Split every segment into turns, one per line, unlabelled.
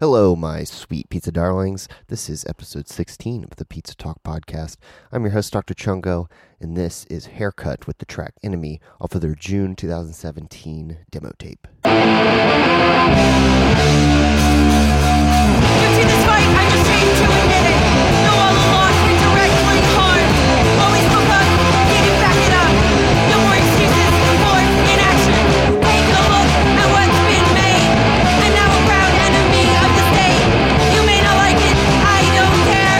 Hello, my sweet pizza darlings. This is episode 16 of the Pizza Talk podcast. I'm your host, Dr. Chungo, and this is Haircut with the track Enemy off of their June 2017 demo tape.
But to this fight, I just hate to admit it. No other loss can directly harm. Always look up, didn't back it up. No more excuses for inaction. Take a look at what's been made. And now a proud enemy of the state. You may not like it, I don't care.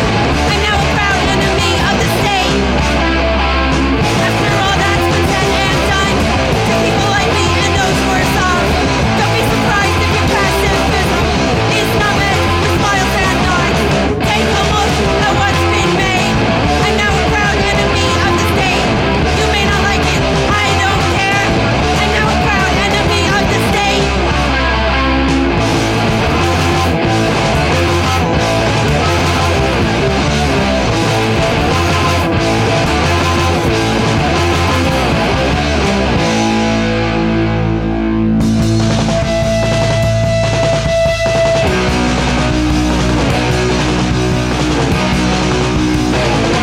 I'm now a proud enemy of the state. After all that's been said and done to people like me and those worse off, don't be surprised if your pacifism is covered with smiles and nods. Take a look at what's been made. I'm now a proud enemy of the state. You may not like it, I don't care. I'm now a proud enemy of the state.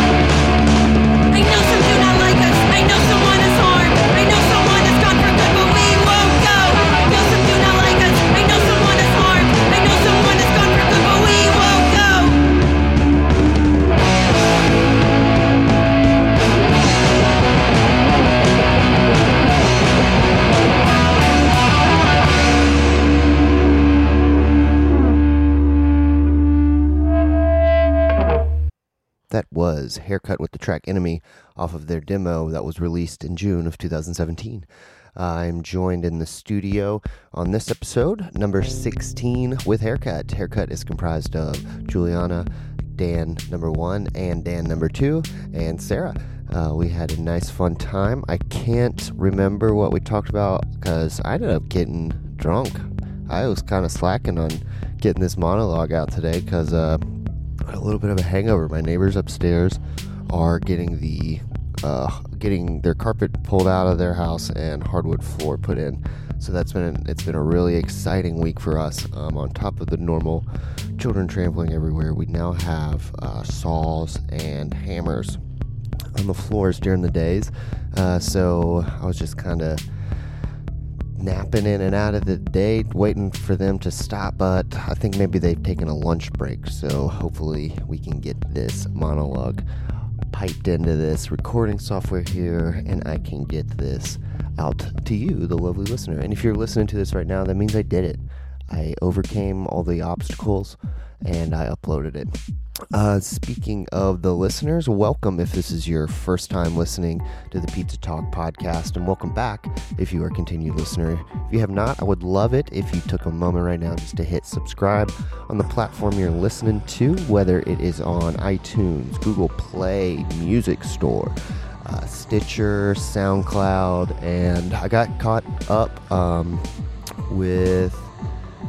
I know some do not like us. I know someone is harmed. I know someone has gone for good, but we won't go. I know some do not like us. I know someone is harmed. I know someone has gone for good, but we won't go.
That was Haircut with the track Enemy off of their demo that was released in June of 2017. I'm joined in the studio on this episode, number 16, with Haircut. Haircut is comprised of Juliana, Dan number one, and Dan number two, and Sarah. Uh, we had a nice, fun time. I can't remember what we talked about because I ended up getting drunk. I was kind of slacking on getting this monologue out today because uh, a little bit of a hangover. My neighbors upstairs are getting the uh, getting their carpet pulled out of their house and hardwood floor put in. So that's been an, it's been a really exciting week for us. Um, on top of the normal children trampling everywhere, we now have uh, saws and hammers on the floors during the days. Uh, so I was just kind of napping in and out of the day, waiting for them to stop. But I think maybe they've taken a lunch break, so hopefully we can get this monologue piped into this recording software here, and I can get this out to you, the lovely listener. And if you're listening to this right now, that means I did it. I overcame all the obstacles and I uploaded it. Uh, speaking of the listeners, welcome if this is your first time listening to the Pizza Talk podcast, and welcome back if you are a continued listener. If you have not, I would love it if you took a moment right now just to hit subscribe on the platform you're listening to, whether it is on iTunes, Google Play, Music Store, uh, Stitcher, SoundCloud, and I got caught up um, with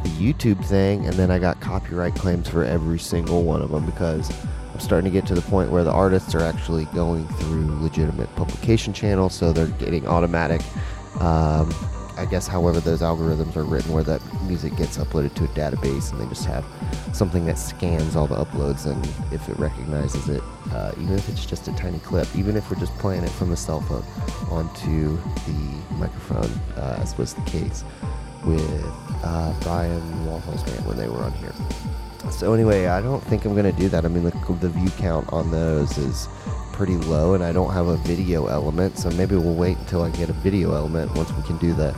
the YouTube thing, and then I got copyright claims for every single one of them because I'm starting to get to the point where the artists are actually going through legitimate publication channels, so they're getting automatic. Um, I guess, however, those algorithms are written where that music gets uploaded to a database, and they just have something that scans all the uploads, and if it recognizes it, uh, even if it's just a tiny clip, even if we're just playing it from a cell phone onto the microphone, uh, as was the case with uh, Brian Walhole's band when they were on here. So anyway, I don't think I'm gonna do that. I mean, the, the view count on those is pretty low, and I don't have a video element. So maybe we'll wait until I get a video element once we can do the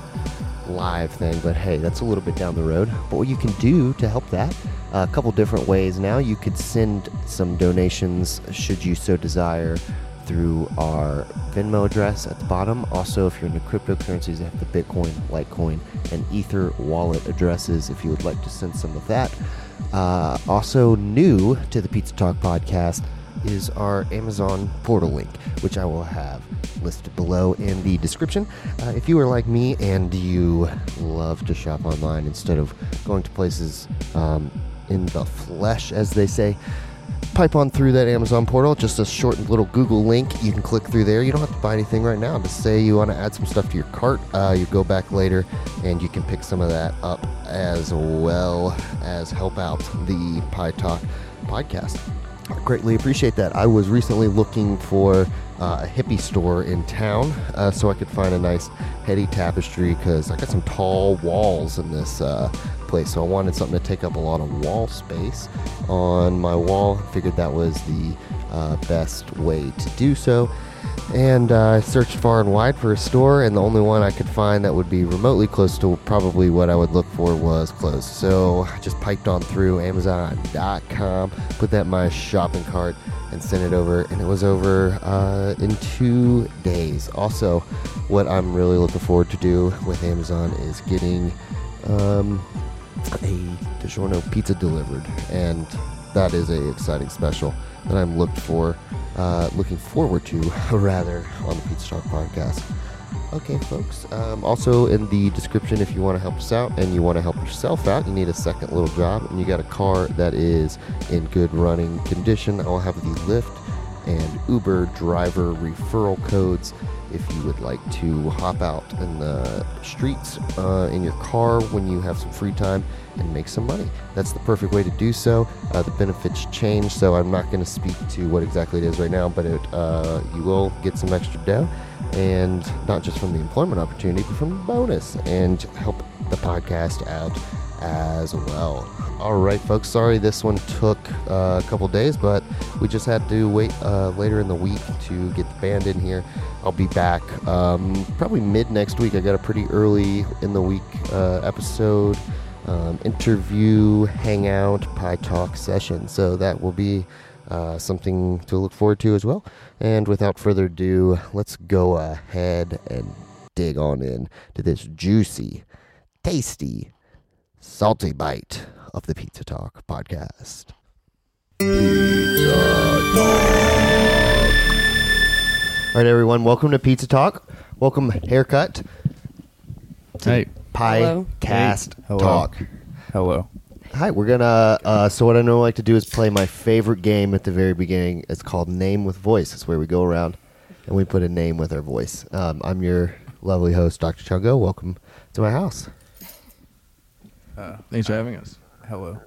live thing. But hey, that's a little bit down the road. But what you can do to help that, uh, a couple different ways. Now you could send some donations, should you so desire through our Venmo address at the bottom. Also, if you're into cryptocurrencies, they have the Bitcoin, Litecoin, and Ether wallet addresses if you would like to send some of that. Uh, also, new to the Pizza Talk podcast is our Amazon portal link, which I will have listed below in the description. Uh, if you are like me and you love to shop online instead of going to places um, in the flesh, as they say, pipe on through that Amazon portal, just a short little Google link. You can click through there. You don't have to buy anything right now. Just say you want to add some stuff to your cart. Uh, you go back later and you can pick some of that up as well as help out the Pie Talk podcast. I greatly appreciate that. I was recently looking for uh, a hippie store in town uh, so I could find a nice heady tapestry because I got some tall walls in this uh, place. So I wanted something to take up a lot of wall space on my wall. Figured that was the uh, best way to do so. And uh, I searched far and wide for a store, and the only one I could find that would be remotely close to probably what I would look for was closed. So I just piped on through Amazon.com, put that in my shopping cart, and sent it over. And it was over uh, in two days. Also, what I'm really looking forward to do with Amazon is getting um, a DiGiorno pizza delivered, and that is a exciting special that I'm looked for, uh, looking forward to rather on the Pizza Talk podcast. Okay, folks. Um, also in the description, if you want to help us out and you want to help yourself out, you need a second little job, and you got a car that is in good running condition. I'll have the Lyft and Uber driver referral codes if you would like to hop out in the streets uh, in your car when you have some free time and make some money. That's the perfect way to do so. Uh, the benefits change, so I'm not going to speak to what exactly it is right now, but it, uh, you will get some extra dough and not just from the employment opportunity, but from the bonus and help the podcast out as well. All right, folks. Sorry this one took uh, a couple days, but we just had to wait uh, later in the week to get the band in here. I'll be back um, probably mid next week. I got a pretty early in the week uh, episode, um, interview, hangout, pie talk session. So that will be uh, something to look forward to as well. And without further ado, let's go ahead and dig on in to this juicy, tasty, salty bite of the Pizza Talk podcast. All right, everyone, welcome to Pizza Talk. Welcome, haircut,
Hey.
pie,
Hello.
cast,
Hello.
talk.
Hello.
Hi, we're gonna. Uh, so what I normally like to do is play my favorite game at the very beginning. It's called Name with Voice. It's where we go around and we put a name with our voice. Um, I'm your lovely host, Dr. Chungo. Welcome to my house.
Thanks for having us. Hello.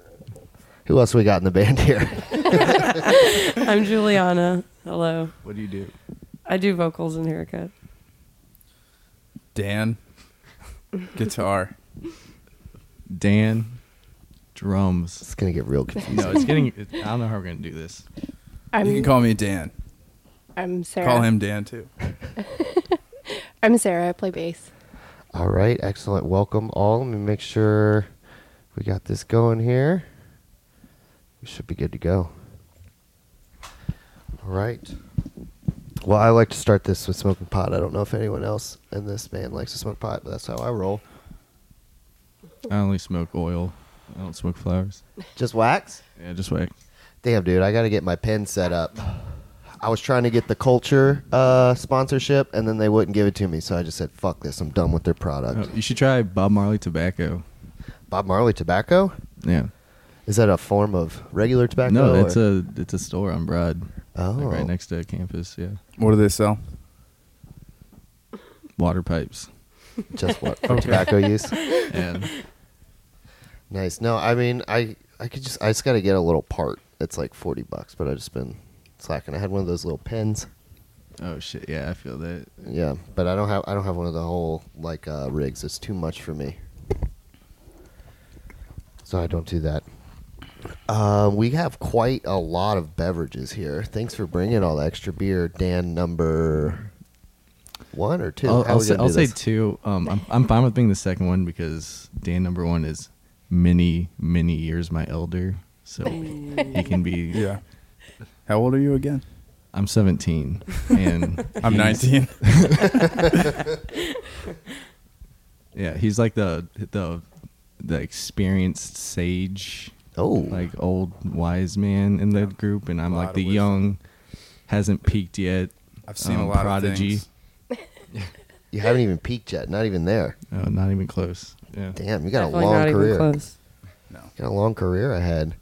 Who else we got in the band here?
I'm Juliana. Hello.
What do you do?
I do vocals and haircut.
Dan, guitar.
Dan, drums.
it's gonna get real confusing.
No, it's getting. It, I don't know how we're gonna do this.
You
I'm
can call me Dan.
I'm Sarah.
Call him Dan too.
I'm Sarah. I play bass.
All right, excellent. Welcome all. Let me make sure we got this going here. We should be good to go. All right. Well, I like to start this with smoking pot. I don't know if anyone else in this band likes to smoke pot, but that's how I roll.
I only smoke oil. I don't smoke flowers.
Just wax?
Yeah, just wait.
Damn, dude, I got to get my pen set up. I was trying to get the culture uh, sponsorship, and then they wouldn't give it to me, so I just said, fuck this. I'm done with their
Uh,
product.
Oh, you should try Bob Marley tobacco.
Bob Marley tobacco?
Yeah.
Is that a form of regular tobacco?
No, it's
or-
a it's a store on Broad.
Oh.
like right next to campus. Yeah.
What do they sell?
Water pipes.
just what for
Okay.
tobacco use.
And
Nice. No, I mean, I I could just I just got to get a little part. It's like forty bucks, but I just been slacking. I had one of those little pens.
oh shit, yeah, I feel that.
Yeah, but I don't have I don't have one of the whole like uh, rigs. It's too much for me, so I don't do that. Um, we have quite a lot of beverages here. Thanks for bringing all the extra beer, Dan. Number one or 2
I'll,
How
I'll
we
say,
gonna
I'll
do
say
this?
two. Um, I'm I'm fine with being the second one because Dan number one is many many years my elder, so he can be
Yeah. How old are you again?
I'm 17 and
I'm
he's-
19.
Yeah, he's like the the the experienced sage,
Oh,
like old wise man in the group, and I'm
Lot
like
of
the
wisdom.
young, hasn't peaked yet.
I've seen
Um,
a lot
prodigy.
of things.
you haven't even peaked yet. Not even there.
Uh, not even close. Yeah.
Damn, you got
Definitely
a long
not
career.
even close.
No.
Got a long career ahead.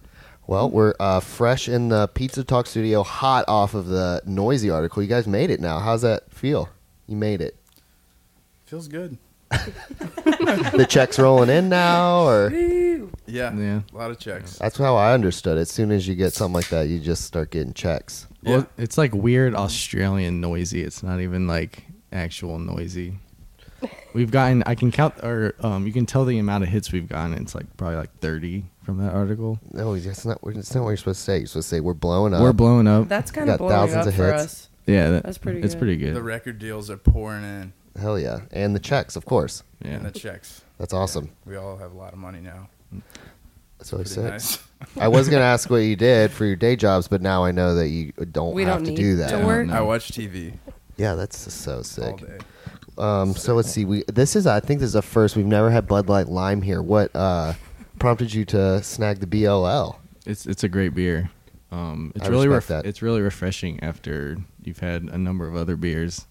Well, we're uh, fresh in the Pizza Talk studio, hot off of the noisy article. You guys made it now. How's that feel? You made it.
Feels good.
The checks rolling in now, or
Yeah.
Yeah.
A lot of checks.
that's how I understood. it. As soon as you get something like that, you just start getting checks.
Yeah.
Well, it's like weird Australian noisy. It's not even like actual noisy. We've gotten I can count or um you can tell the amount of hits we've gotten. It's like probably like 30 from that article.
No, that's not. That's not what you're supposed to say. You're supposed to say we're blowing up.
We're blowing up.
That's kind
got
of blowing
thousands
up
of
for
hits.
us.
yeah, that,
that's pretty
It's
good.
pretty good.
The record deals are pouring in,
Hell yeah, and the checks, of course.
and
yeah.
the checks.
That's awesome.
We all have a lot of money now.
That's what I
Pretty
said.
nice.
I was gonna ask what you did for your day jobs, but now I know that you don't
We
have
don't
to
need
do that.
to work.
I watch TV
Yeah, that's just so
all
sick.
day.
Um, so let's see. We this is I think this is a first. We've never had Bud Light Lime here. What uh, prompted you to snag the BLL?
It's it's a great beer. Um it's
I
really
respect that.
it's really refreshing after you've had a number of other beers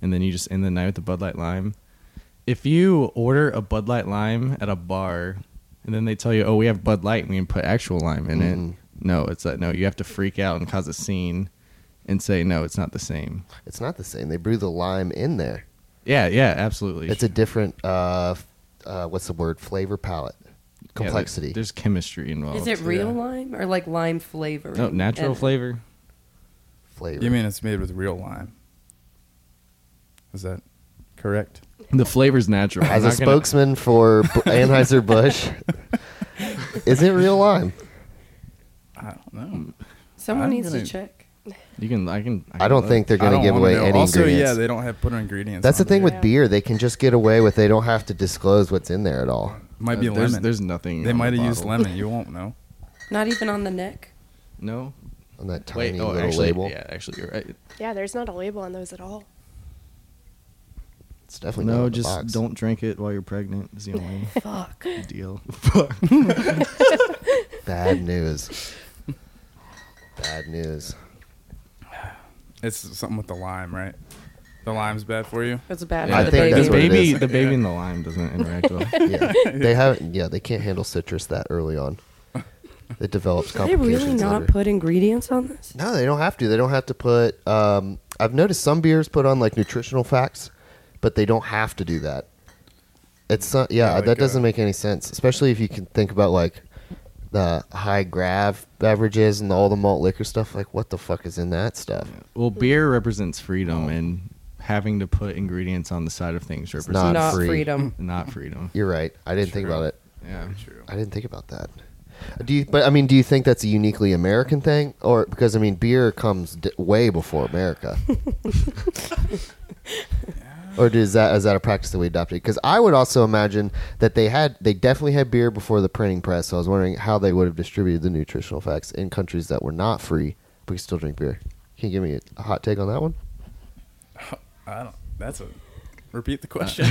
and then you just end the night with the Bud Light Lime. If you order a Bud Light Lime at a bar and then they tell you, "Oh, we have Bud Light, and we can put actual lime in
Mm.
it." No, it's like no, you have to freak out and cause a scene and say, "No, it's not the same."
It's not the same. They brew the lime in there.
Yeah, yeah, absolutely.
It's a different uh, f- uh, what's the word? Flavor palette,
Yeah, there-
complexity.
there's chemistry involved.
Is it real
yeah.
lime or like lime flavor?
No, natural flavor.
flavor.
You mean it's made with real lime? Is that correct?
The flavor's natural.
As
I'm
a
not gonna-
spokesman for B- Anheuser Busch, is it real lime?
I don't know.
Someone
I'm
needs
gonna-
to check.
you can. I can.
I don't
look.
think they're
I
going
don't
to give
wanna
away
know.
any
Also,
ingredients.
yeah, they don't have put ingredients.
That's the
on
thing
there.
with beer; they can just get away with. They don't have to disclose what's in there at all.
Might be
Uh, there's,
lemon.
There's nothing.
they
on the
might have used
bottle.
lemon. You won't know.
Not even on the neck.
No.
On that tiny
Wait. Oh,
little
actually,
label,
yeah. Actually, you're right.
Yeah, there's not a label on those at all.
it's definitely not on
No,
the
just
box.
don't drink it while you're pregnant. Is the only
Fuck.
deal.
Bad news. Bad news.
It's something with the lime, right? The lime's bad for you.
That's bad
I
for the
think
baby.
that's
the
what it
baby,
is.
the baby and the lime doesn't interact well.
Yeah, they haven't. Yeah, they can't handle citrus that early on. It develops
They
complications.
really not
later.
put ingredients on this?
No, they don't have to. They don't have to put. Um, I've noticed some beers put on like nutritional facts, but they don't have to do that. It's not, yeah,
Yeah, like,
that doesn't
uh,
make any sense, especially if you can think about like the high grav beverages and all the malt liquor stuff. Like, what the fuck is in that stuff?
Well, beer represents freedom, and having to put ingredients on the side of things
Not
represents
not
free.
freedom.
not freedom.
You're right. I didn't think
True.
about it.
Yeah.
True.
I didn't think about that. Do you? But I mean, do you think that's a uniquely American thing, or because I mean, beer comes d- way before America? or is that is that a practice that we adopted? Because I would also imagine that they had they definitely had beer before the printing press. So I was wondering how they would have distributed the nutritional facts in countries that were not free, but you still drink beer. Can you give me a hot take on that one?
I don't. That's a. Repeat the question.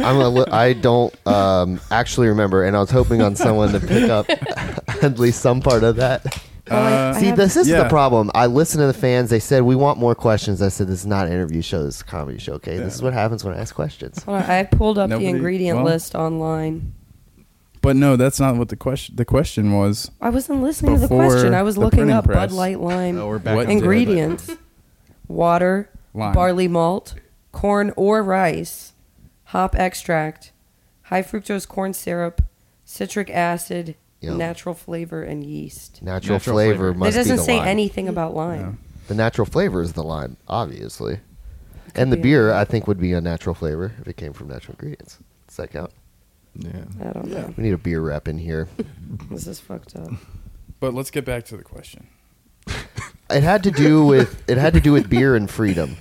I'm a li- I don't um, actually remember, and I was hoping on someone to pick up at least some part of that.
Oh,
Uh,
See, this is the
yeah.
problem. I listened to the fans. They said, we want more questions. I said, this is not an interview show. This is a comedy show, okay? This is what happens when I ask questions.
Hold on, I pulled up
Nobody-
the ingredient
well-
list online.
but no, that's not what the question. The question was.
I wasn't listening to the
Before
question. I was
the
looking
printing
up
press.
Bud Light Lime
Oh, we're back.
What
on the-
ingredients: water,
Lime.
barley malt, corn or rice, hop extract, high fructose corn syrup, citric acid,
Yum.
natural flavor, and yeast.
Natural,
Natural
flavor,
flavor.
must
it doesn't
be the
say
lime.
anything about lime.
The natural flavor is the lime, obviously. And the
be.
beer, I think, would be a natural flavor if it came from natural ingredients. Does that count?
Yeah.
I don't know.
We need a beer rep in here.
This is fucked up.
But let's get back to the question.
It had to do with it had to do with beer and freedom.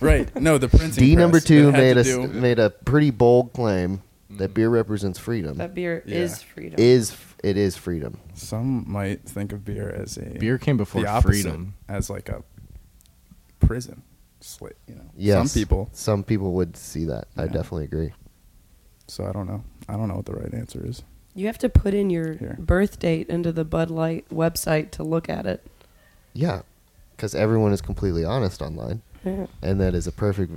Right. No, the printing.
D
press.
number two
It had
made
to
a
do- Mm-hmm.
made a pretty bold claim that beer represents freedom.
That beer
Yeah.
is freedom.
Is it is freedom?
Some might think of beer as a
Beer came before
the opposite,
freedom.
as like a prison slit. You know.
Yes.
Some people.
Some people would see that. I
Yeah.
definitely agree.
So I don't know. I don't know what the right answer is.
you have to put in your
Here.
birth date into the Bud Light website to look at it.
Yeah, because everyone is completely honest online,
Yeah.
and that is a perfect.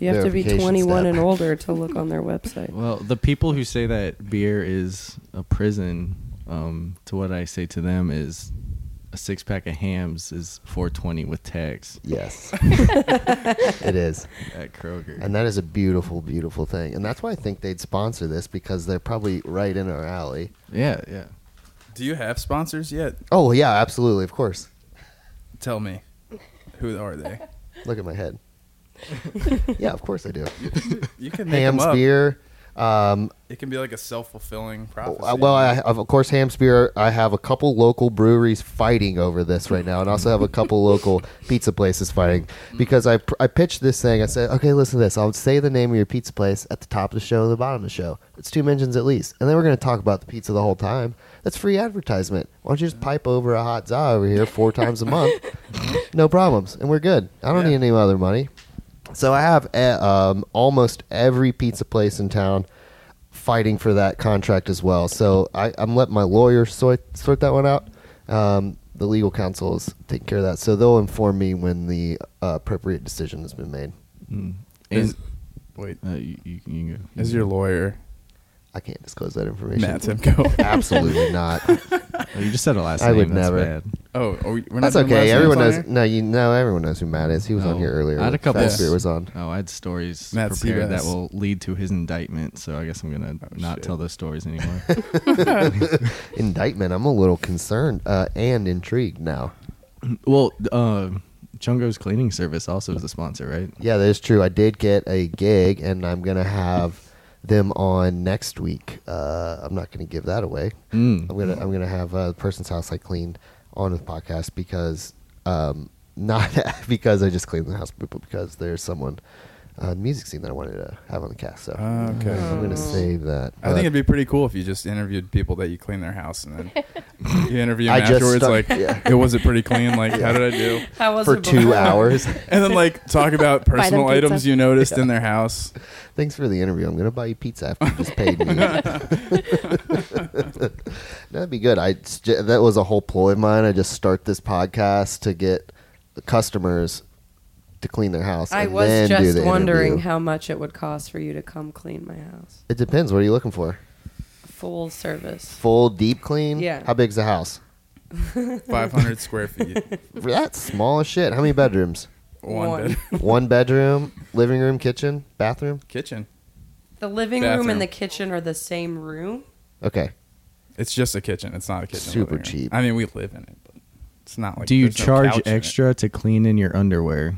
You have to be
Verification
21
step.
and older to look on their website.
Well, the people who say that beer is a prison um, to what I say to them is a six pack of hams is 420 with tax
Yes, it is.
at Kroger.
And that is a beautiful, beautiful thing. And that's why I think they'd sponsor this because they're probably right in our alley.
yeah, yeah.
Do you have sponsors yet?
Oh, yeah, absolutely. Of course.
Tell me, who are they?
Look at my head. yeah, of course I do.
You can make
Ham,
them up.
beer. Um,
It can be like a self fulfilling prophecy.
uh, well, I, of course, ham spear. I have a couple local breweries fighting over this right now, and I also have a couple local pizza places fighting because I pr- I pitched this thing. I said, okay, listen to this. I'll say the name of your pizza place at the top of the show, and the bottom of the show. It's two mentions at least, and then we're going to talk about the pizza the whole time. That's free advertisement. Why don't you just pipe over a hot za over here four times a month? no problems, and we're good. I don't
Yeah.
need any other money. So I have eh, um, almost every pizza place in town fighting for that contract as well. So I, I'm letting my lawyer sort, sort that one out. Um, the legal counsel is taking care of that, so they'll inform me when the uh, appropriate decision has been made.
And,
Wait,
uh, you, you, can- you can go.
is your
Mm-hmm.
lawyer
I can't disclose that information.
Matt Timko?
Absolutely not.
Oh, you just said a last
I
name.
would
that's
never.
Bad.
oh, are we, we're not
That's
doing last
okay. Everyone
names
knows.
on here?
No, you know everyone knows who Matt is. He was
No.
on here earlier.
Oh, I had a
when
couple-
Fat Spirit was on.
Oh, I had stories
Matt
prepared that
Seabass.
will lead to his indictment. So I guess I'm gonna not
shit.
tell those stories anymore.
Indictment. I'm a little concerned uh, and intrigued now.
well, uh, Chungo's cleaning service also is the sponsor, right?
Yeah, that is true. I did get a gig, and I'm gonna have them on next week. Uh, I'm not gonna give that away.
Mm.
I'm gonna I'm gonna have uh, the person's house I cleaned on the podcast because um, not because I just cleaned the house, but but because there's someone uh, music scene that I wanted to have on the cast. So
Ah, okay.
I'm gonna save that.
I think
but
it'd be pretty cool if you just interviewed people that you clean their house and then you interview them
I just
afterwards.
stuck-
like,
yeah.
it was it pretty clean? Like, how did I do?
How was
for
it
two
before?
hours.
And then like talk about
them
personal
pizza.
items you noticed in their house.
Thanks for the interview. I'm gonna buy you pizza after you just paid me. That'd be good. I that was a whole ploy of mine. I just start this podcast to get the customers to clean their house.
I
and
was
then do
just
the
wondering
interview.
how much it would cost for you to come clean my house.
It depends. What are you looking for?
Full service.
Full deep clean.
Yeah.
How big's the house?
500 square feet,
That's small as shit. How many bedrooms?
one,
One.
bed,
One bedroom, living room, kitchen, bathroom.
kitchen.
The living room
Bathroom.
and the kitchen are the same room.
Okay.
It's just a kitchen. It's not a kitchen.
Super
living room.
cheap.
I mean, we live in it, but it's not like
Do you
there's no
charge
couch in it.
extra to clean in your underwear?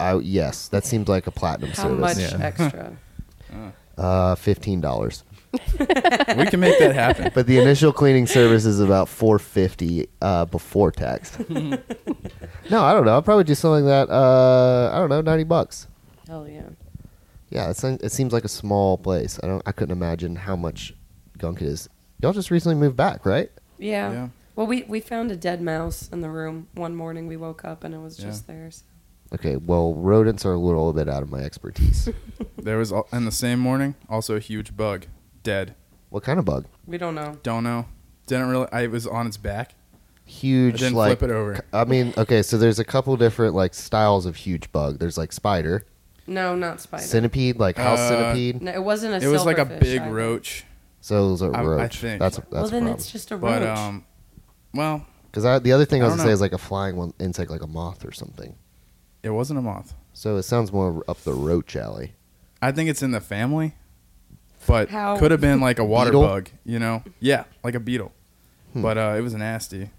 I, yes, that seems like a platinum
How
service.
much
Yeah.
extra?
Uh, fifteen dollars.
We can make that happen.
But the initial cleaning service is about four fifty uh, before tax. no, I don't know. I'll probably do something that uh, I don't know, ninety bucks.
Hell yeah.
Yeah, it's, it seems like a small place. I don't. I couldn't imagine how much gunk it is. Y'all just recently moved back, right?
Yeah.
Yeah.
Well, we, we found a dead mouse in the room one morning. We woke up and it was just there. So.
Okay. Well, rodents are a little bit out of my expertise.
There was al- in the same morning also a huge bug, dead.
what kind of bug?
We don't know.
Don't know. Didn't really. I it was on its back.
Huge.
I didn't
like.
flip it over.
I mean, okay. So there's a couple different like styles of huge bug. There's like spider,
No, not spider.
centipede, like house
Uh,
centipede.
no, it wasn't a
It was like a
silverfish
big
either.
roach.
So those are
I- I
roach.
think.
That's that's
well,
a
then
problem.
it's just a roach.
But um, well,
Because the other thing I,
I
was
don't
gonna say
know.
is like a flying one insect, like a moth or something.
it wasn't a moth.
So it sounds more up the roach alley.
I think it's in the family, but
How-
could have been like a water
Beetle? Hmm.
bug. You know? Yeah, like a beetle. But uh, it was nasty.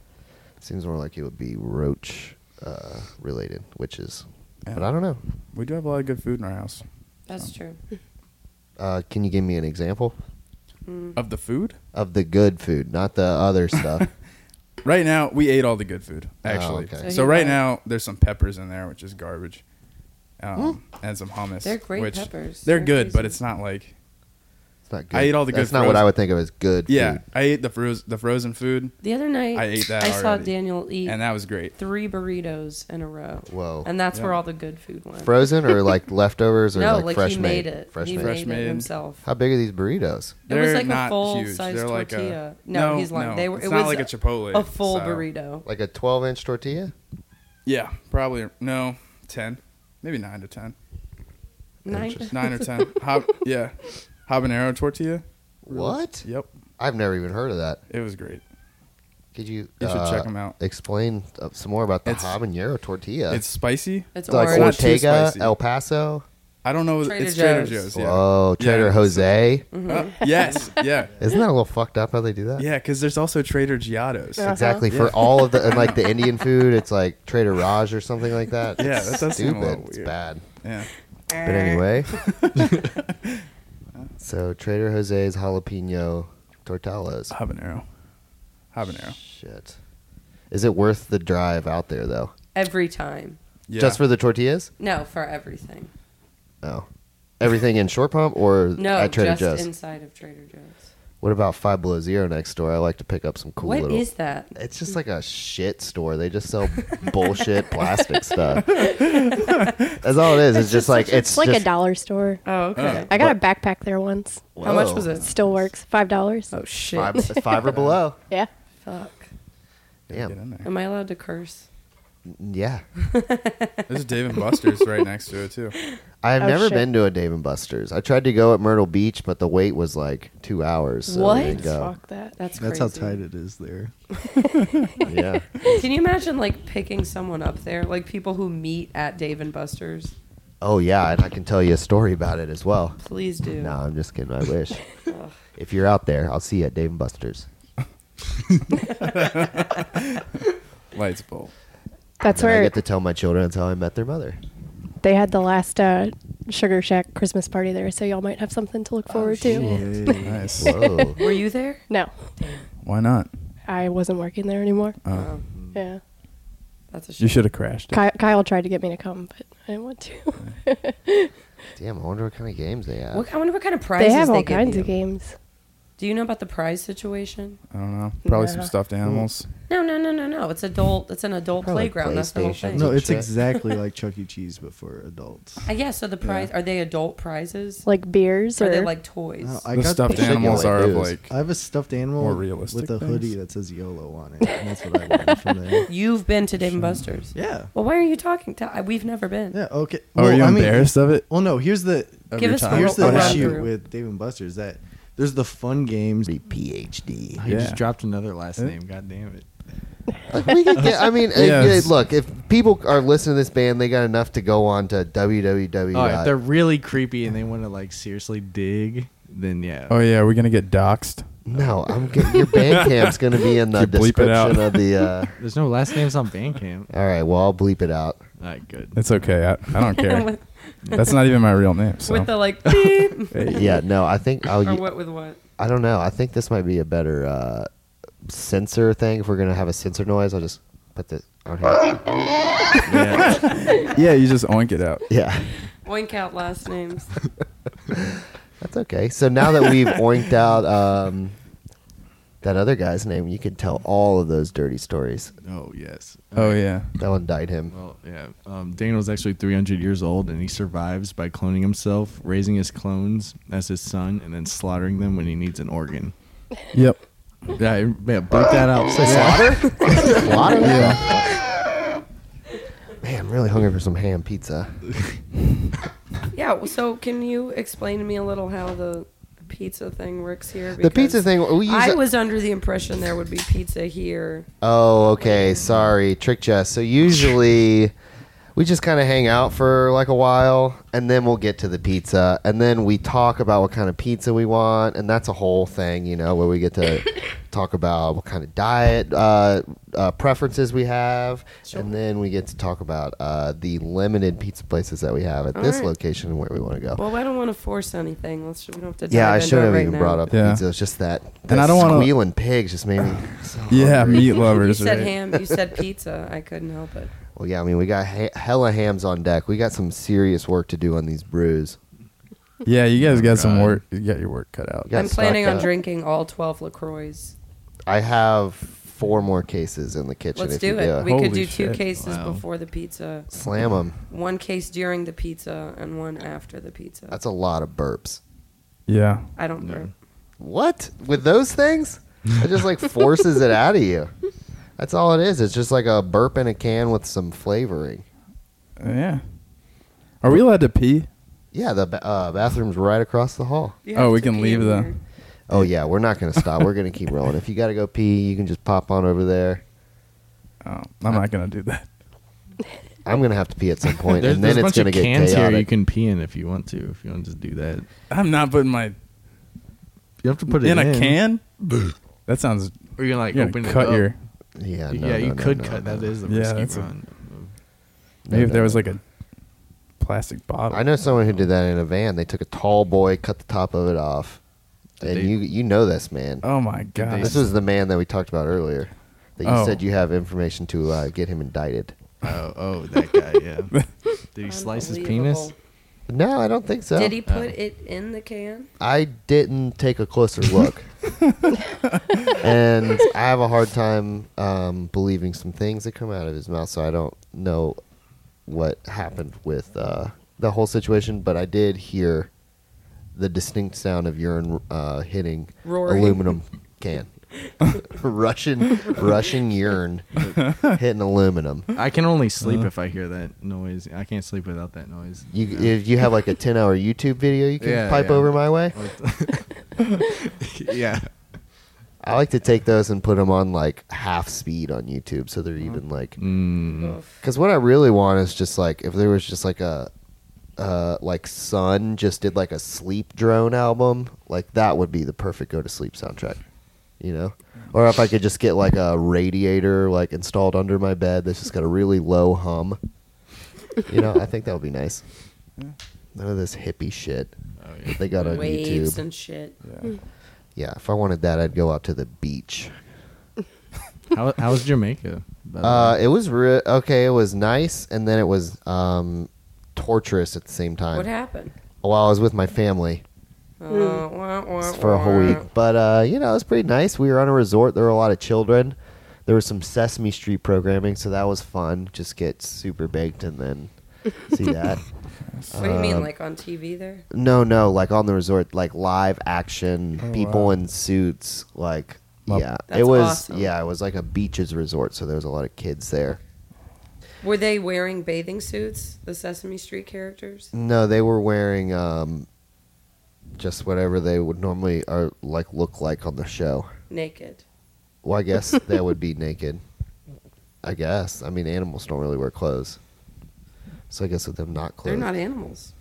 Seems more like it would be roach uh, related, which is.
Yeah.
But I don't know.
We do have a lot of good food in our house.
That's true.
Uh, can you give me an example
Hmm.
Of the food,
of the good food, not the other stuff?
right now we ate all the good food. Actually,
Oh, okay.
So
so
he
right
lied.
now there's some peppers in there, which is garbage, um,
Hmm.
and some hummus.
They're great
which
peppers.
They're,
They're
good, but
amazing.
it's not like
It's not good.
I ate all the
That's
good
not what
frozen-
I would think of as good.
Yeah,
food.
I ate the froz- the frozen food,
The other night,
I ate that
I saw
already.
Daniel eat
and that was great.
three burritos in a row.
Whoa.
And that's where
Yeah.
all the good food went.
Frozen or like leftovers or
no,
like,
like,
fresh
he
made.
made it.
Fresh
he
made.
made,
Fresh
it
made.
himself.
How big are these burritos?
It was
They're
like
not
a full
huge.
size
They're like a-
tortilla. no,
no,
he's lying.
no,
they were.
it's
it
not
was
like a Chipotle
A full
style.
burrito.
Like a 12 inch tortilla?
Yeah, probably no ten, maybe nine to ten,
Nine.
Interesting.
nine or ten. Hab- yeah, habanero tortilla.
What?
Yep,
I've never even heard of that.
It was great.
Could you? uh,
You should
Uh,
check 'em out.
Explain uh, some more about the
It's-
habanero tortilla.
It's spicy.
It's
like
It's not
orange.
too
Ortega,
spicy.
El Paso.
I don't know.
Trader
it's Trader
Joe's.
Joe's. Yeah.
Oh, Trader
Yeah.
Jose.
Mm-hmm.
Uh, yes. Yeah.
Isn't that a little fucked up how they do that?
Yeah. Because there's also Trader Giotto's.
Uh-huh.
Yeah.
Exactly. For all of the and like the Indian food, it's like Trader Raj or something like that.
Yeah,
It's
that does seem a
stupid.
little
It's
weird.
bad.
Yeah.
But anyway. so Trader Jose's jalapeno tortillas.
Uh, Habanero. Habanero.
Shit. Is it worth the drive out there though?
Every time.
Yeah.
Just for the tortillas?
No, for everything.
Oh. Everything in Short Pump or
No,
at Trader
just
Joe's?
inside of Trader Joe's.
what about Five Below Zero next door? I like to pick up some cool
What is Mm.
little
that?
It's just like a shit store. They just sell bullshit plastic stuff. That's all it is. It's, just, like it's,
like
just,
a dollar store.
Oh, okay.
I got a backpack there once.
How much
Whoa.
was
It
it?
still works. Five dollars.
Oh shit!
Five, it's five or below.
Yeah.
Fuck.
Get
Damn.
in there.
Am I allowed to curse?
Yeah.
There's Dave and Buster's right next to it too.
I've
Oh,
never
shit.
been to a Dave and Buster's. I tried to go at Myrtle Beach, but the wait was like two hours. So
What?
We didn't go.
Fuck that.
That's
That's
crazy.
how tight it is there.
Yeah.
Can you imagine like picking someone up there, like people who meet at Dave and Buster's?
Oh yeah, and I can tell you a story about it as well.
Please do.
No, I'm just kidding. I wish. if you're out there, I'll see you at Dave and Buster's.
Lights bolt.
That's
And I
where
get to tell my children that's how I met their mother.
they had the last uh, Sugar Shack Christmas party there, so y'all might have something to
Oh,
look forward to.
Nice.
Whoa.
Were you there?
No,
Why not?
I wasn't working there anymore.
Um,
Oh.
Um,
Yeah.
That's a shame.
You should have crashed. it.
Kyle, Kyle tried to get me to come, but I didn't want to.
Damn, I wonder what kind of games they have.
What, I wonder what kind of prizes
they
they
have all
give
kinds
you.
of games.
Do you know about the prize situation?
I don't know. Probably some
Nah.
stuffed animals.
No, no, no, no, no. It's adult. It's an adult
Probably
playground. That's the whole thing.
PlayStation.
No, it's
Check.
exactly like Chuck E. Cheese, but for adults.
I guess so. The prize are they adult prizes?
Like beers
Or
or
are they like toys?
No, I
the
got
stuffed
the chicken
animals are of
wings.
like.
I have a stuffed animal
More realistic
with a
things.
hoodie that says YOLO on it. And that's what I wanted from there.
You've been to Dave and Buster's.
Yeah.
Well, why are you talking? To, I- we've never been.
Yeah, okay.
Oh, are you embarrassed of it?
Well, no, here's the
Of
Give
your
us the
time?
here's the
What
run
issue
through.
with Dave and Buster's that there's the fun games. The PhD.
I
Yeah.
just dropped another last
Huh?
name. God damn it.
we could get, I mean,
Yeah,
if-
it's-
look, if people are listening to this band, they got enough to go on to www.
Oh, if they're really creepy and they want to like seriously dig, then yeah.
Oh yeah, we're gonna get doxxed.
no, I'm get, your Bandcamp's going to be in the
Could bleep it out.
description of the. Uh,
There's no last names on Bandcamp.
all right, well, I'll bleep it out.
All right, good.
It's okay. I, I don't care.
with,
That's not even my real name. So.
with the like beep
Hey.
Yeah, no, I think I'll.
or
u-
what with what?
I don't know. I think this might be a better uh, sensor thing. If we're going to have a sensor noise, I'll just put this on here.
Yeah.
Yeah, you just oink it out.
Yeah,
Oink out last names.
that's okay. So now that we've oinked out um, that other guy's name, you can tell all of those dirty stories.
oh yes.
Oh yeah.
That one died him.
Well, yeah. Um, Daniel's actually 300 years old, and he survives by cloning himself, raising his clones as his son, and then slaughtering them when he needs an organ.
Yep.
Yeah, yeah bleep that out.
Water? Man, I'm really hungry for some ham pizza.
Yeah. well, So can you explain to me a little how the pizza thing works here?
The pizza
Because
thing, we use.
I
a-
was under the impression there would be pizza here.
oh, okay. Sorry, tricked you. So usually we just kind of hang out for like a while, and then we'll get to the pizza, and then we talk about what kind of pizza we want, and that's a whole thing, you know, where we get to talk about what kind of diet uh, uh, preferences we have, and then we get to talk about uh, the limited pizza places that we have at
All
this
right.
location and where we want to go.
Well, I don't want to force anything. Let's we don't have to.
Yeah,
dive
I
into
should
it
have
right
even
now.
brought up
Yeah.
pizza. It's just that, that
I don't wanna-
squealing pigs just made me. So
Yeah,
hungry.
meat
You
lovers.
said
right?
ham. You said pizza. I couldn't help it.
Well, yeah, I mean, we got ha- hella hams on deck. We got some serious work to do on these brews.
Yeah, you guys got some
Oh, God.
work. You got your work cut out.
Yeah.
I'm planning
stock
on
up.
drinking all 12 Lacroix.
I have four more cases in the kitchen.
Let's
if you
do it. We
Holy
could do two
shit.
cases
Wow.
before the pizza,
Slam them.
one case during the pizza, and one after the pizza.
That's a lot of burps.
Yeah.
I don't burp.
What with those things? It just like forces it out of you. That's all it is. It's just like a burp in a can with some flavoring.
Uh, yeah. Are we allowed to pee?
Yeah, the ba- uh, bathroom's right across the hall.
You
Oh,
have
we
to
can
pee
leave
in
the-
here.
Oh yeah, we're not gonna stop. We're gonna keep rolling. If you gotta go pee, you can just pop on over there.
Oh, I'm not gonna do that.
I'm gonna have to pee at some point,
There's,
and
there's
then
a
it's
bunch
gonna
of
get
cans
chaotic.
here you can pee in if you want to. If you want to just do that,
I'm not putting my
you have to put it
in
in,
a can. That sounds.
Or you can like
You're
open
gonna
it
cut
up.
your.
yeah, no,
yeah,
no,
you
no,
could
no,
cut.
no,
That
no.
is the
Yeah,
risky
that's a-
run.
Maybe if
no,
there was
no.
like a plastic bottle.
I know someone who did that in a van. They took a tall boy, cut the top of it off, and
Did they-
you you know this man.
Oh my god.
This was the man that we talked about earlier. That you
Oh.
said you have information to uh, get him indicted.
Oh, oh, that guy. Yeah. Did he slice his penis?
Unbelievable.
No, I don't think so.
Did he put it in the can?
I didn't take a closer look. and I have a hard time um, believing some things that come out of his mouth, so I don't know what happened with uh, the whole situation, but I did hear the distinct sound of urine uh, hitting
Roaring.
aluminum can. Russian Russian urine hitting aluminum.
I can only sleep
Uh.
if I hear that noise. I can't sleep without that noise.
You if you have like a ten hour YouTube video you can
Yeah,
pipe
yeah.
over my way.
yeah.
I like to take those and put them on like half speed on YouTube, so
Mm-hmm.
they're even like.
Mm.
Mm-hmm.
Mm.
Oof.
Because what I really want is just like if there was just like a, uh, like Sun just did like a sleep drone album, like that would be the perfect go to sleep soundtrack, you know.
Mm.
Or if I could just get like a radiator like installed under my bed that's just got a really low hum, you know. I think that would be nice. None of this hippie shit
Oh, yeah.
that they got on
Waves
YouTube.
and shit.
yeah, if I wanted that, I'd go out to the beach.
How, how's Jamaica? by the
Uh,
way?
it was re- okay. It was nice, and then it was um, torturous at the same time.
What happened?
While I was with my family
Uh, wah, wah,
for a whole week,
wah.
but uh, you know, it was pretty nice. We were on a resort. There were a lot of children. There was some Sesame Street programming, so that was fun. Just get super baked and then see that.
What do you
Uh,
mean, like on TV there?
No, no, like on the resort, like live action,
Oh,
people
wow.
in suits, like
Well,
yeah,
That's
it was
awesome.
yeah, it was like a beaches resort, so there was a lot of kids there.
Were they wearing bathing suits? The Sesame Street characters?
No, they were wearing um, just whatever they would normally are like look like on the show.
Naked.
Well, I guess they would be naked. I guess. I mean, animals don't really wear clothes, so I guess with them not
They're
clothed.
not animals.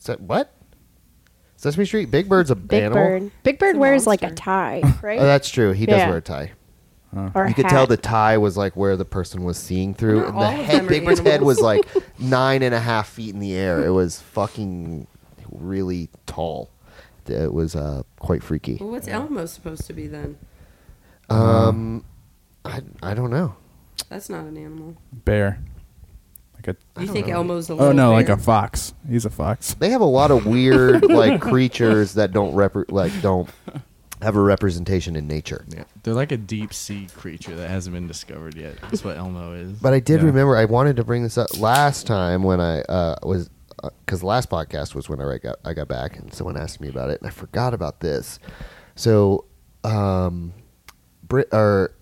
Is that- what? Sesame Street. Big Bird's a
e- Big
animal.
Bird. Big Bird
a
wears like a
monster.
tie, right?
Oh, that's true. He does
Yeah.
wear a tie.
or a
You could
hat.
tell the tie was like where the person was seeing through,
Not
and
all
the
of
head,
them are
Big Bird's head was
animals.
like nine and a half feet in the air. It was fucking really tall. It was uh, quite freaky.
Well, what's Elmo supposed to be then?
Um, I, I don't know.
That's not an animal.
bear. Like a.
You think Elmo's a
Oh
little
no,
bear?
like a fox. He's a fox.
They have a lot of weird like creatures that don't repre- like don't have a representation in nature.
Yeah. They're like a deep sea creature that hasn't been discovered yet. That's what Elmo is.
But I did
Yeah.
remember I wanted to bring this up last time when I uh, was because the last podcast was when I got I got back and someone asked me about it and I forgot about this. So, um, Brit or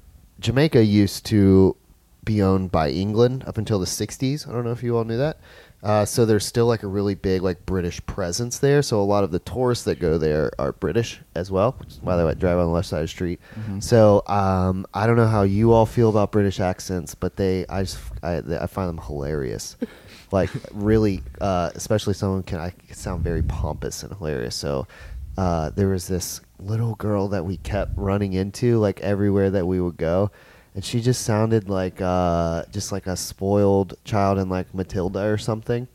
Jamaica used to be owned by England up until the '60s. I don't know if you all knew that. Uh, so there's still like a really big like British presence there. So a lot of the tourists that go there are British as well, which is why they drive on the left side of the street. So um, I don't know how you all feel about British accents, but they I just I, I find them hilarious. like really, uh, especially someone can I can sound very pompous and hilarious. So uh, there was this little girl that we kept running into like everywhere that we would go and she just sounded like uh, just like a spoiled child in like Matilda or something.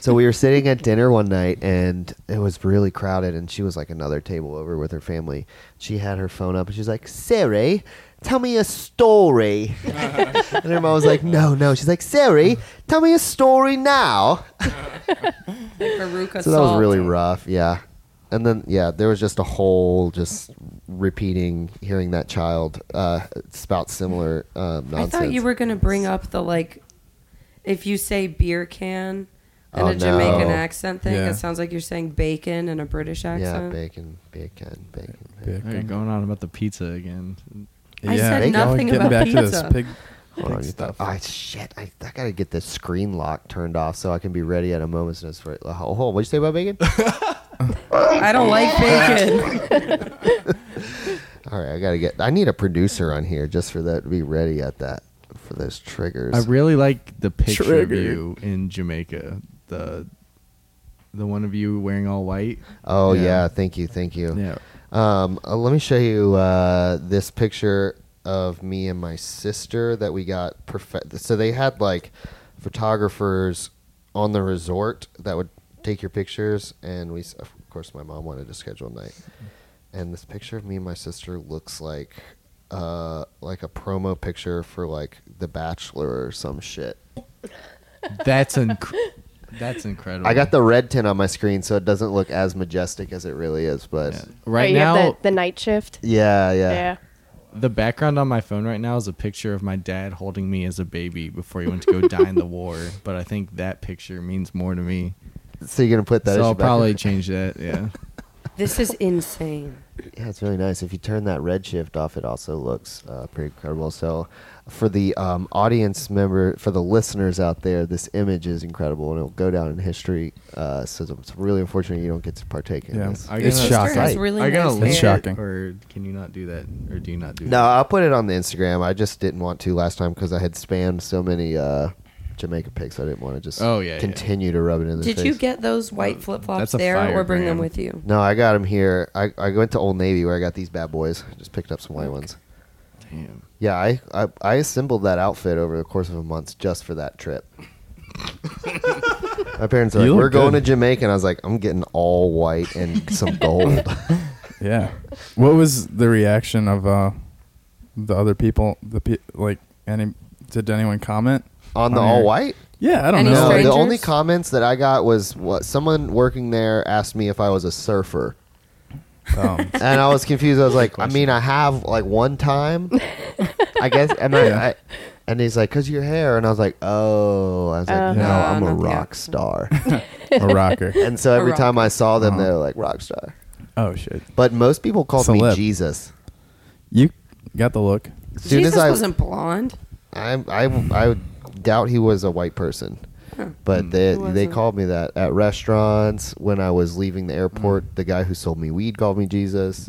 So we were sitting at dinner one night and it was really crowded and she was like another table over with her family. She had her phone up and she's like, Siri, tell me a story. and her mom was like, No, no. She's like, Siri, tell me a story now.
Veruca
So that was
Salt.
really rough, yeah. And then yeah, there was just a whole just repeating hearing that child uh, spout similar um,
I
nonsense.
thought you were going to bring up the like, if you say beer can in
Oh,
a
no.
Jamaican accent thing,
Yeah.
it sounds like you're saying bacon in a British
yeah,
accent.
bacon, bacon, bacon. bacon.
Big.
Oh, you're going on about the pizza again.
I said
they go
nothing
getting
about
back to
pizza.
this pig.
Hold on, you thought- Oh shit! I, I gotta Uh, get the screen lock turned off so I can be ready at a moment's notice. For it. Oh, hold on, what'd you say about bacon?
I don't like bacon.
All right, I gotta get. I need a producer on here just for that to be ready at that for those triggers.
I really like the picture
Trigger.
of you in Jamaica. The the one of you wearing all white.
oh yeah.
Yeah.
thank you, thank you.
Yeah.
Um, uh, let me show you uh, this picture of me and my sister that we got. Perfect. So they had like photographers on the resort that would take your pictures, and we s- of course my mom wanted to schedule a night. And this picture of me and my sister looks like uh, like a promo picture for like The Bachelor or some shit.
That's inc- that's incredible.
I got the red tint on my screen, so it doesn't look as majestic as it really is. But
Yeah. right
Oh, you
now.
have the, the night shift.
yeah, yeah,
Yeah.
The background on my phone right now is a picture of my dad holding me as a baby before he went to go die in the war. But I think that picture means more to me.
So you're gonna put that?
so
as
I'll
your
probably
background.
change that. Yeah.
This is insane.
Yeah, it's really nice. If you turn that red shift off, it also looks uh, pretty incredible. So, for the um, audience member, for the listeners out there, this image is incredible, and it'll go down in history. Uh, so it's really unfortunate you don't get to partake in
Yeah.
this.
Are you
It's
gonna-
shocking.
Sister has really
Are you gonna
nice
link
It's
it,
hair.
shocking.
or can you not do that, or do you not do?
No, I'll put it on the Instagram. I just didn't want to last time because I had spammed so many uh, Jamaica pics. I didn't want to just
Oh, yeah, yeah.
continue to rub it in the
Did
face.
you get those white flip flops
That's a
there,
fire
or bring them
brand.
with you?
No, I got them here. I, I went to Old Navy where I got these bad boys. I just picked up some white ones.
that? Damn.
Yeah, I, I I assembled that outfit over the course of a month just for that trip. My parents are like,
You look
"We're going to
good."
Jamaica," and I was like, "I'm getting all white and some gold."
Yeah. What was the reaction of uh, the other people? The pe- like, any did anyone comment?
On the
On
all
your-
white?
Yeah, I don't
Any
know.
No,
strangers?
the only comments that I got was what someone working there asked me if I was a surfer.
Um,
and I was confused. I was like, I mean, I have like one time, I guess. And I,
Yeah.
I and he's like, "Cause your hair," and I was like, "Oh," I was like,
Oh.
"No,
Nah,
I'm a
not the
rock
accent.
star."
a rocker.
and so every
rock.
time I saw them,
Uh-huh.
they were like, "Rock star."
Oh shit!
But most people called me
Celeb.
Jesus.
You got the look.
As soon
Jesus
as I,
wasn't blonde.
I, I, I would doubt he was a white person. But they
He
they
wasn't.
called me that at restaurants when I was leaving the airport. The guy who sold me weed called me Jesus.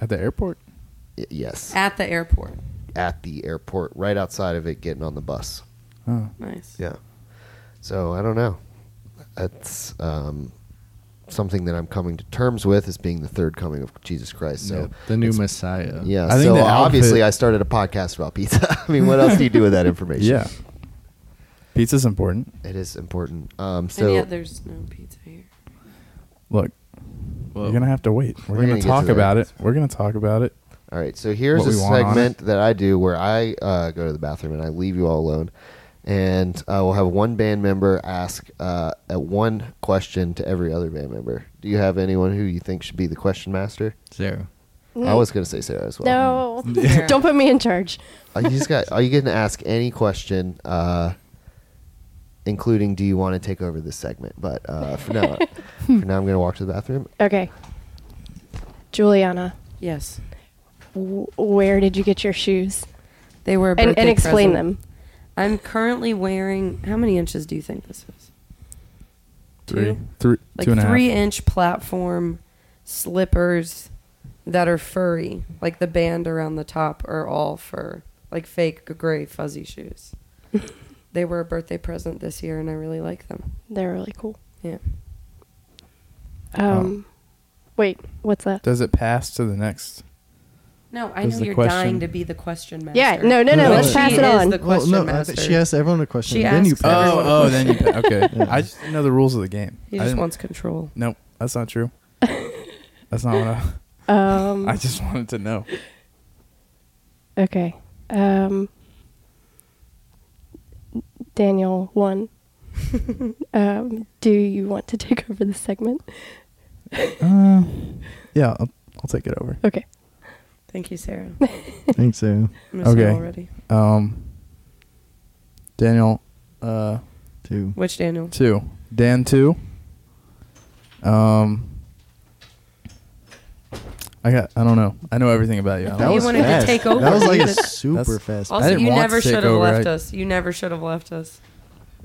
At the airport?
Y- yes,
At the airport.
at the airport, right outside of it, getting on the bus.
Oh.
Nice.
Yeah. So I don't know. That's um, something that I'm coming to terms with as being the third coming of Jesus Christ. So
So the new Messiah.
yeah.
I think
so
the
obviously,
outfit-
I started a podcast about pizza. I mean, what else do you do with that information?
Yeah. Pizza's important.
it is important. Um,
and
so
yet there's no pizza here.
Look,
Well,
you're gonna have to wait. We're,
We're
gonna,
gonna get to
talk
that.
about it. We're gonna talk about it.
all right. So here's
What
a
we want on
segment
it.
that I do where I uh, go to the bathroom and I leave you all alone. And I will have one band member ask uh, at one question to every other band member. Do you have anyone who you think should be the question master?
Zero.
I was going to say Sarah as well.
No.
Yeah.
Don't put me in charge.
Uh, you just got. Are you going to ask any question, uh, including do you want to take over this segment? But uh, for now, for now, I'm going to walk to the bathroom.
Okay. Juliana,
Yes.
w- where did you get your shoes?
They were a
And, and
birthday
explain
present.
them.
I'm currently wearing how many inches do you think this is?
Three,
Two?
three,
Like
two and a half.
three inch platform slippers that are furry. Like the band around the top are all fur. Like fake gray fuzzy shoes. they were a birthday present this year and I really like them.
They're really cool.
Yeah.
Um, Wait, what's that?
Does it pass to the next?
No, I
Does
know
the
you're
question-
dying to be the question master.
Yeah, no, no,
No,
no. Let's
she
pass
is
it on.
the question
well, no, I
master.
think she asked everyone a question.
She
then you
asks everyone.
pass.
Oh, oh, then
you. Okay. I just didn't know the rules of the game.
He
I
just
didn't-
wants control.
Nope, that's not true. that's not what I.
um,
I just wanted to know.
okay. Um, Daniel one. um, do you want to take over the segment?
Uh, yeah, I'll, I'll take it over.
Okay.
Thank you, Sarah.
I think so.
Miss her
Okay.
already.
Um, Daniel, uh,
Two.
Which Daniel?
two. Dan two. Um, I got. I don't know. I know everything about you. I
That
don't-
was wanted to fast. take over.
That was like a
That's-
super fast.
Also,
I didn't
you
want
never
to take
should have
over,
left
I-
us. You never should have left us.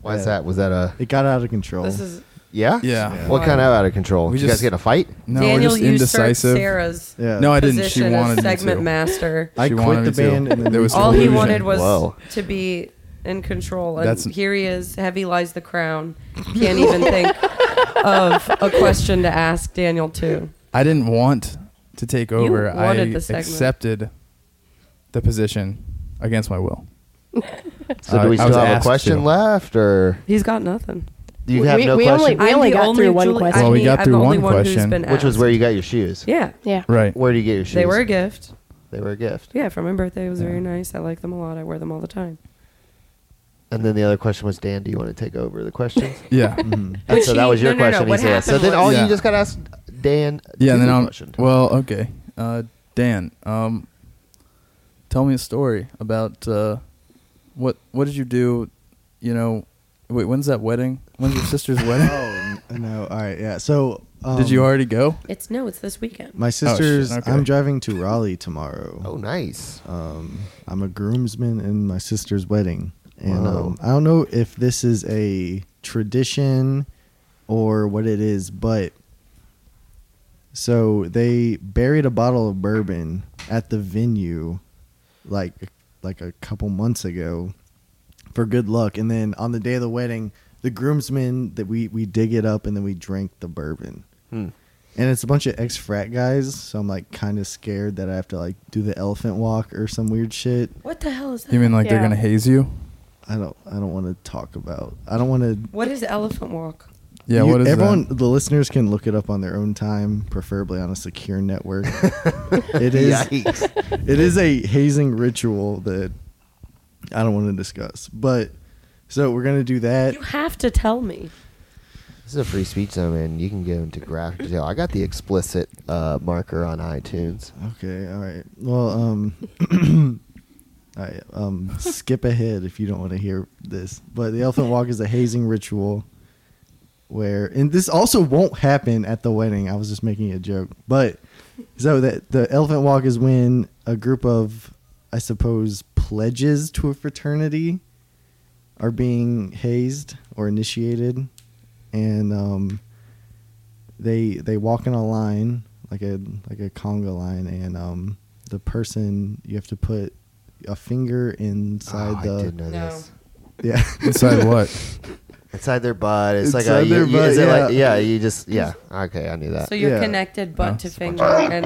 Why is
Yeah.
that? Was that a?
Oh.
It got out of control.
This is
Yeah?
Yeah.
Yeah.
What kind of out of control?
We
Did you guys
just-
get in a fight?
No,
Daniel
we're just
usurped
indecisive.
Sarah's
Yeah.
No, I didn't. She
position as
wanted me
segment
to.
master.
I
She
quit
wanted
the
me to.
band and then
There was
All he
collusion.
wanted was
Whoa.
to be in control, and
That's-
here he is. Heavy lies the crown. Can't even think of a question to ask Daniel too.
I didn't want to take over. I
wanted the segment.
accepted the position against my will.
So
I-
do we
I was
still have a
asked
question
to.
left, or
He's got nothing.
do you
We-
have
we-
no
we
question?
only- We
the
got through one
Julie-
question.
I'm
Well, we
the-
got
I'm
through
the
one
only one who's
question.
been
Which was
asked.
where you got your shoes.
Yeah,
Yeah.
Right.
Where do you get your shoes?
they were a gift.
They were a gift.
Yeah, for my birthday, it was very nice. I like them a lot. I wear them all the time.
And then the other question was, Dan, do you want to take over the questions?
Yeah.
Mm-hmm. Mm.
and so
Which
that
he-
was your
no, no, no,
question.
what
he said. So
happened
then
was-
all
Yeah.
you just got to ask Dan.
Yeah, and
two
then I'm
questions.
well, okay. Uh, Dan, um, tell me a story about uh, what what did you do? You know, wait, when's that wedding? When's your sister's wedding?
Oh no! All right, yeah. So um,
Did you already go?
It's no, it's this weekend.
My sister's.
okay.
I'm driving to Raleigh tomorrow.
Oh, nice.
Um, I'm a groomsman in my sister's wedding, and
Wow.
um, I don't know if this is a tradition or what it is, but so they buried a bottle of bourbon at the venue, like like a couple months ago, for good luck. And then on the day of the wedding, the groomsmen that we we dig it up and then we drink the bourbon.
Hmm.
And it's a bunch of ex frat guys, so I'm like kind of scared that I have to like do the elephant walk or some weird shit.
What the hell is that?
You mean like they're
Yeah.
gonna haze you?
I don't I don't want to talk about. I don't want to.
what is elephant walk?
Yeah. what is
everyone?
that?
The listeners can look it up on their own time, preferably on a secure network. it is
Yikes.
it is a hazing ritual that I don't want to discuss. But so we're gonna do that.
You have to tell me.
This is a free speech zone, man. You can go into graphic detail. I got the explicit uh, marker on iTunes.
Okay, all right. Well, um, all right. Um, skip ahead if you don't want to hear this. But the elephant walk is a hazing ritual, where and this also won't happen at the wedding. I was just making a joke, but so that the elephant walk is when a group of, I suppose, pledges to a fraternity are being hazed or initiated, and um, they they walk in a line like a like a conga line, and um, the person you have to put a finger
Oh,
inside
I
the
did know
No.
this.
yeah
Inside what?
Inside their butt. It's like a.
Inside
You,
their
you- is
butt,
it like yeah?
yeah.
You just yeah. Okay, I knew that.
So you're
yeah.
connected butt
Oh.
to finger, and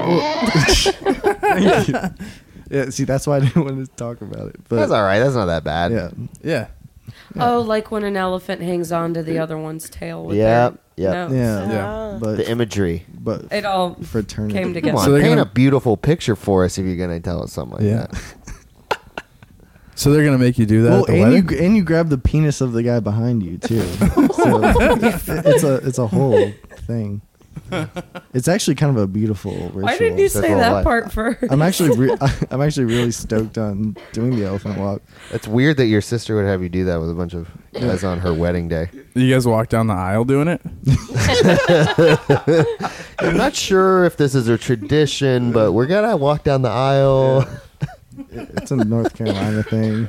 yeah. See, that's why I didn't want to talk about it. But
That's all right. That's not that bad.
yeah,
Yeah.
oh, like when an elephant hangs on to the other one's tail. With
Yep,
their
yep.
nose.
yeah,
Uh,
Yeah.
But
The imagery.
but
It all
fraternity
came
Come
together.
on,
So they're
paint
gonna-
a beautiful picture for us if you're gonna tell us something like
Yeah.
that.
So they're gonna make you do that
Well,
at the
and you
wedding?
g- and you grab the penis of the guy behind you too. so it's a it's a whole thing. It's actually kind of a beautiful ritual.
Why didn't you
That's
say
all
that
I-
part first?
I'm actually re- I'm actually really stoked on doing the elephant walk.
It's weird that your sister would have you do that with a bunch of guys on her wedding day.
you guys walk down the aisle doing it?
I'm not sure if this is a tradition, but we're gonna walk down the aisle.
It's a North Carolina thing.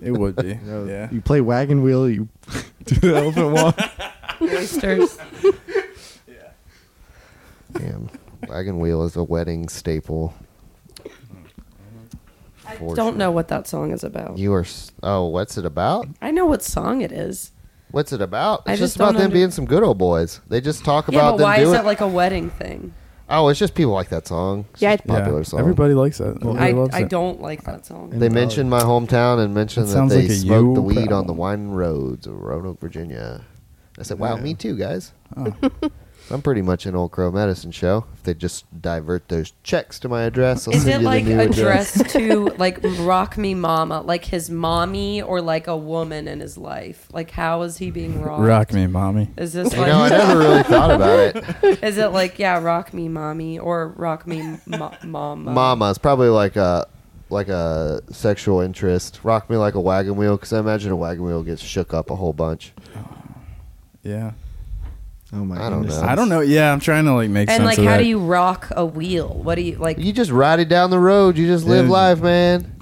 It would be.
You, know,
yeah.
you play wagon wheel. You do the elephant walk.
Oysters.
Damn, wagon wheel is a wedding staple.
I
For
don't
sure.
know what that song is about.
You are. s- Oh, what's it about?
I know what song it is.
What's it about? It's
I
just,
just
about
don't
them
under-
being some good old boys. They just talk
yeah,
about
but why
them
is
doing.
that like a wedding thing?
oh, it's just people like that song. It's
Yeah,
just a
Yeah.
popular song.
Everybody likes that. Everybody
I,
loves
I
it.
don't like that song.
They mentioned my hometown and mentioned
That
that,
sounds
they
like a
smoked
you
the weed on
problem.
the wine roads of Roanoke, Virginia. I said, "Wow,
Yeah.
me too, guys."
Oh.
I'm pretty much an Old Crow Medicine show. If they just divert those checks to my address, I'll
Is
send
it
you
like
the new address.
addressed to like rock me mama, like his mommy or like a woman in his life? Like how is he being rocked?
Rock me, mommy.
Is this
you know, I
like
never really thought about it.
is it like yeah, rock me mommy or rock me mo- mama?
Mama's probably like a like a sexual interest. Rock me like a wagon wheel because I imagine a wagon wheel gets shook up a whole bunch.
Yeah.
Oh my!
I don't
goodness.
know.
I don't know. Yeah, I'm trying to like make
And
sense
like
of
how
that.
do you rock a wheel? What do you like
You just ride it down the road. You just live
Dude.
life, man.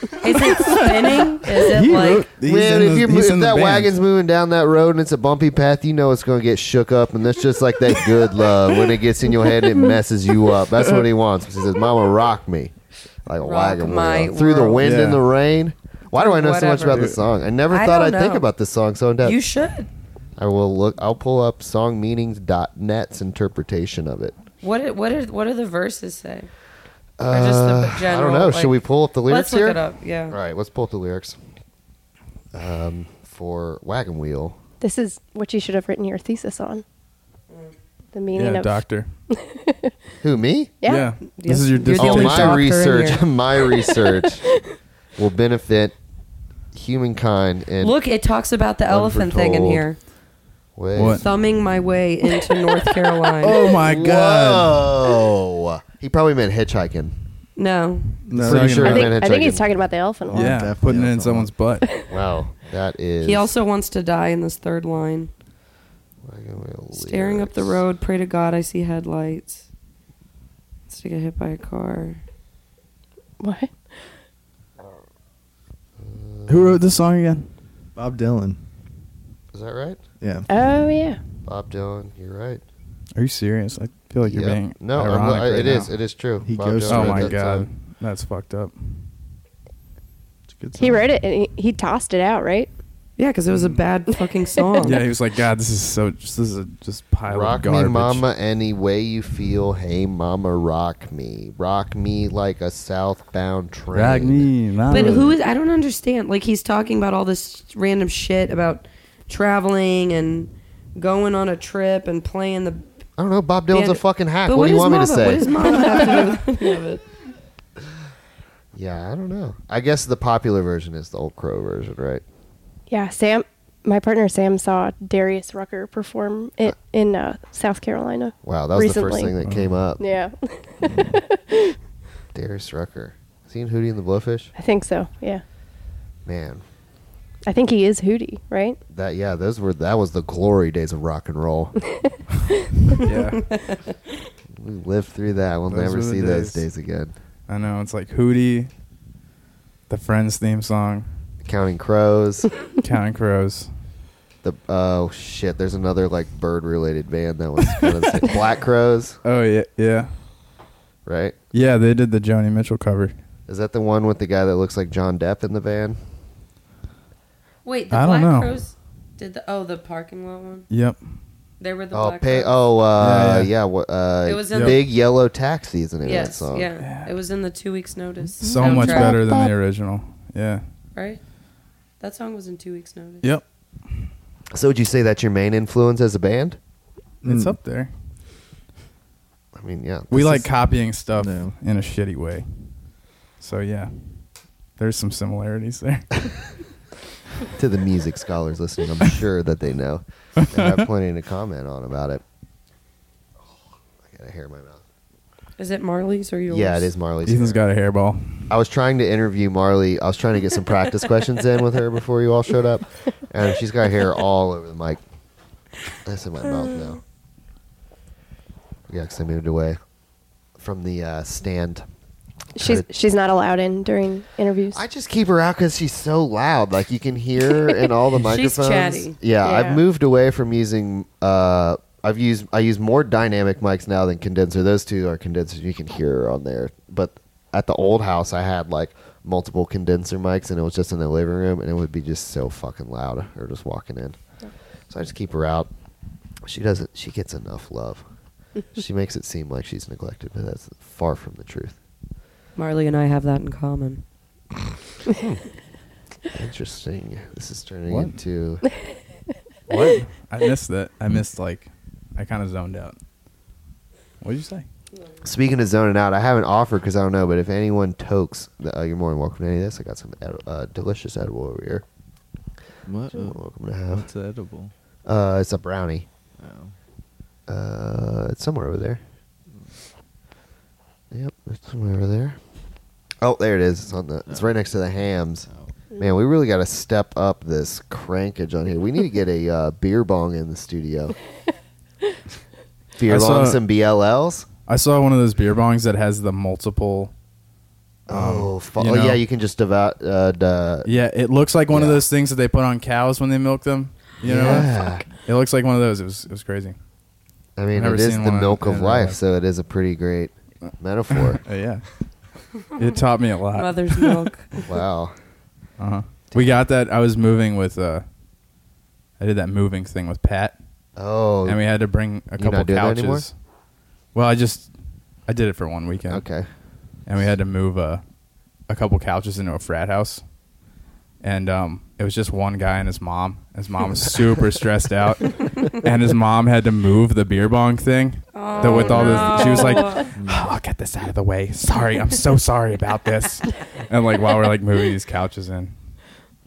Is it spinning? Is it
He
like
wrote these
Man,
in
if,
the-
you're,
these
if
in the
that
band.
wagon's moving down that road and it's a bumpy path, you know it's going to get shook up, and that's just like that good love. When it gets in your head, it messes you up. That's what he wants. He says, "Mama, rock me like a
Rock
wagon
my
wheel through the
world.
wind and
Yeah.
the rain." Why do I know so much about
Whatever.
this song? I never
I
thought I'd
don't
think
know.
about this song so in depth.
you should?
I will look. I'll pull up songmeanings.net's interpretation of it.
What are, what are what do the verses say? Or just the
Uh, I
general,
don't know.
like-
Should we pull up the lyrics
Let's look
here?
it up. Yeah.
All right, let's pull up the lyrics. Um, for wagon wheel.
This is what you should have written your thesis on. The meaning
Yeah,
of
doctor.
Who me?
Yeah.
This is your
You're the
Oh,
dissertation.
only
my
doctor in
research.
here.
My research will benefit humankind. And
Look, it talks about the elephant thing in
Unforetold.
here.
wait.
What?
Thumbing my way into North Carolina.
Oh my god.
Whoa! He probably meant hitchhiking.
No.
No,
Pretty
talking
sure
I
about-
he
think,
meant
I think he's
hitchhiking.
talking about the elephant one.
yeah,
definitely
putting it in
that's
someone's butt.
Wow, that is.
He also wants to die in this third line.
Wagon wheel
Staring up the
lyrics.
road, pray to God I see headlights. It's to get hit by a car.
What?
Who wrote this song again?
Bob Dylan.
Is that right?
Yeah.
Oh yeah.
Bob Dylan, you're right.
Are you serious? I feel like you're
Yep.
being
no, I'm
Ironic
not- I-
right
it is.
now.
It is true.
He
Bob
goes
Dylan
through
Oh
wrote
my
that
god,
song.
that's fucked up.
It's a good
He
song.
wrote it and he, he tossed it out, right?
Yeah, because it
Hmm.
was a bad fucking song.
Yeah, he was like, God, this is so. Just, this is a just pile
Rock
of garbage.
me, mama, any way you feel. Hey, mama, rock me, rock me like a southbound train.
Rock me, mama.
But who is? I don't understand. Like he's talking about all this random shit about traveling and going on a trip and playing the.
I don't know. Bob Dylan's a
Band-
fucking hack.
But
What, do you
does
want me to
Mama- What does
say?
Mama have to do with any of it?
Yeah, I don't know. I guess the popular version is the old crow version, right?
Yeah, Sam. My partner Sam saw Darius Rucker perform it in uh, South Carolina.
Wow, that was the first
Recently.
thing that came up.
Yeah,
Darius Rucker. Is he in Hootie and the Blowfish?
I think so. Yeah,
Man,
I think he is Hootie, right?
that yeah, those were that was the glory days of rock and roll.
Yeah,
we lived through that. We'll
Those
never
were the
see those
days.
days again.
I know. It's like Hootie, the Friends theme song,
Counting Crows.
Counting Crows.
The oh shit, there's another like bird related band that was kind of the same. Black Crows,
Oh yeah, yeah,
right?
yeah. They did the Joni Mitchell cover.
Is that the one with the guy that looks like John Depp in the band?
Wait,
the
the
I don't
Black
Black know. Crows
Crows did the oh the parking lot one.
Yep.
They were the
oh,
Black
pay, oh, uh,
Yeah, yeah.
yeah, what, uh,
It was in-
Big Yellow Taxi is the name
yes,
of that song.
yeah. It was in the two weeks notice.
So much
soundtrack,
better than the original. Yeah.
right? That song was in two weeks notice.
Yep.
So would you say that's your main influence as a band?
It's
Mm.
up there.
I mean, yeah,
We
this
like
is-
copying stuff
No.
in a shitty way. So yeah, there's some similarities there.
to the music scholars listening. I'm sure that they know and have plenty to comment on about it. Oh, I got a hair in my mouth.
Is it Marley's or yours?
Yeah, it is Marley's.
Ethan's
hair.
got a hairball.
I was trying to interview Marley. I was trying to get some practice questions in with her before you all showed up, and she's got hair all over the mic. That's in my mouth now. Yeah, 'cause I moved away from the uh, stand.
She's
Good.
she's not allowed in during interviews.
I just keep her out because she's so loud. Like you can hear her in all the microphones.
She's chatty.
Yeah, I've
Yeah.
moved away from using. Uh, I've used. I use more dynamic mics now than condenser. Those two are condensers. You can hear her on there. But at the old house, I had like multiple condenser mics, and it was just in the living room, and it would be just so fucking loud. Her just walking in. So I just keep her out. She doesn't. She gets enough love. she makes it seem like she's neglected, but that's far from the truth.
Marley and I have that in common.
Interesting. This is turning
What?
into.
What? I missed that. I missed like, I kind of zoned out. What did you say?
Speaking of zoning out, I haven't offered because I don't know, but if anyone tokes, uh, you're more than welcome to any of this. I got some ed- uh, delicious edible over here.
What?
You're more than welcome to have.
What's edible?
Uh, it's a brownie.
Oh.
Uh, it's somewhere over there. Yep, it's somewhere over there. Oh, there it is. It's on the. It's right next to the hams. Man, we really got to step up this crankage on here. We need to get a uh, beer bong in the studio. beer
I saw-
bongs and BLLs.
I saw one of those beer bongs that has the multiple
Oh, fu-
you
oh,
know?
yeah, you can just devout. Uh, da-
Yeah, it looks like one of
Yeah.
those things that they put on cows when they milk them. You know,
yeah.
it looks like one of those. It was it was crazy.
I mean,
Never
it is
seen
the
one
milk
in
of
real
life,
life.
so it is a pretty great metaphor.
Uh, yeah, it taught me a lot.
Mother's milk.
wow.
Uh-huh. We got that. I was moving with. Uh, I did that moving thing with Pat,
Oh,
and we had to bring a
You
couple
not doing that anymore?
couches. Well, I just I did it for one weekend.
okay.
and we had to move a, a couple couches into a frat house. And um, it was just one guy and his mom. His mom was super stressed out, and his mom had to move the beer bong thing. The- with all the, she was like,
no.
oh, "I'll get this out of the way. Sorry, I'm so sorry about this." And like while we're like moving these couches in,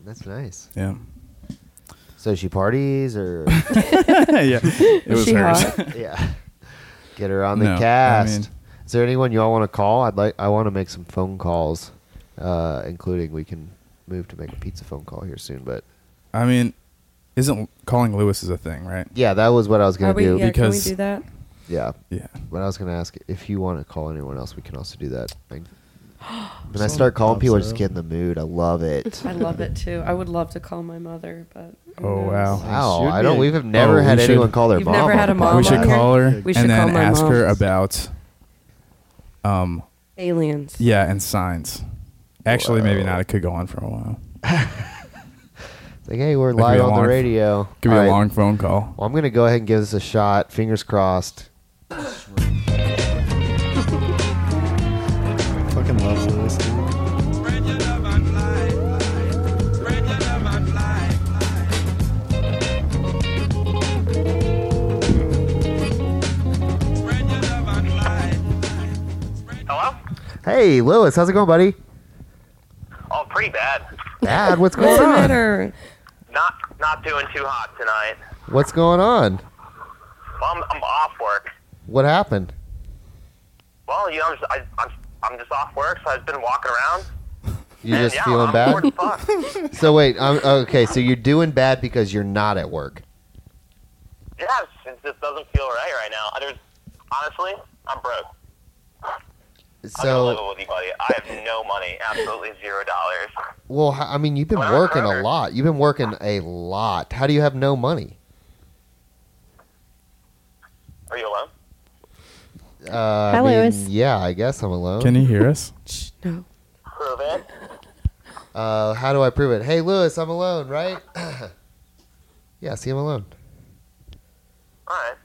That's nice.
yeah,
So she parties or
yeah, it
Was
was
she
hers.
hot?
yeah, get her on the
No, I
cast.
mean-
is there anyone y'all want to call? I'd like. I want to make some phone calls, uh, including we can move to make a pizza phone call here soon. But
I mean, isn't calling Lewis is a thing, right?
yeah, that was what I was
Are
gonna
we,
do.
yeah, can we
because-
do that?
yeah,
Yeah,
But I was gonna ask if you want to call anyone else, we can also do that. Like, when I
Someone
start calling
pops
people, I just
up.
get in the mood. I love it.
I love it too. I would love to call my mother, but who
Oh,
knows?
wow.
wow,
Should
I don't.
be.
We've never
Oh,
had
we should-
anyone call their
You've
mom.
never
on
had
the
a mom
we
podcast.
should
on
call her
We should
and then
call my
ask
mom.
her about um,
Aliens.
Yeah, and signs. Actually, maybe
Whoa.
not. It could go on for a while.
It's Like, hey, we're
Could be
live
a
on
long-
the radio.
Could be
All
a
right,
long phone call.
Well, I'm gonna go ahead and give this a shot. Fingers crossed.
Fucking love Lewis. dude.
Hello?
Hey, Lewis, how's it going, buddy?
Oh, pretty bad.
Dad, what's going
What's
Ah.
the
on?
matter?
Not not doing too hot tonight.
What's going on?
Well, I'm, I'm off work.
What happened?
Well, you know, I'm just, I, I'm, I'm just off work, so I've been walking around.
You
and
just
yeah,
feeling
I'm bored
bad?
as fuck.
so wait, I'm, okay. So you're doing bad because you're not at work.
yeah, it's- it just doesn't feel right right now. I There's, honestly, I'm broke. I'm
So.
not with you, buddy. I have no money. Absolutely zero dollars.
Well, h- I mean, you've been
Well,
working a
Kroger.
lot. You've been working a lot. How do you have no money?
Are you alone?
Uh, I
Hi,
mean,
Lewis.
Yeah, I guess I'm alone.
Can you hear us?
Shh, no.
Prove it.
uh, how do I prove it? Hey, Lewis, I'm alone, right? yeah, see, I'm alone.
All right.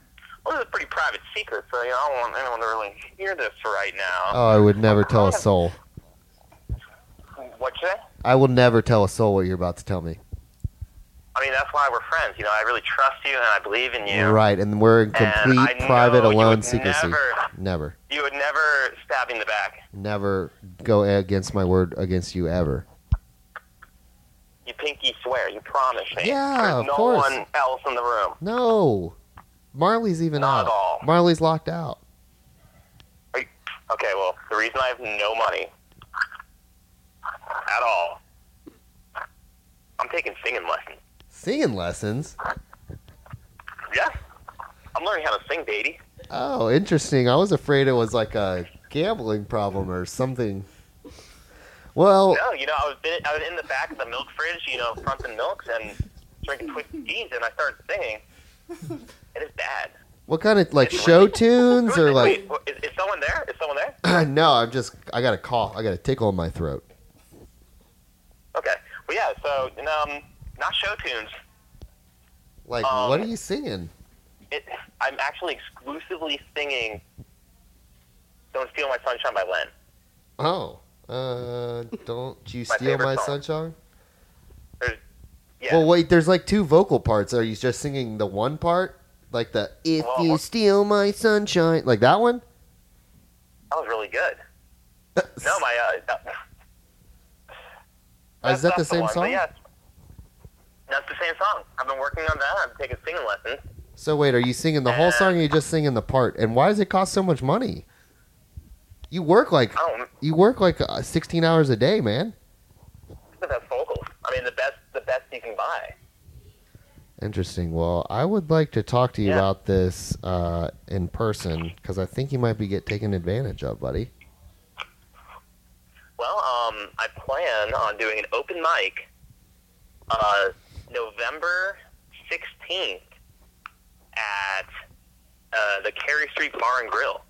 Well, it's a pretty private secret, so you know, I don't want anyone to really hear this right now.
Oh, I would never tell a soul. Oh.
What'd you say?
I will never tell a soul what you're about to tell me.
I mean, that's why we're friends. You know, I really trust you and I believe in you.
Right, and we're in
And
complete
I know
private,
you would
alone secrecy.
Never,
Never,
you would never stab me in the back.
never go against my word against you ever.
You pinky swear. You promise me.
Yeah,
There's
of
no
course.
one else in the room.
No, Marley's even
Not
out.
at all.
Marley's locked out.
Are you- Okay, well, the reason I have no money at all, I'm taking singing lessons.
Singing lessons.
Yeah, I'm learning how to sing, baby.
Oh, interesting. I was afraid it was like a gambling problem or something. Well,
No, you know, I was been, I was in the back of the milk fridge, you know, fronting milks and drinking twisted teas, and I started singing. It is bad.
what kind of like show tunes or like?
Wait, wait, is, is someone there? Is someone there?
no, I'm just. I got a cough. I got a tickle in my throat.
Okay. Well, yeah. So, and, um, not show tunes.
Like,
Um,
what are you singing?
It, I'm actually exclusively singing "Don't Steal My Sunshine" by Len.
Oh, uh, don't you
My
steal
favorite
my
song.
sunshine?
Yeah.
Well, wait. There's like two vocal parts. Are you just singing the one part? Like the if
Well,
you
what-
steal my sunshine, like that one?
that was really good. No, my uh,
is that the
that's
same
one, but
song?
yes. that's the same song. I've been working on that. I'm taking singing lessons.
So wait, are you singing the whole song or you just singing the part? And why does it cost so much money? You work like
I don't
you work like uh, 16 hours a day, man.
the best vocals. I mean, the best, the best you can buy.
Interesting. Well, I would like to talk to you
Yeah.
about this uh, in person because I think you might be get taken advantage of, buddy.
Well, um, I plan on doing an open mic uh, November 16th at uh, the Carey Street Bar and Grill.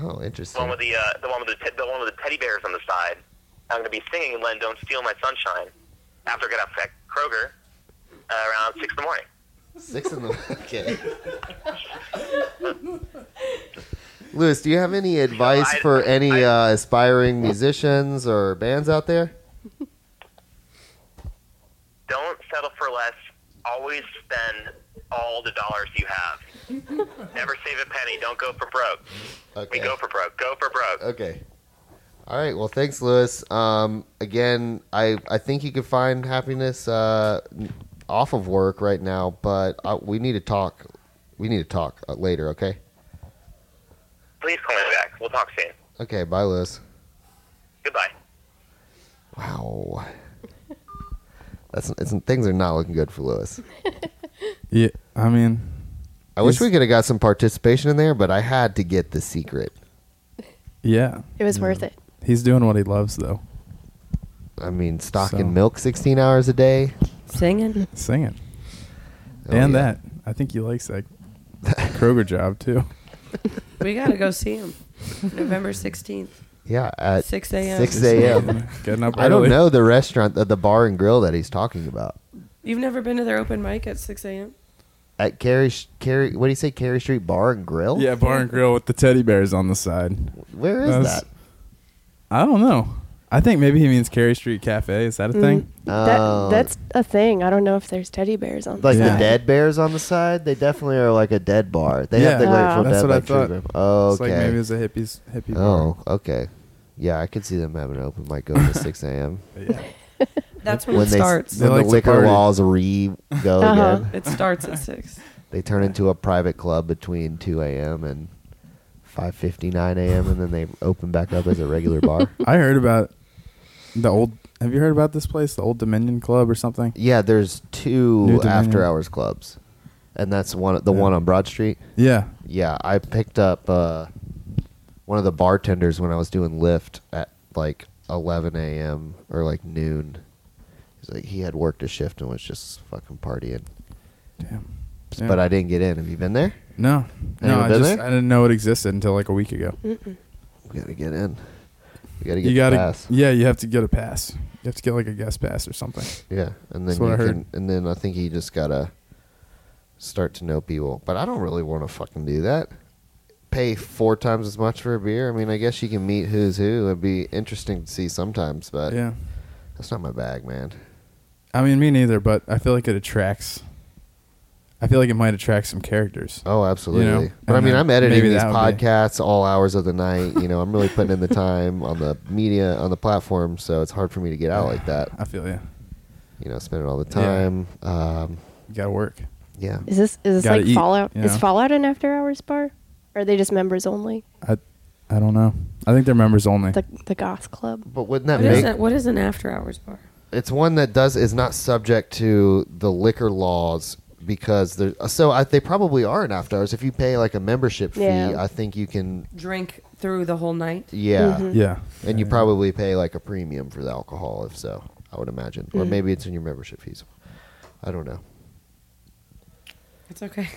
Oh,
The one
interesting.
with the, uh, the one with the, te- the one with the teddy bears on the side. I'm going to be singing "Len, Don't Steal My Sunshine" after I get up at Kroger uh, around six in the morning.
Six in the okay. Lewis, do you have any advice
I-
for any
I-
uh, aspiring musicians or bands out there?
Don't settle for less. Always spend all the dollars you have. Never save a penny. Don't go for broke. We
Okay.
go for broke. Go for broke.
Okay. All right. Well, thanks, Lewis. Um, again, I I think you could find happiness uh, off of work right now, but uh, we need to talk. We need to talk uh, later. Okay.
Please call me back. We'll talk soon.
Okay. Bye, Lewis.
Goodbye.
Wow. That's it's, things are not looking good for Lewis.
Yeah, I mean,
I wish
He's-
we could have got some participation in there, but I had to get the secret.
yeah,
It was worth it.
he's doing what he loves though,
I mean, stock
So-
and milk, sixteen hours a day,
Singing.
singing,
Oh,
and
yeah.
that I think he likes that Kroger job too.
We gotta go see him. November sixteenth.
Yeah, at
6 a.m..
Six a.m.
Getting up.
I don't
early.
know the restaurant, the, the bar and grill that he's talking about
You've never been to their open mic at six a.m.
at Carey. Carey, what do you say, Carey Street Bar and Grill?
Yeah, bar and grill with the teddy bears on the side.
where is
That's-
that?
I don't know. I think maybe he means Carey Street Cafe. Is that a thing?
Oh.
that, that's a thing. I don't know if there's teddy bears on.
Like Um, the
Yeah.
dead bears on the side, they definitely are like a dead bar. They have
Yeah.
the Grateful
Ah.
Dead.
That's what I
like, true
thought.
group. Oh, okay.
It's like maybe it's a hippies hippie. bar.
Oh, okay. Yeah, I could see them having an open mic going to 6 a.m.
Yeah.
That's when,
when
it
they
starts.
s- when
They like
the
to
liquor
party.
laws re go
Uh-huh.
again.
it starts at six.
They turn into a private club between 2 a.m. and 5:59 a.m. and then they open back up as a regular bar.
I heard about the old. Have you heard about this place, the Old Dominion Club or something?
Yeah, there's two
New Dominion.
after hours clubs, and that's one the
Yeah.
one on Broad Street.
Yeah.
Yeah, I picked up uh, one of the bartenders when I was doing Lyft at like 11 a.m. or like noon. He's like he had worked a shift and was just fucking partying,
Damn.
but I didn't get in. Have you been there?
No. No,
you
I
been
just
there?
I didn't know it existed until like a week ago.
We gotta get in. We gotta get
You
got
gotta. Yeah, you have to get a pass. You have to get like a guest pass or something.
Yeah, and then
That's what
you
I heard.
can, and then I think you just gotta start to know people. But I don't really want to fucking do that. Pay four times as much for a beer. I mean, I guess you can meet who's who. It'd be interesting to see sometimes, but
yeah.
that's not my bag, man.
I mean, me neither. But I feel like it attracts. I feel like it might attract some characters.
Oh, absolutely. but I
and
mean,
then
I'm editing
maybe
these
that would be-
podcasts all hours of the night. You know, I'm really putting in the time on the media on the platform, so it's hard for me to get out like that.
I feel you.
You know, spending all the
Yeah.
time. Yeah. Um,
You gotta work.
yeah.
Is this is this
Gotta
like
eat,
Fallout?
you
Is
know?
Fallout an after hours bar? Or are they just members only?
I I don't know. I think they're members only.
The the goth club.
But wouldn't that
What is
make
that? What is an after hours bar?
it's one that does is not subject to the liquor laws because there so I, they probably are in after hours if you pay like a membership fee
Yeah.
i think you can
Drink through the whole night.
yeah
yeah.
and you probably pay like a premium for the alcohol if so i would imagine or maybe it's in your membership fees i don't know
It's okay.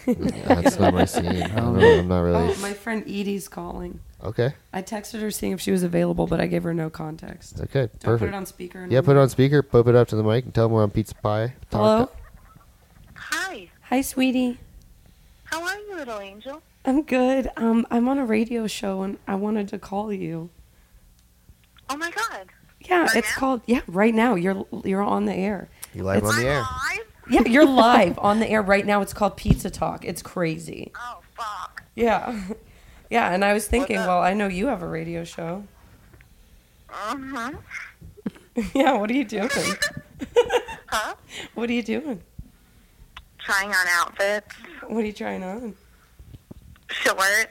that's not my scene i don't know i'm not really
oh, my friend Edie's calling.
okay
I texted her seeing if she was available, but I gave her no context. Don't
okay
put
perfect
it on speaker. and
yeah
all
put it
that.
on speaker pop it up to the mic and tell them we're on pizza pie Talk
Hello.
Hi,
Hi, sweetie.
how are you, little angel?
I'm good. Um, I'm on a radio show and I wanted to call you.
Oh my God,
Oh, Yeah,
Right
it's
now?
called. Yeah, right now you're you're on the air.
to- you live on the air
live?
Yeah, you're live on the air right now. It's called Pizza Talk. It's crazy.
Oh fuck.
Yeah, yeah. And I was thinking,
up?
well, I know you have a radio show.
Uh huh.
yeah. What are you doing?
Huh?
What are you doing?
Trying on outfits,
What are you trying on?
shorts,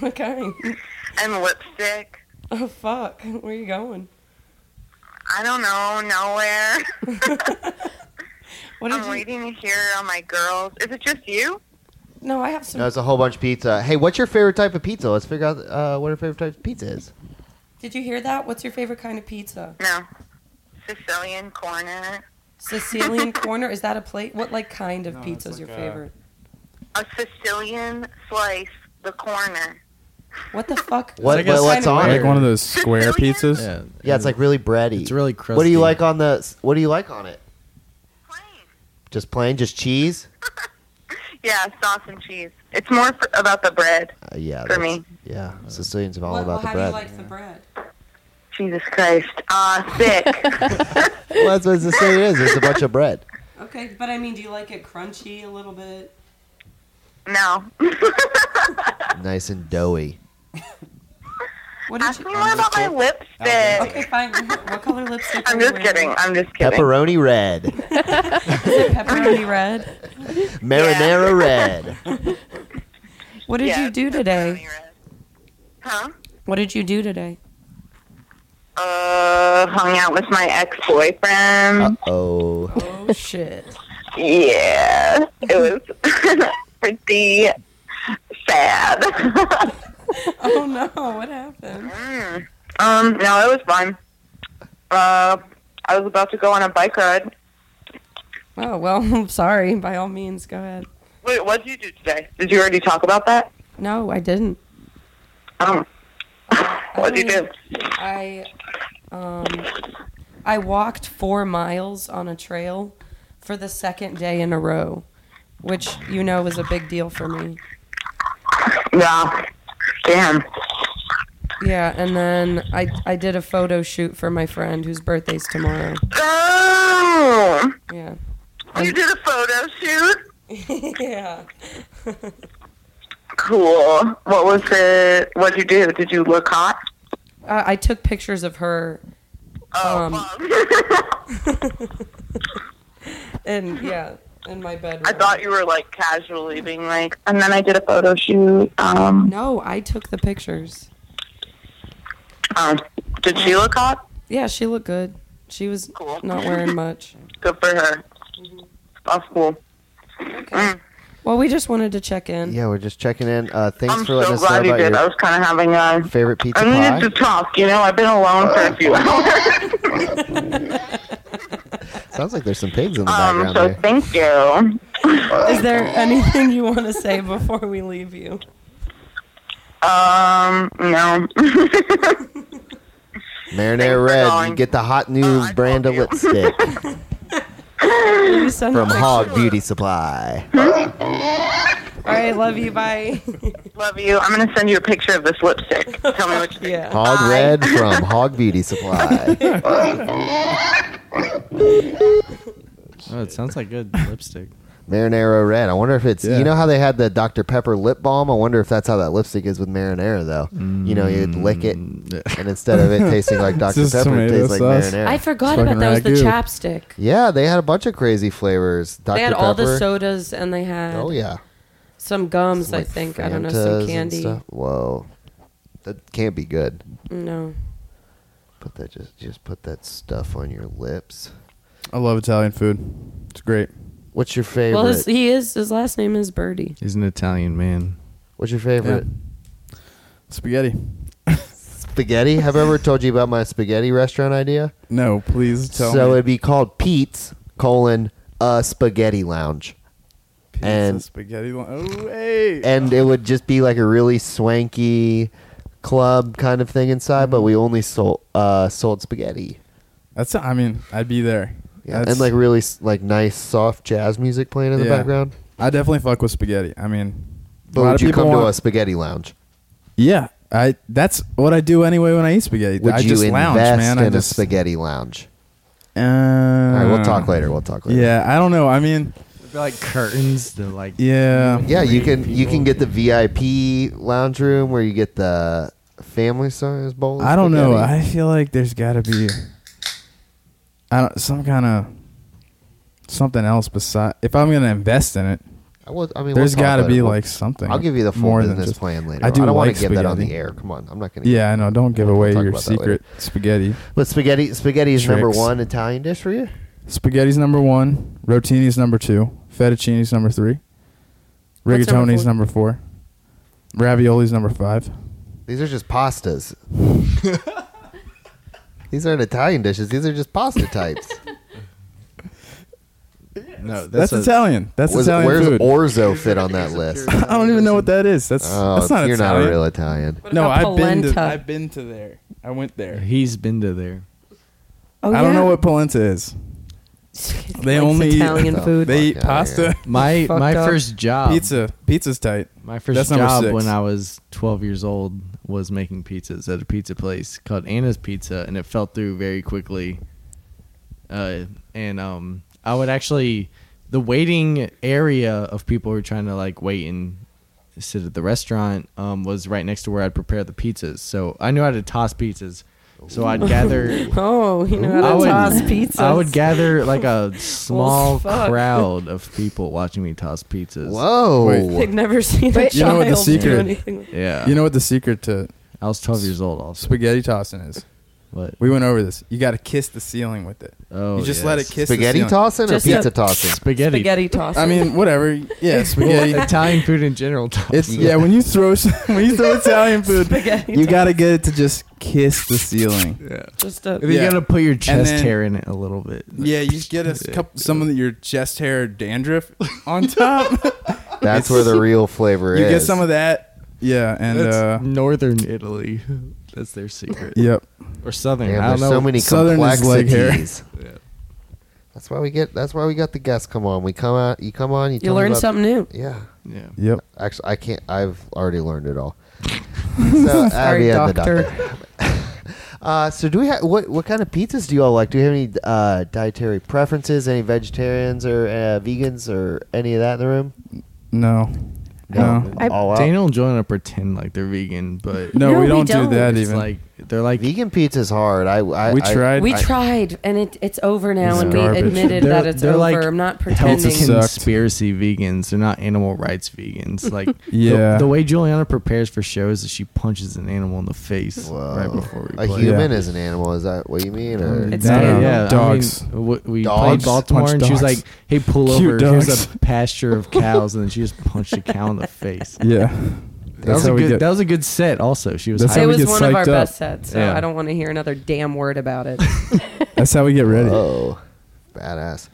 What kind?
and lipstick.
Oh fuck. Where are you going?
I don't know, nowhere.
What did
I'm
you?
waiting to hear on my girls. Is it just you?
No, I have some.
no, it's a whole bunch of pizza. Hey, what's your favorite type of pizza? Let's figure out uh, what our favorite type of pizza is.
Did you hear that? What's your favorite kind of pizza?
No. Sicilian cornet.
Sicilian corner? Is that a plate? What like kind of pizza is your favorite?
A Sicilian slice, the corner.
What the fuck?
What,
It's like a
what- what's
kind of
on
Like
it?
one of those square pizzas.
Yeah.
Yeah, it's like really bready.
It's really crusty.
What do you like on the? What do you like on it?
Plain.
Just plain, just cheese.
Yeah, sauce and cheese. It's more for, about the bread
Uh, yeah,
for
that's-
me.
Yeah, Sicilians are all
What-
about the
how
bread.
do you like the bread?
Jesus Christ. Ah, thick.
well, that's what Sicilian is. It's a bunch of bread.
Okay, but I mean, do you like it crunchy a little bit?
no.
Nice and doughy.
What
Ask
did
me
you?
more about my lipstick.
Okay, fine. What color lipstick?
I'm
are you
just kidding.
wearing?
I'm just kidding.
Pepperoni red,
Is it pepperoni red?
marinara red.
What did
Yeah,
you do
pepperoni
today?
red. Huh?
What did you do today?
Uh, hung out with my ex-boyfriend.
Uh oh.
Oh shit!
Yeah, it was pretty sad.
Oh no! What happened?
um, no, it was fun. Uh, I was about to go on a bike ride.
Oh well. I'm sorry. By all means, go ahead.
Wait, what did you do today? Did you already talk about that?
No, I didn't.
Um, what did you do?
I um I walked four miles on a trail for the second day in a row, which you know was a big deal for me.
Yeah, damn.
Yeah, and then I I did a photo shoot for my friend whose birthday's tomorrow.
Oh,
Yeah.
you did a photo shoot.
yeah.
Cool. What was it? What did you do? Did you look hot?
Uh, I took pictures of her
Oh,
Um,
fuck.
and yeah, in my bedroom.
I thought you were like casually being like, and then I did a photo shoot. Um,
No, I took the pictures.
Oh.
Um, did she look hot?
Yeah, she looked good. She was
Cool.
not wearing much.
Good for her.
Mm-hmm.
That's cool.
Well, we just wanted to check in.
Yeah, we're just checking in. Uh, thanks
I'm
for letting
so
us know
glad you
about
did. I
your
was kind of having a.
favorite pizza
I
pie.
needed to talk. You know, I've been alone for a few hours.
Sounds like there's some pigs in the
Um,
background
so
there.
thank you.
Is there anything you want to say before we leave you?
Um, no.
Marinara
for
red.
calling. Oh,
You get the hot new
I
brand of
love you.
lipstick
Will you send
from
a pic-
Hog Beauty Supply.
All right, love you. Bye.
Love you. I'm gonna send you a picture of this lipstick. Tell me what you think.
yeah.
Hog red from Hog Beauty Supply.
Oh, it sounds like good lipstick.
Marinara red. I wonder if it's
Yeah.
you know how they had the Dr Pepper lip balm. I wonder if that's how that lipstick is with marinara though. You know, you'd lick it, and instead of it tasting like Dr
Mm, Just
Pepper, it
tomato
tastes like
sauce.
marinara.
I forgot
Fucking
about that. Was the
ragu.
chapstick?
yeah, they had a bunch of crazy flavors. Dr
They had
Pepper.
all the sodas and they had
oh yeah,
some gums, I
Like
think. I don't know,
Fantas
some
and
candy.
stuff. Whoa, that can't be good.
No.
Put that just just put that stuff on your lips.
I love Italian food. It's great.
What's your favorite?
Well, his, he is. His last name is Birdie.
He's an Italian man.
What's your favorite
Spaghetti.
spaghetti? Have I ever told you about my spaghetti restaurant idea?
No, please tell
so
me.
it'd be called Pete's colon a spaghetti lounge,
Pizza,
and-
spaghetti. lo- Oh, hey.
and it would just be like a really swanky club kind of thing inside, but we
Mm-hmm.
only sold uh, sold spaghetti.
That's. I mean, I'd be there.
Yeah,
That's-
and like really s- like nice soft jazz music playing in the
Yeah.
background.
I definitely fuck with spaghetti. I mean,
But
a lot
would
of
you
people
come to
want-
a spaghetti lounge?
Yeah, I. That's what I do anyway when I eat spaghetti.
Would
I
you
just
invest
lounge, man.
in
I just
a spaghetti lounge?
Uh,
All right, we'll talk later. We'll talk later.
Yeah, I don't know. I mean,
Like curtains, the like
yeah,
Yeah, you can you can get the VIP lounge room where you get the family size bowl. of
I don't know.
spaghetti.
I feel like there's got to be, I don't some kind of something else beside. If I'm gonna invest in it,
I, will, I mean,
there's
we'll talk
got to
later.
be
We'll-
like something.
I'll give you the full
more than
business
just-
plan later.
I
I,
do
don't want
like
to give that on the
spaghetti.
air. Come on, I'm not gonna.
Yeah, I know. Don't give away
talk
your
about that later.
secret spaghetti.
but spaghetti spaghetti is number
Tricks.
one Italian dish for you.
Spaghetti's number one. Rotini's number two. Fettuccine's number three.
What's number
Rigatoni's
four?
number four. Ravioli's number five.
These are just pastas. These aren't Italian dishes. These are just pasta types.
No, that's,
That's,
a,
Italian. That's
Was-
Italian
where's
food.
orzo fit on that list?
I don't even know what that is. That's
Oh,
that's not
you're
Italian.
not a real Italian.
What
no,
about
I've been to
polenta?
I've been to there. I went there.
He's been to there.
Oh,
I don't
yeah.
know what polenta is. They
Likes
only eat-
Italian
Oh,
food.
They eat
Fuck outta
pasta,
My
Fucked
my
up.
first job.
pizza.
Oh.
Pizza's tight.
My first
That's number
job
six.
when I was 12 years old was making pizzas at a pizza place called Anna's Pizza, and it fell through very quickly. Uh, and um, I would actually the waiting area of people who were trying to like wait and sit at the restaurant um, was right next to where I'd prepare the pizzas. So I knew how to toss pizzas. So I'd gather.
Oh, you know
I
how to
would-
toss pizzas.
I would gather like a small
fuck.
crowd of people watching me toss pizzas.
Whoa.
They've never seen a
Wait.
You know what the
child
secret-
do anything. like-
Yeah.
Oh.
You know what the secret to
I was 12 years old also.
spaghetti tossing is?
What?
We went over this. You got to kiss the ceiling with it.
Oh,
you just let it
yes.
kiss
Spaghetti
the ceiling.
tossing or
Just
pizza
a-
tossing?
Spaghetti.
Spaghetti toss.
I mean, whatever. Yeah, spaghetti.
Italian food in general. Toss.
It's yeah. When you throw s- when you throw Italian food,
Spaghetti
you got to get it to just kiss the ceiling.
just a
you
yeah.
gotta put your chest
then-
hair in it a little bit.
Yeah, you get a couple, some of your chest hair dandruff on top.
That's where the real flavor
you
is.
get some of that. Yeah, and
That's
uh,
Northern Italy. That's their secret.
yep.
Or Southern.
Damn,
I
there's
don't know.
so many
Southern is like hair.
complexities.
Yeah.
That's why we get. That's why we got the guests come on. We come out. You come on. You,
You
tell me
learn
about-
something new.
Yeah.
Yeah.
Yep.
Actually, I can't. I've already learned it all. so Abby
Sorry,
and the
doctor.
doctor. Uh, so do we have what? What kind of pizzas do you all like? Do you have any uh, dietary preferences? Any vegetarians or uh, vegans or any of that in the room?
No. No.
I-
all out.
Daniel and Joanna pretend like they're vegan, but
No,
No,
we
we
don't do
don't.
that
it's
even.
like they're like
Vegan pizza is hard. I, I
we
I-
tried.
We tried, and it, it's over now,
It's
and
garbage.
we admitted
They're-
that it's
they're
over.
like
I'm not
health
pretending.
Sucked.
conspiracy vegans. They're not animal rights vegans. Like
Yeah.
the, the way Juliana prepares for shows is she punches an animal in the face
Whoa.
right before we
a
play.
human
Yeah.
is an animal. Is that what you mean? Or
It's
No,
not
no, no.
animal.
Yeah,
Dogs.
I mean, w- we
Dogs.
played Baltimore,
Punch
and she was
dogs.
like, "Hey, pull
Cute
over. Here's
dogs.
a pasture of cows," and then she just punched a cow in the face.
yeah.
That was a good. that was a good set. Also, she was.
That's
hyped.
how
it
we
was
get
one of
psyched
our
up.
best sets, so
Yeah.
I don't want to hear another damn word about it.
that's how we get ready.
Oh, badass.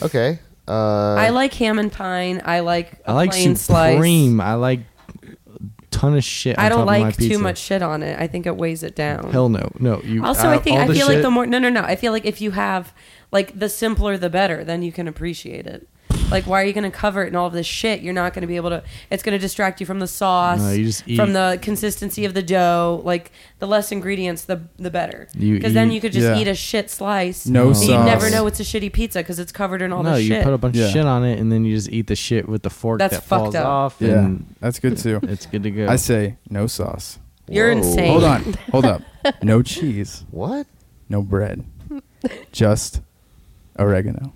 Okay. Uh,
I like ham and pine. I like a
I like
plain
supreme.
slice.
I like a ton of shit. on
I
top
don't
of my
like too
pizza.
much shit on it. I think it weighs it down.
Hell no, no. You
also,
uh,
I think
all
I
the
feel
shit-
like the more no no no. I feel like if you have like the simpler the better, then you can appreciate it. Like why are you going to cover it in all of this shit? You're not going to be able to. It's going to distract you from the sauce,
No, you just eat.
from the consistency of the dough. Like the less ingredients, the the better.
You
Because then
eat-
you could just
Yeah.
eat a shit slice.
No
and You
sauce.
never know it's a shitty pizza because it's covered in all
no,
this
you
shit.
put a bunch
Yeah.
of shit on it, and then you just eat the shit with the fork
That's
that
fucked
falls
up.
off,
Yeah,
and
that's good too.
it's good to go.
I say no sauce.
You're
Whoa.
insane.
Hold on, hold up. No cheese,
what?
no bread, just oregano.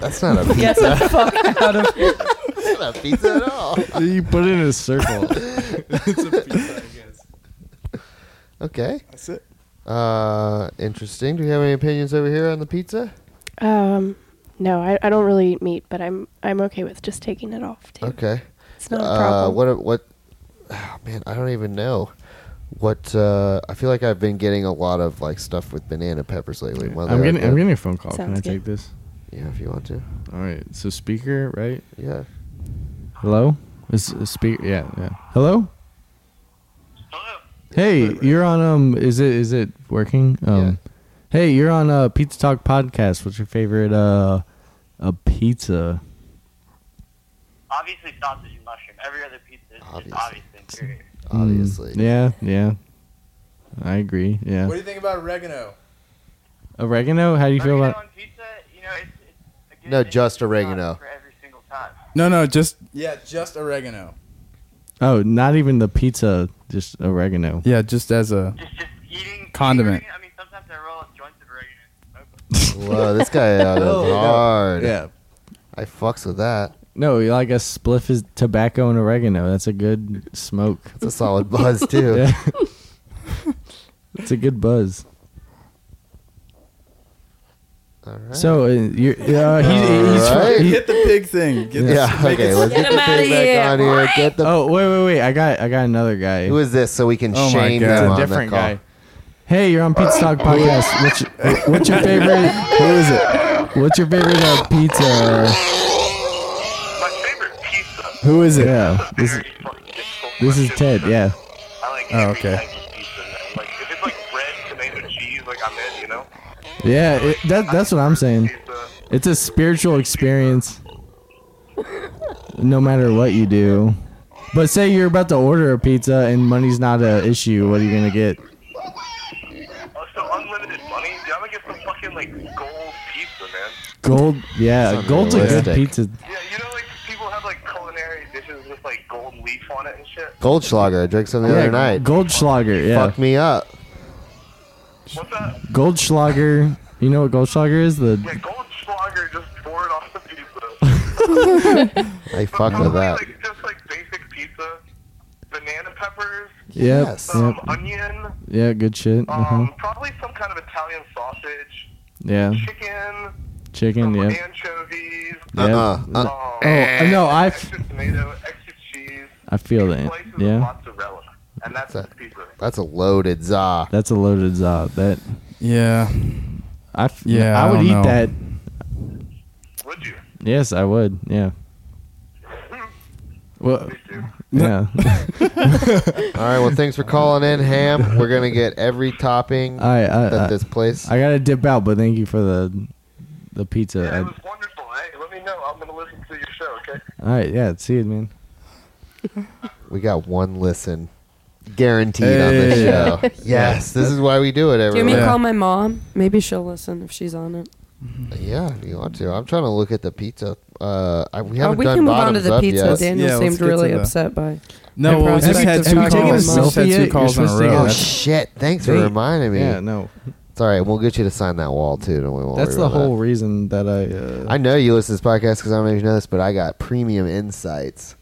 That's not a
Get
pizza.
the fuck out of here.
That's not a pizza at all.
you put it in a circle.
Okay.
That's it.
Uh, interesting. Do we have any opinions over here on the pizza?
Um, no, I, I don't really eat meat, but I'm I'm okay with just taking it off too.
Okay.
It's not a
Uh,
problem.
what? a- What? Oh, man, I don't even know. What? Uh, I feel like I've been getting a lot of like stuff with banana peppers lately. whether
I'm getting,
I-
I'm getting a phone call. Can
Sounds
I
good.
take this?
Yeah, if you want to.
All right. So speaker, right?
Yeah.
Hello? Is is speaker? Yeah, yeah. Hello?
Hello.
Hey, you're on um is it is it working? Um Hey, you're on uh Pizza Talk podcast. What's your favorite uh a pizza?
Obviously, sausage and mushroom. Every other pizza is
Obviously.
just obviously inferior.
Obviously.
Mm. Yeah, yeah. I agree. Yeah.
do you think about oregano?
Oregano, how do you feel
Oregano
about
on pizza, you know, it's, it's a good
No, just
it's not
oregano.
For every single time.
No, no, just yeah, just oregano.
Oh, not even the pizza, just oregano.
Yeah, just as a
Just, just eating eating
Condiment.
oregano. I mean, sometimes I roll up joints of oregano. and smoke them.
Whoa, this guy uh, goes hard.
Oh, Yeah.
I fucks with that.
No, like a spliff is tobacco and oregano. That's a good smoke.
It's a solid buzz too.
Yeah. it's a good buzz.
All right.
So uh, you're uh, he, he's
All right.
the pig thing. Get
yeah. Okay. Let's
Get
get,
him
the
outta
pig back
here.
on here. Get the
Oh wait, wait, wait! I got, I got another guy.
Who is this? So we can
Oh my
shame
God.
them
It's a
on the
different
call.
guy.
Hey, you're on Pete's Dog Podcast.
What's your, what's your favorite? Who is it? What's your favorite uh, pizza?
My favorite pizza.
Who is it?
Yeah, this is
Very fucking difficult
this is
question.
Ted. Yeah,
I like
Oh,
every
okay.
type of pizza. man. Like if it's like bread, tomato, cheese, like I'm in, you know. uh,
yeah. It, that that's what I'm saying.
Pizza.
It's a spiritual experience. No matter what you do, but say you're about to order a pizza and money's not a issue. What are you gonna get?
Oh, so unlimited money? Dude, I'm gonna get some fucking like gold pizza, man.
Gold. Yeah,
Sounds
gold's a good
realistic.
pizza.
Yeah, you know like people have like culinary dishes with like gold leaf on it and shit.
Goldschlager. I drank some the
Oh, Yeah,
other night.
Goldschlager. Yeah.
Fuck me up.
What's that?
Goldschlager. You know what Goldschlager is? The
Yeah, Goldschlager just poured off the pizza.
I fuck
Probably
with that.
like just like basic pizza, banana peppers,
yep,
Yes.
yep,
um, onion, um,
yeah, good shit. Uh-huh.
probably some kind of Italian sausage,
Mm-hmm. Yeah,
chicken,
chicken.
some
Yeah,
anchovies,
yeah.
Uh-uh.
Uh,
Uh,
um,
oh no, I, f-
extra tomato, extra cheese,
I feel that.
slices of
Yeah,
mozzarella, and that's
That's a-
pizza.
that's a loaded za.
that's a loaded zob. That
Yeah.
I f-
Yeah,
I
I
would
don't
eat
know.
that.
Would you?
Yes, I would. Yeah. Well,
Me too.
yeah.
All right. Well, thanks for calling in, Ham. We're gonna get every topping
I I,
that
I,
this place.
I gotta dip out, but thank you for the the pizza.
Yeah,
I-
it was wonderful. Hey, let me know. I'm gonna listen to your show, okay?
all right, yeah, see you, man.
we got one listen, guaranteed on
Hey.
this show. yes, this is why we do it.
Do you want me to
Everywhere.
call my mom? Maybe she'll listen if she's on it.
Yeah, if you want to. I'm trying to look at the pizza. Uh, I, we
Oh,
haven't
we
done
can move on to
bottoms
the
up
pizza.
yet.
Daniel
Yeah, let's
seemed
get to
really
the-
upset by. it.
No, well, we just
prospect
had
of
two
taking
calls.
a
We just had
selfie,
two
you're
calls in a
supposed to
row.
Oh
That's-
shit! Thanks for
Hey,
reminding me.
Yeah, no,
It's all right. We'll get you to sign that wall too. Don't we won't
that's
worry
the
about that.
whole reason that I. Uh,
I know you listen to this podcast because I don't know if you know this, but I got premium insights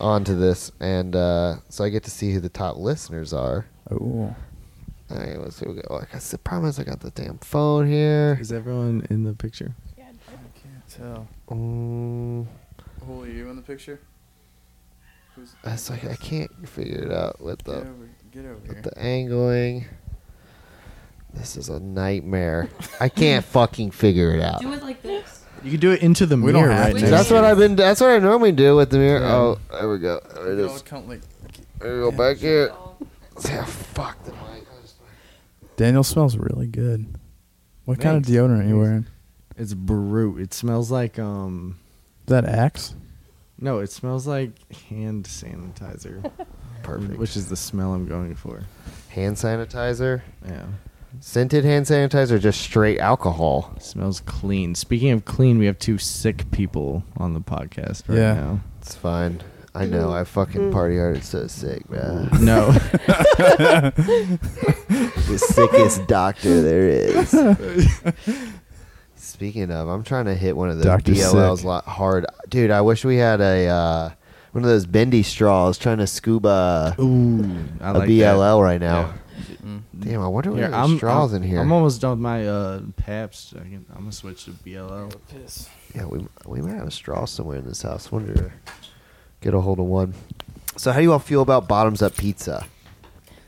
onto this, and uh, so I get to see who the top listeners are.
Ooh.
All right, let's see. What we got. Oh, I guess the problem is I got the damn phone here.
Is everyone in the picture?
Tell.
Mm,
Who are you in the picture?
that's like I can't figure it out with the
get over
with the angling. This is a nightmare. I can't fucking figure it out.
it like this.
You can do it into the
We don't
mirror
have
right
to.
now.
That's what I've been. That's what I normally do with the mirror.
Yeah.
Oh, there we go. There it is. There we go back here. Yeah, fuck the mic. I just-
Daniel smells really good. What kind of
Thanks.
deodorant are you
Thanks.
wearing?
It's brute. It smells like um.
Is that Axe?
No, it smells like hand sanitizer,
Perfect.
which is the smell I'm going for.
hand sanitizer,
Yeah,
scented hand sanitizer, just straight alcohol.
smells clean. Speaking of clean, we have two sick people on the podcast right
Yeah.
now.
It's fine. I know. I fucking party hard. It's so sick, man.
No,
the sickest doctor there is. Speaking of, I'm trying to hit one of those
Dr.
DLLs
Sick.
lot hard. Dude, I wish we had a uh, one of those bendy straws trying to scuba
ooh, I
a
like
BLL right now. Damn, I wonder
That.
what
Here,
are those
I'm
straws
I'm-
in here.
I'm almost done with my uh Paps. I can, I'm gonna switch to BLL.
Yeah, we we might have a straw somewhere in this house. Wonder get a hold of one. So, how do you all feel about bottoms up pizza?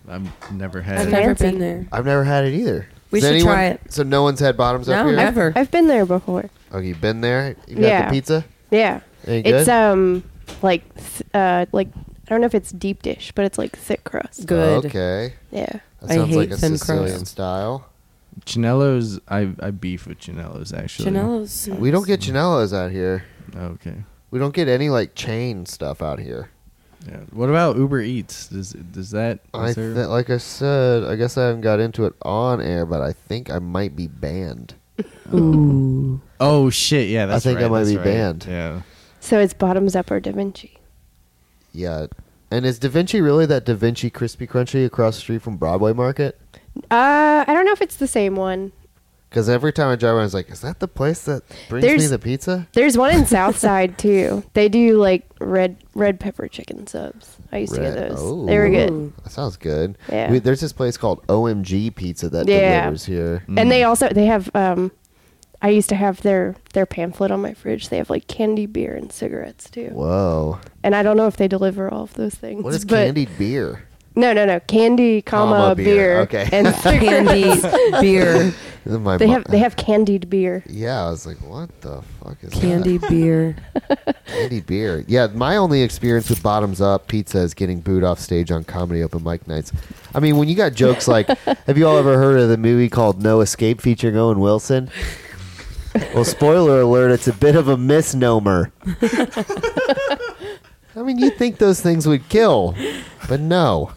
I've never
I've
had. it.
never
Fancy.
been there.
I've never had it either.
We
Does
should
anyone-
try it.
So no one's had bottoms up
No,
here.
never.
I've been there before.
Okay, you been there? You got
Yeah.
the pizza?
Yeah.
Ain't
It's
good?
um like th- uh like I don't know if it's deep dish, but it's like thick crust.
Good.
Okay.
Yeah.
That
I
sounds like
hate
a
thin
Sicilian
crust.
style.
Chinello's. I I beef with Chinello's actually.
Chanel's.
We don't get Janellas out here.
Okay.
We don't get any like chain stuff out here.
Yeah. What about Uber Eats? Does does that?
I
is there-
th- like I said, I guess I haven't got into it on air, but I think I might be banned.
Ooh.
oh shit! Yeah, that's
think I
right,
might
that's
be
right.
banned.
Yeah.
So it's bottoms up or Da Vinci.
Yeah. And is Da Vinci really that Da Vinci crispy crunchy across the street from Broadway Market?
Uh, I don't know if it's the same one.
Because every time I drive around, I was like, is that the place that brings me
There's-
the pizza?
There's one in Southside too. They do like red red pepper chicken subs. I used to
Red- Oh.
get those. They were good.
Ooh, That sounds good.
Yeah.
We, there's this place called OMG Pizza that
Yeah. Mm.
delivers here.
And they also they have um I used to have their their pamphlet on my fridge. They have like candy beer and cigarettes too.
Whoa.
And I don't know if they deliver all of those things.
What is
but
candied beer?
No, no, no. Candy, comma,
Comma, beer.
beer.
Okay.
And
candy, beer,
My
they
mo-
have they have candied beer.
Yeah, I was like, what the fuck is
candy,
that?
beer.
Candy beer. Yeah, my only experience with Bottoms Up Pizza is getting booed off stage on comedy open mic nights. I mean, when you got jokes like, have you all ever heard of the movie called No Escape featuring Owen Wilson? Well, spoiler alert, it's a bit of a misnomer. I mean, you'd think those things would kill, but no,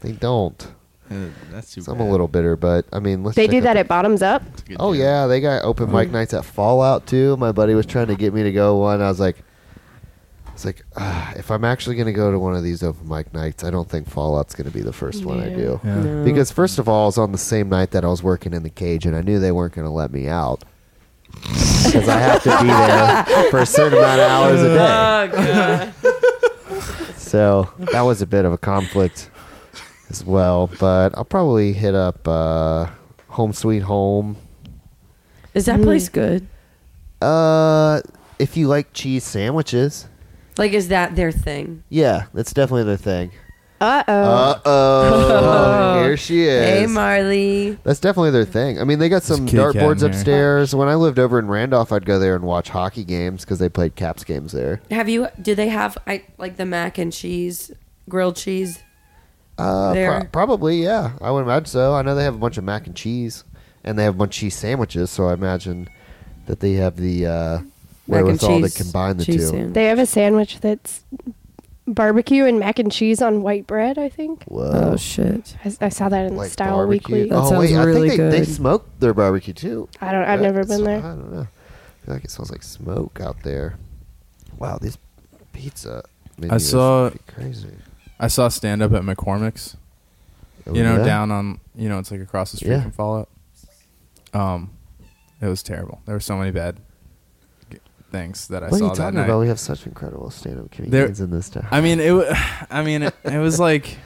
they don't.
Uh, that's too
So I'm
bad.
a little bitter, but I mean, let's
They
check
do
out
that
the-
at Bottoms Up.
It's a good
Oh
job.
yeah, they got open mic nights at Fallout too. My buddy was trying to get me to go one. I was like, it's like "Ah, if I'm actually going to go to one of these open mic nights, I don't think Fallout's going to be the first one I
Yeah.
do.
Yeah.
No.
Because first of all, it was on the same night that I was working in the cage, and I knew they weren't going to let me out because I have to be there for a certain amount of hours a day.
Oh, God.
So that was a bit of a conflict as well. But I'll probably hit up uh, Home Sweet Home.
Is
Mm.
that place good?
Uh, if you like cheese sandwiches,
Like, is that their thing?
yeah, that's definitely the thing.
Uh oh.
Uh oh, here she
Hey,
is.
Marley.
that's definitely their thing. I mean, they got some
Kit Kat in
dartboards
there.
upstairs. When I lived over in Randolph, I'd go there and watch hockey games because they played Caps games there.
Have you? Do they have I like the mac and cheese, grilled cheese?
Uh,
There.
pro- probably, yeah. I would imagine so. I know they have a bunch of mac and cheese, and they have a bunch of cheese sandwiches. So I imagine that they have the uh,
Mac and
wherewithal
cheese,
to combine the
cheese
two.
sandwich.
They have a sandwich that's barbecue and mac and cheese on white bread. I think
Whoa.
Oh shit!
I, I saw that in
like
Style
barbecue.
Weekly.
That
oh
sounds
wait, I
really
think they, they
good.
smoke their barbecue too.
I don't. I've
Yeah,
never been
so-
there.
I don't know. I feel like it smells like smoke out there. Wow, this pizza. menu is
saw-
pretty crazy.
I saw stand up at McCormick's.
Oh,
you know,
yeah?
down on you know, it's like across the street
Yeah.
from Fallout. Um, it was terrible. There were so many bad g- things that I
What are
saw
you
that
talking
night.
about? We have such incredible stand-up
There-
comedians in this town.
I mean, it. wa- I mean, it, it was like,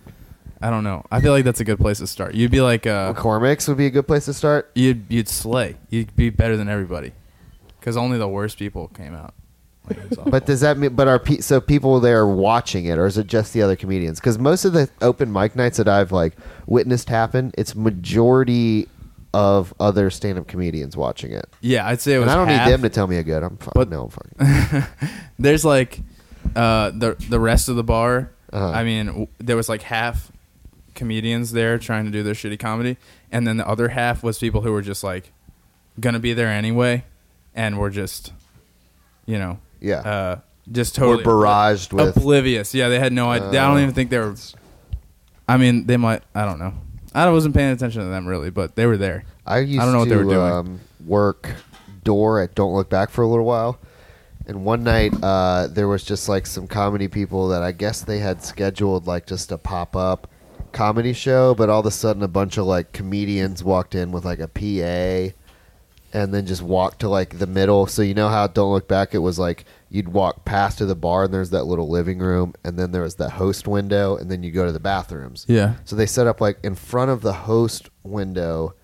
I don't know. I feel like that's a good place to start. You'd be like, uh,
McCormick's would be a good place to start.
you'd you'd slay. You'd be better than everybody, because only the worst people came out. Like, it was awful.
But does that mean? But are pe- so people there watching it, or is it just the other comedians? Because most of the open mic nights that I've like witnessed happen, it's majority of other stand-up comedians watching it.
yeah, I'd say it was.
and I don't
half.
need them to tell me a good. I'm fine.
But-
no, I'm fucking.
there's like uh, the the rest of the bar.
Uh-huh.
I mean, w- there was like half comedians there trying to do their shitty comedy, and then the other half was people who were just like gonna be there anyway, and were just, you know,
Yeah.
uh, just totally
barraged with- Uh,
oblivious. Yeah, they had no idea. I don't even think they were. I mean, they might. I don't know. I wasn't paying attention to them really, but they were there.
I used
don't know what
to
they were doing.
Um, work door at Don't Look Back for a little while. And one night uh, there was just like some comedy people that I guess they had scheduled like just a pop up comedy show, but all of a sudden a bunch of like comedians walked in with like a PA and then just walked to like the middle. So you know how at Don't Look Back it was like you'd walk past to the bar and there's that little living room and then there was the host window and then you go to the bathrooms.
Yeah.
So they set up like in front of the host window,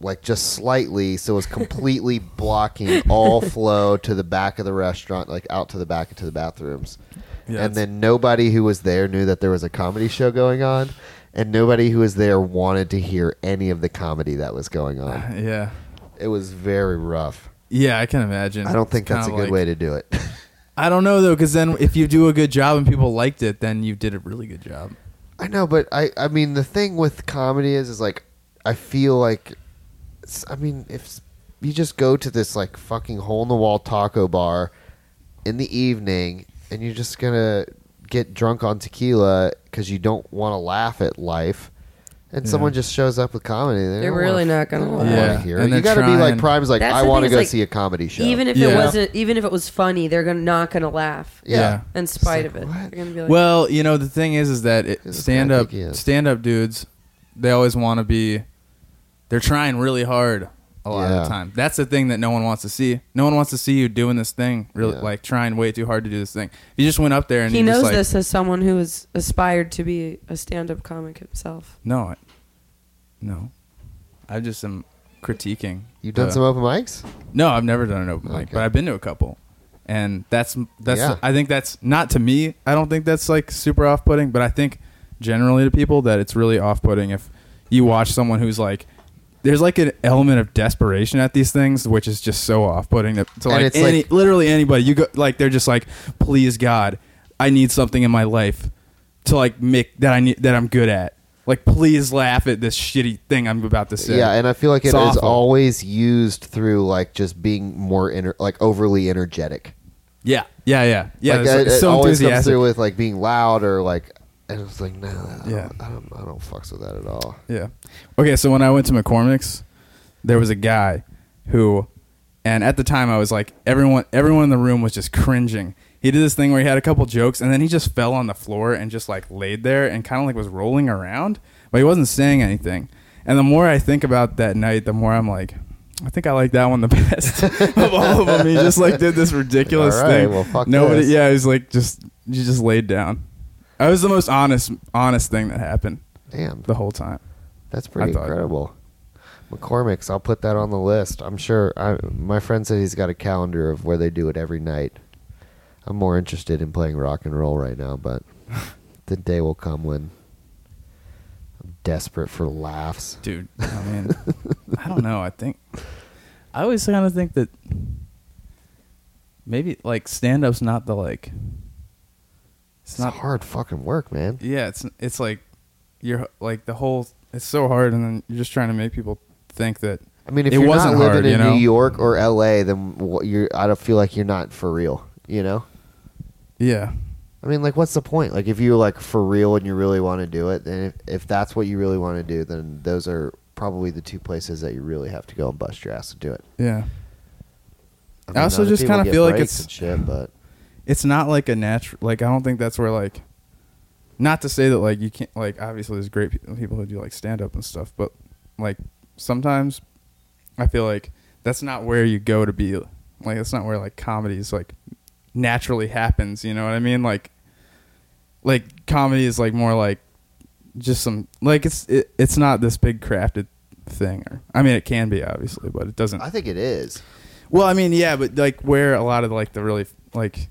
like just slightly, so it was completely blocking all flow to the back of the restaurant, like out to the back into the bathrooms.
Yeah,
and
that's-
then nobody who was there knew that there was a comedy show going on, and nobody who was there wanted to hear any of the comedy that was going on.
Yeah.
It was very rough.
Yeah, I can imagine.
I don't think
It's kinda
that's a good
like-
way to do it.
I don't know though, because then if you do a good job and people liked it, then you did a really good job.
I know, but I I mean the thing with comedy is is like I feel like s- I mean if s- you just go to this like fucking hole in the wall taco bar in the evening and you're just gonna get drunk on tequila because you don't want to laugh at life. And
Yeah.
someone just shows up with comedy. They
They're
don't
really
wanna,
not gonna
they don't
laugh.
wanna
Yeah,
hear
and
it. You
they're
got to be like
trying.
Prime's like,
That's
I
the
want
thing
to
is,
go
like,
see a comedy show.
Even if it
Yeah.
wasn't, even if it was funny, they're gonna not gonna laugh.
yeah.
Yeah.
In spite
like,
of it,
what?
they're gonna be like,
Well, you know the thing is, is that it,
This is
stand
what I
up
think he is.
stand up dudes, they always want to be. They're trying really hard a lot of
Yeah.
the time. That's the thing that no one wants to see. No one wants to see you doing this thing, really
Yeah.
like trying way too hard to do this thing. If you just went up there and
he
you
knows
just, like,
this as someone who has aspired to be a stand-up comic himself.
No, I- no, I just am critiquing.
You've done
the-
some open mics.
No, I've never done an open mic,
Okay.
but I've been to a couple, and that's that's.
Yeah.
I think that's not to me. I don't think that's like super off putting, but I think generally to people that it's really off-putting if you watch someone who's like there's like an element of desperation at these things which is just so off-putting to, to
And
like,
it's
any,
like-
literally anybody you go like they're just like please god i need something in my life to like make that i need that i'm good at like please laugh at this shitty thing i'm about to say
Yeah, and I feel like it
It's
is
awful.
always used through like just being more ener- like overly energetic.
yeah yeah yeah yeah
like,
it's,
it,
like,
it
so
always comes
enthusiastic
through with like being loud or like, and it's like, no,
Yeah.
yeah, I don't, I don't fucks with that at all.
Yeah. Okay, so when I went to McCormick's, there was a guy who and at the time I was like everyone everyone in the room was just cringing. He did this thing where he had a couple jokes and then he just fell on the floor and just like laid there and kind of like was rolling around, but he wasn't saying anything. And the more I think about that night, the more I'm like I think I like that one the best of all of them. He just like did this ridiculous
All right,
thing.
well, fuck
Nobody,
this.
yeah, he was like just you just laid down. I was the most honest honest thing that happened
Damn,
the whole time.
that's pretty
thought-
incredible. McCormick's, I'll put that on the list. I'm sure. I, my friend said he's got a calendar of where they do it every night. I'm more interested in playing rock and roll right now, but the day will come when I'm desperate for laughs.
dude. I mean, I don't know. I think I always kind of think that maybe like stand up's not the like. It's
It's
not.
hard fucking work, man.
Yeah, it's it's like you're like the whole. It's so hard, and then you're just trying to make people think that.
I mean, if
It
you're not
wasn't
living
hard,
in
you know?
New York or L.A., then wha- you're. I don't feel like you're not for real. You know.
Yeah,
I mean, like, what's the point? Like, if you're like for real and you really want to do it, then if, if that's what you really want to do, then those are probably the two places that you really have to go and bust your ass to do it.
yeah.
I,
also
other
just
people
kinda
get
feel like
breaks
it's-
and shit, but
It's not like a natural. Like I don't think that's where like. Not to say that like you can't like obviously there's great pe- people who do like stand up and stuff, but like sometimes I feel like that's not where you go to be like that's not where like comedy is like naturally happens, you know what I mean? Like like comedy is like more like just some like it's it, it's not this big crafted thing or I mean it can be obviously, but it doesn't
I think it is.
well, I mean, yeah, but like where a lot of like the really like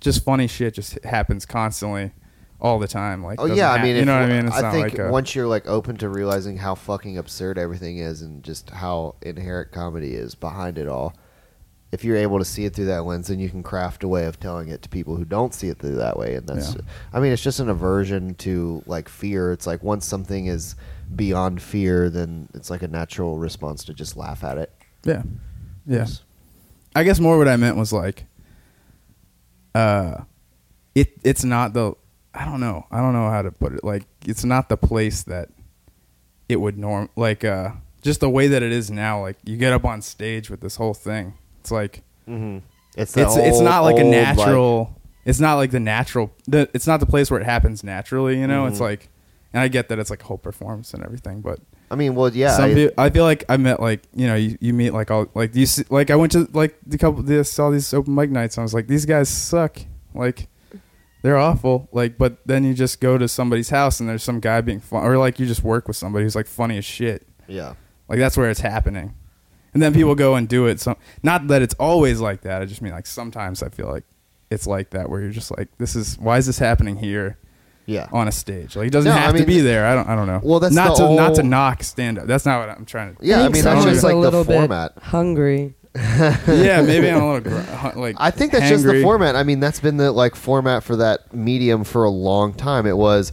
just funny shit just happens constantly, all the time. Like,
Oh
doesn't
yeah, I
hap-
mean,
you
if-
know what I mean? It's
I
not
think
like a,
once you're like open to realizing how fucking absurd everything is and just how inherent comedy is behind it all, if you're able to see it through that lens, then you can craft a way of telling it to people who don't see it through that way. And that's,
Yeah.
I mean, it's just an aversion to like fear. It's like once something is beyond fear, then it's like a natural response to just laugh at it.
yeah, yeah. I guess more what I meant was like, uh, it it's not the I don't know I don't know how to put it like it's not the place that it would norm like uh just the way that it is now like you get up on stage with this whole thing it's like
Mm-hmm. It's the
it's it's
old-
not like a
old,
natural it's not like the natural the, it's not the place where it happens naturally you know
Mm-hmm.
it's like and i get that it's like a whole performance and everything but
I mean, well, yeah,
some
I-
peo- I feel like I met like you know you, you meet like all like you see, like I went to like the couple this all these open mic nights and I was like these guys suck like they're awful like but then you just go to somebody's house and there's some guy being fun or like you just work with somebody who's like funny as shit
yeah.
like that's where it's happening and then people go and do it so not that it's always like that i just mean like sometimes i feel like it's like that where you're just like this is why is this happening here
Yeah.
on a stage like it doesn't
No,
have
I
to
mean,
be there i don't i don't know
Well, that's
not to
the
not to
whole-
knock stand up that's not what i'm trying to
Yeah, I
think
mean, that's
someone's
just
a
like the
little bit
format.
Hungry.
yeah maybe i'm a little gr- hu- like
I think that's just the
hangry.
format. I mean, that's been the like format for that medium for a long time. It was,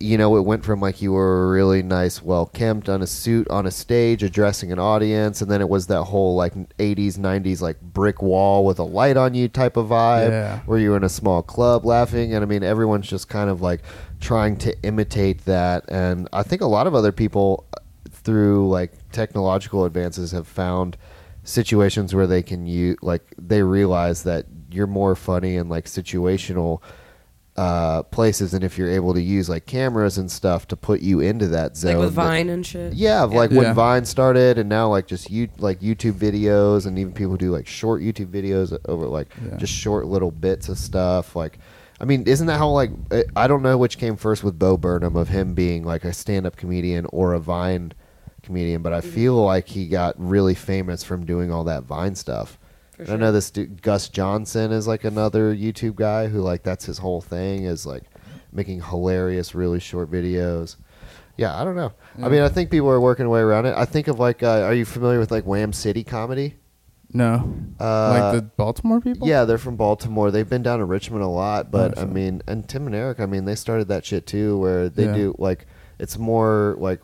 you know, it went from like you were really nice, well kempt on a suit on a stage, addressing an audience, and then it was that whole like '80s, '90s like brick wall with a light on you type of vibe,
Yeah.
where you were in a small club laughing, and I mean, everyone's just kind of like trying to imitate that, and I think a lot of other people uh, through like technological advances have found situations where they can you like they realize that you're more funny in like situational uh places and if you're able to use like cameras and stuff to put you into that zone
Like with
that-
Vine and shit.
yeah of, like
Yeah.
when vine started and now like just you like youtube videos and even people do like short youtube videos over like
Yeah.
just short little bits of stuff like i mean isn't that how like I- i don't know which came first with bo burnham of him being like a stand-up comedian or a vine comedian but i
Mm-hmm.
feel like he got really famous from doing all that vine stuff
For
and I know
sure.
this dude, Gus Johnson is like another YouTube guy who like that's his whole thing is like making hilarious, really short videos. Yeah, I don't know. I
Mm.
mean, I think people are working their way around it. I think of like, uh, are you familiar with like Wham City comedy?
No.
Uh,
like the Baltimore people?
Yeah, they're from Baltimore. They've been down to Richmond a lot, but
Oh,
I
sure.
mean, and Tim and Eric, I mean, they started that shit too, where they
Yeah.
do like it's more like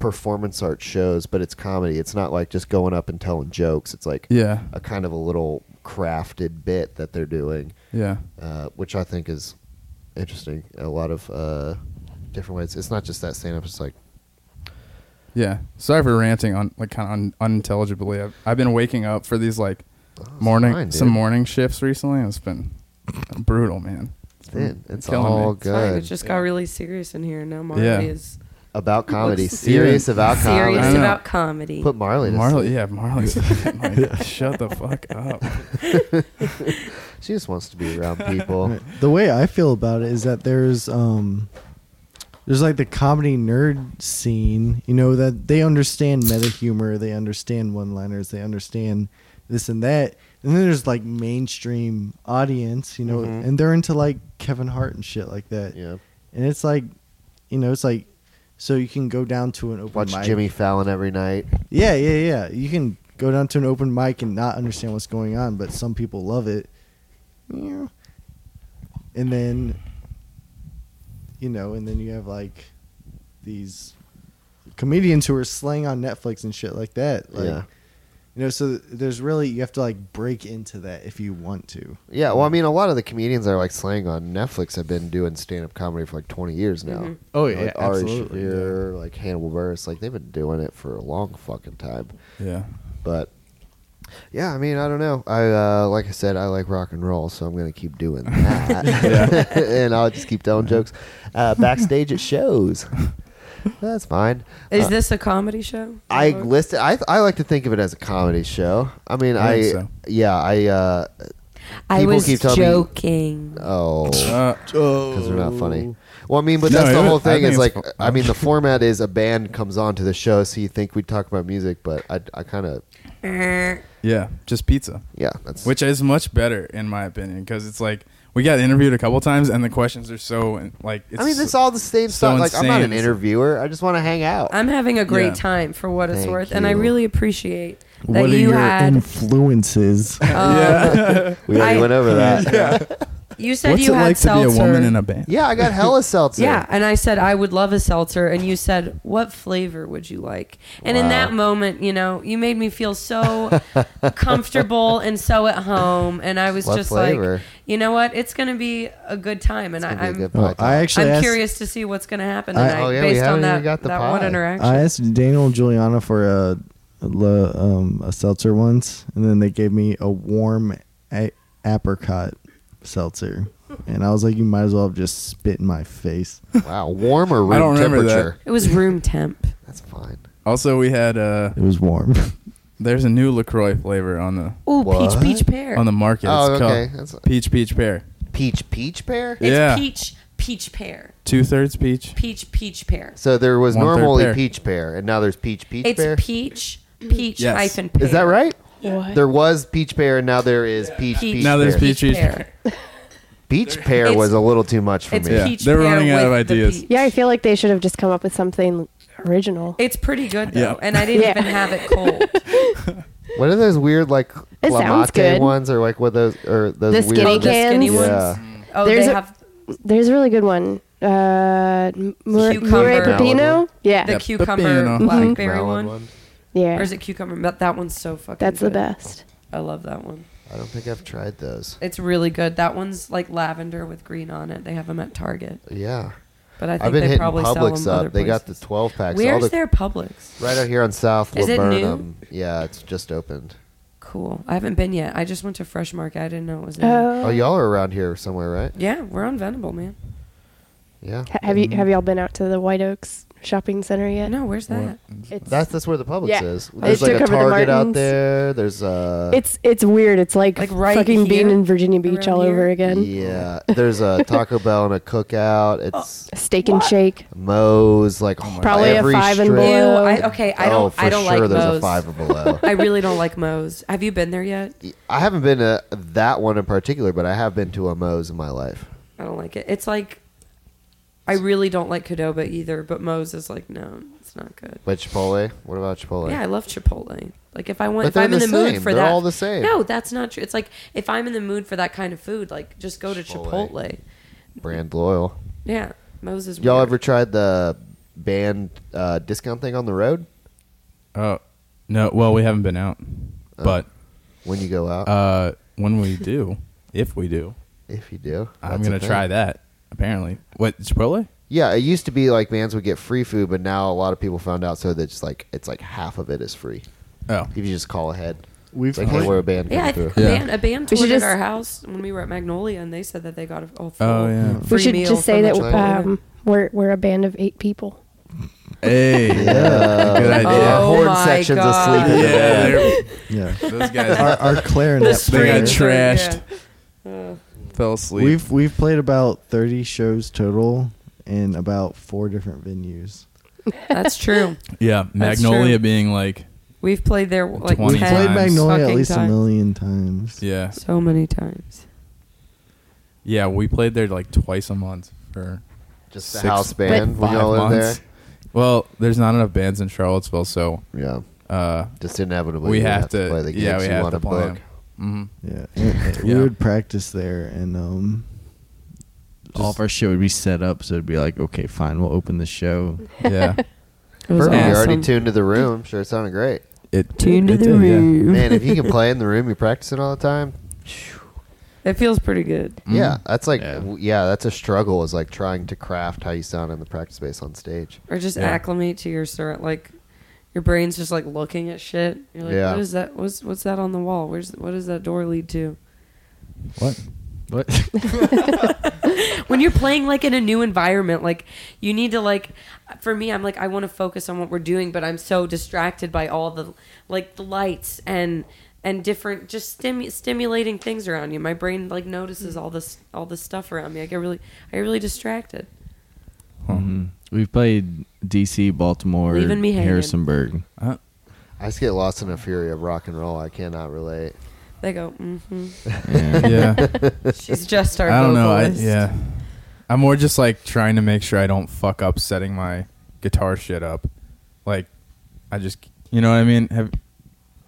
performance art shows, but it's comedy. It's not like just going up and telling jokes. It's like
Yeah.
a kind of a little crafted bit that they're doing,
Yeah.
uh, which I think is interesting. A lot of uh, different ways. It's not just that stand up. It's like
Yeah. Sorry for ranting on like kind of un- unintelligibly. I've, I've been waking up for these like morning
Oh, fine, dude.
some morning shifts recently. and It's been brutal, man. It's been
thin. It's
Mm-hmm. killing me.
all
It's fine. It
good
just got really serious in here. Now Marley
Yeah.
is
about comedy.
Looks-
Serious about
serious
I
comedy.
know.
about comedy.
Put Marley. To
Marley,
sleep.
yeah, Marley's like, shut the fuck up.
She just wants to be around people.
The way I feel about it is that there's um there's like the comedy nerd scene, you know, that they understand meta humor, they understand one liners, they understand this and that. And then there's like mainstream audience, you know,
Mhm.
and they're into like Kevin Hart and shit like that.
yeah.
And it's like you know, it's like so you can go down to an open
Watch
mic.
Jimmy Fallon every night.
Yeah, yeah, yeah. You can go down to an open mic and not understand what's going on, but some people love it. Yeah. And then, you know, and then you have like these comedians who are slaying on Netflix and shit like that. Like,
Yeah.
You know, so there's really you have to like break into that if you want to.
Yeah, well, I mean, a lot of the comedians that are like slang on Netflix have been doing stand up comedy for like 20 years now.
Mhm.
Oh,
You know,
yeah,
like Ari
absolutely,
Shaffir, like Hannibal Buress, like they've been doing it for a long fucking time.
Yeah.
But yeah, I mean, I don't know. I uh, like I said, I like rock and roll, so I'm gonna keep doing that, and I'll just keep telling jokes uh, backstage at shows. That's fine.
is
Uh,
this a comedy show?
I
Or-
listed. I I like to think of it as a comedy show. I mean,
I
I,
think so.
yeah, I uh,
I
people
was
keep telling me-
joking.
oh.
Uh,
because they're not funny. Well, I mean, but
No,
that's
it
the
was-
whole
I
thing.
think
Is like,
it's fu-
I mean, the format is a band comes on to the show, so you think we'd talk about music, but I, I kind of,
Uh,
yeah, just pizza.
yeah, that's
which is much better in my opinion because it's like we got interviewed a couple times and the questions are so like it's
I mean, that's all the same
so
stuff. Like, I'm not
insane.
an interviewer. I just want to hang out.
I'm having a great
Yeah.
time for what it's
Thank
worth, and I
you.
really appreciate that
what are
you
your
had.
influences?
um,
we already
I-
went over that. Yeah,
You said
what's
you
it
had
like
seltzer.
to be a woman in a band
I got hella seltzer.
Yeah, and I said I would love a seltzer, and you said, "What flavor would you like?" And in
Wow.
that moment, you know, you made me feel so comfortable and so at home, and I was
What
just
flavor?
like, "You know what? It's going to be a good time," and I,
It's gonna be a
I'm
good
Oh,
podcast.
I actually
I'm
asked,
curious to see what's going to happen tonight
I- oh, yeah, we
based
haven't
on
even
that
got the
that one
pie.
interaction.
I asked Daniel and Juliana for a a le- um, a seltzer once, and then they gave me a warm a- apricot seltzer, and I was like, "You might as well have just spit in my face."
Wow, warm or room
I don't remember that.
temperature?
it was room temp.
That's fine.
also we had uh
It was warm.
there's a new lacroix flavor on the
Ooh,
What?
peach peach pear.
on the market
Oh,
it's
okay.
called
That's-
peach peach pear
Peach, peach pear.
it's
yeah.
peach peach pear.
two-thirds peach
Peach peach pear.
So there was
One-third
normally
pear.
peach pear, and now there's peach, peach
It's
pear.
peach peach
Yes.
hyphen pear.
Is that right?
What?
There was peach pear, and now there is peach, peach.
Now there's
pear.
peach, peach
pear.
Peach pear
It's-
was a little too much for
It's
me.
Yeah.
peach
they're
pear
running out of
with the
ideas.
peach.
Yeah, I feel like they should have just come up with something original.
It's pretty good though,
Yeah.
and I didn't
Yeah.
even have it cold.
What are those weird like
It sounds
latte
good.
ones or like what those or those
The
weird
skinny
oh, the skinny
Cans.
ones.
Yeah.
Oh,
There's
they
a-
have
There's a really good one. Uh, M- Mure
Cucumber.
Mure Pepino? Yeah.
the
Yeah,
cucumber
pepino.
blackberry
Melon
one.
one?
Mm-hmm. yeah.
or is it cucumber? But that one's so fucking.
That's the
good.
best.
I love that one.
I don't think I've tried those.
It's really good. That one's like lavender with green on it. They have them at Target,
Yeah,
but I
I've
think
been
they
hitting
probably sell them
Publix
other
up. They got the
places.
twelve packs. all
Where's
the,
their Publix?
right out here on South
Is it new?
Laburnum. Yeah, it's just opened.
Cool. I haven't been yet. I just went to Fresh Market. I didn't know it was there.
Oh,
Oh,
y'all are around here somewhere, right?
yeah, we're on Venable, man.
Yeah,
Ha- have you have y'all been out to the White Oaks shopping center yet?
No, where's that?
It's
that's that's where the Publix
Yeah.
is.
They
There's like
took
a
over the
Target out
Martins.
there. There's uh,
it's it's weird. It's like,
Like right
fucking being
here?
in Virginia Beach
Around
all over
here?
again.
yeah. There's a Taco Bell and a Cookout. It's
Steak and Shake.
Moe's. Like
Oh.
oh
Probably a
every
five and
strip.
Ew,
below.
I, okay, I don't.
oh, for
I don't
sure.
like
there's
Moe's.
a five and below.
I really don't like Moe's. Have you been there yet?
I haven't been to that one in particular, but I have been to a Moe's in my life.
I don't like it. It's like I really don't like Cadoba either, but Moe's is like, no, it's not good.
But Chipotle? What about Chipotle?
Yeah, I love Chipotle. Like if I want,
But
if I'm
they're
in
the
the
same.
mood for
They're
that,
all the same.
No, that's not true. It's like if I'm in the mood for that kind of food, like just go to
Chipotle.
Chipotle.
Brand loyal.
Yeah, Moses.
Y'all ever tried the band uh, discount thing on the road
Oh no! Well, we haven't been out,
Oh.
but
Um, when you go out?
uh, when we do, if we do,
if you do,
I'm
that's a
gonna
thing.
try that. Apparently, what Chipotle?
Yeah, it used to be like vans would get free food, but now a lot of people found out so that it's like it's like half of it is free
Oh,
if you just call ahead.
We've
It's like hey,
played-
we're a band.
Yeah, I
coming
think
through.
Yeah.
a band, a band
We
toured
should
at
just-
our house when we were at Magnolia, and they said that they got a a full
oh yeah.
we
free
should
meal
just say
from
that
the Chipotle.
um, we're we're a band of eight people.
Hey,
Yeah.
good idea.
Yeah,
Oh
horn
my
sections
God.
asleep in the
Yeah,
band.
they're-
yeah.
those
Our,
guys
our clarinet
they got
player.
trashed.
Yeah. Uh,
fell asleep.
We've we've played about thirty shows total in about four different venues.
that's true.
yeah,
That's true.
Magnolia being like
We've played there like
20
10
Played
times.
Magnolia at
fucking
least
times.
a million times.
yeah,
So many times.
yeah. We played there like twice a month for
Just
six,
the house band. We
five
all in there.
months. Well, there's not enough bands in Charlottesville, so
Yeah,
uh,
just inevitably
we
you
have to.
play the gigs
yeah, we
you
have
want
to
to
play.
book.
'em. Mhm.
Yeah, and- and we
Yeah.
would practice there, and um,
All of our shit would be set up, so it'd be like, okay, fine, we'll open the show.
Yeah,
It was
Perfect. You're already
awesome.
tuned to the room. Sure, it sounded great.
it
Tuned to
it
the
did, yeah.
room.
Man, if you can play in the room, you're practicing all the time.
It feels pretty good.
Mm-hmm.
Yeah, that's like
Yeah.
w- yeah, that's a struggle. Is like trying to craft how you sound in the practice space on stage.
Or just
Yeah.
acclimate to your sur like your brain's just like looking at shit. You're like,
Yeah.
what is that? What's what's that on the wall? Where's what does that door lead to?
What?
What?
When you're playing like in a new environment, like you need to like for me, I'm like I want to focus on what we're doing, but I'm so distracted by all the like the lights and and different just stimu- stimulating things around you. My brain like notices all this all this stuff around me. I get really I get really distracted.
Mhm. We've played D.C., Baltimore,
Leaving me hanging.
Harrisonburg.
I just get lost in a fury of rock and roll. I cannot relate.
They go, mm-hmm.
Yeah.
Yeah.
She's just our
I don't know. I,
vocalist.
yeah, I'm more just like trying to make sure I don't fuck up setting my guitar shit up. Like, I just, you know what I mean? Have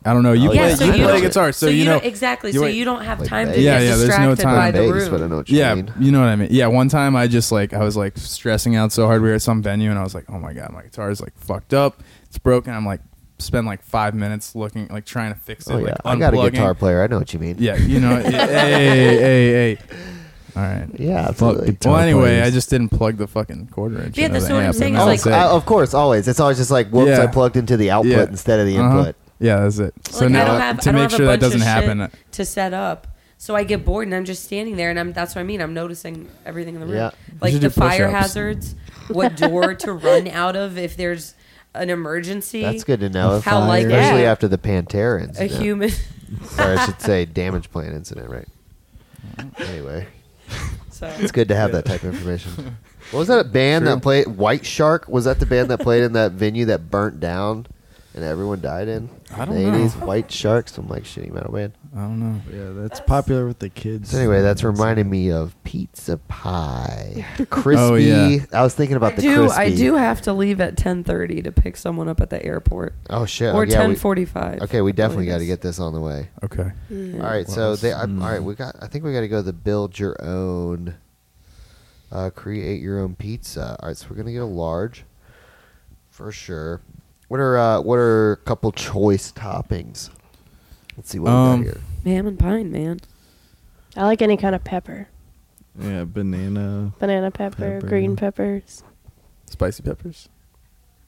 I don't know. You
Oh,
play,
yeah, so
you
you
play
don't-
guitar, so, you know
don't- exactly.
you
so
wait-
you don't have
Like
time to
Vegas.
get
Yeah, yeah, there's no
distracted
time.
by the
Vegas, but I
room.
know what you
Yeah,
mean.
you know what I mean. Yeah, one time I just like I was like stressing out so hard. We were at some venue and I was like, oh my god, my guitar is like fucked up. It's broken. I'm like spend like five minutes looking like trying to fix it.
Oh
like,
yeah, I got a
unplugging.
guitar player. I know what you mean.
Yeah, you know. hey, hey, hey, hey. All right.
yeah, absolutely.
Well, anyway, I just didn't plug the fucking cord wrench.
Yeah,
into
that's
the
what I'm
amp,
saying,
and that
Oh,
is
was
like-
it.
uh, of course, always. It's always just like, whoops,
Yeah.
I plugged into the output
Yeah.
instead of the
Uh-huh.
input.
Yeah, that's it.
Like, I don't have,
to
I don't
make
have a
sure that
bunch of
doesn't
shit
happen, uh,
to set up. So I get bored and I'm just standing there, and I'm that's what I mean. I'm noticing everything in the room,
Yeah.
should
like
do
the fire
push-ups.
hazards, what door to run out of if there's an emergency.
That's good to know.
How
like-
especially
yeah.
after the Pantera
A
incident,
human.
or I should say, damage plan incident, right? Anyway,
So
it's good to have that type of information. What was that band that played White Shark? Was that the band that played in that venue that burnt down and everyone died in?
I don't
the
know.
80s, White Shark, some like shitty metal band.
I don't know.
Yeah, that's popular with the kids.
So anyway, that's reminding me of pizza pie, crispy.
Oh, yeah.
I was thinking about
I
the
do.
crispy.
I do have to leave at 10:30 to pick someone up at the airport,
Oh shit! Oh,
or
yeah, we-
10:45.
Okay, we definitely got
Yes.
to get this on the way.
Okay.
Mm.
All right, so they. I, all right, we got. I think we got to go the build your own, uh, create your own pizza. All right, so we're gonna get a large, for sure. What are uh, what are a couple choice toppings? Let's see what
Um,
we got here.
Ham and pine, man.
I like any kind of pepper,
Yeah, banana.
banana pepper,
Pepper.
green peppers.
Spicy peppers.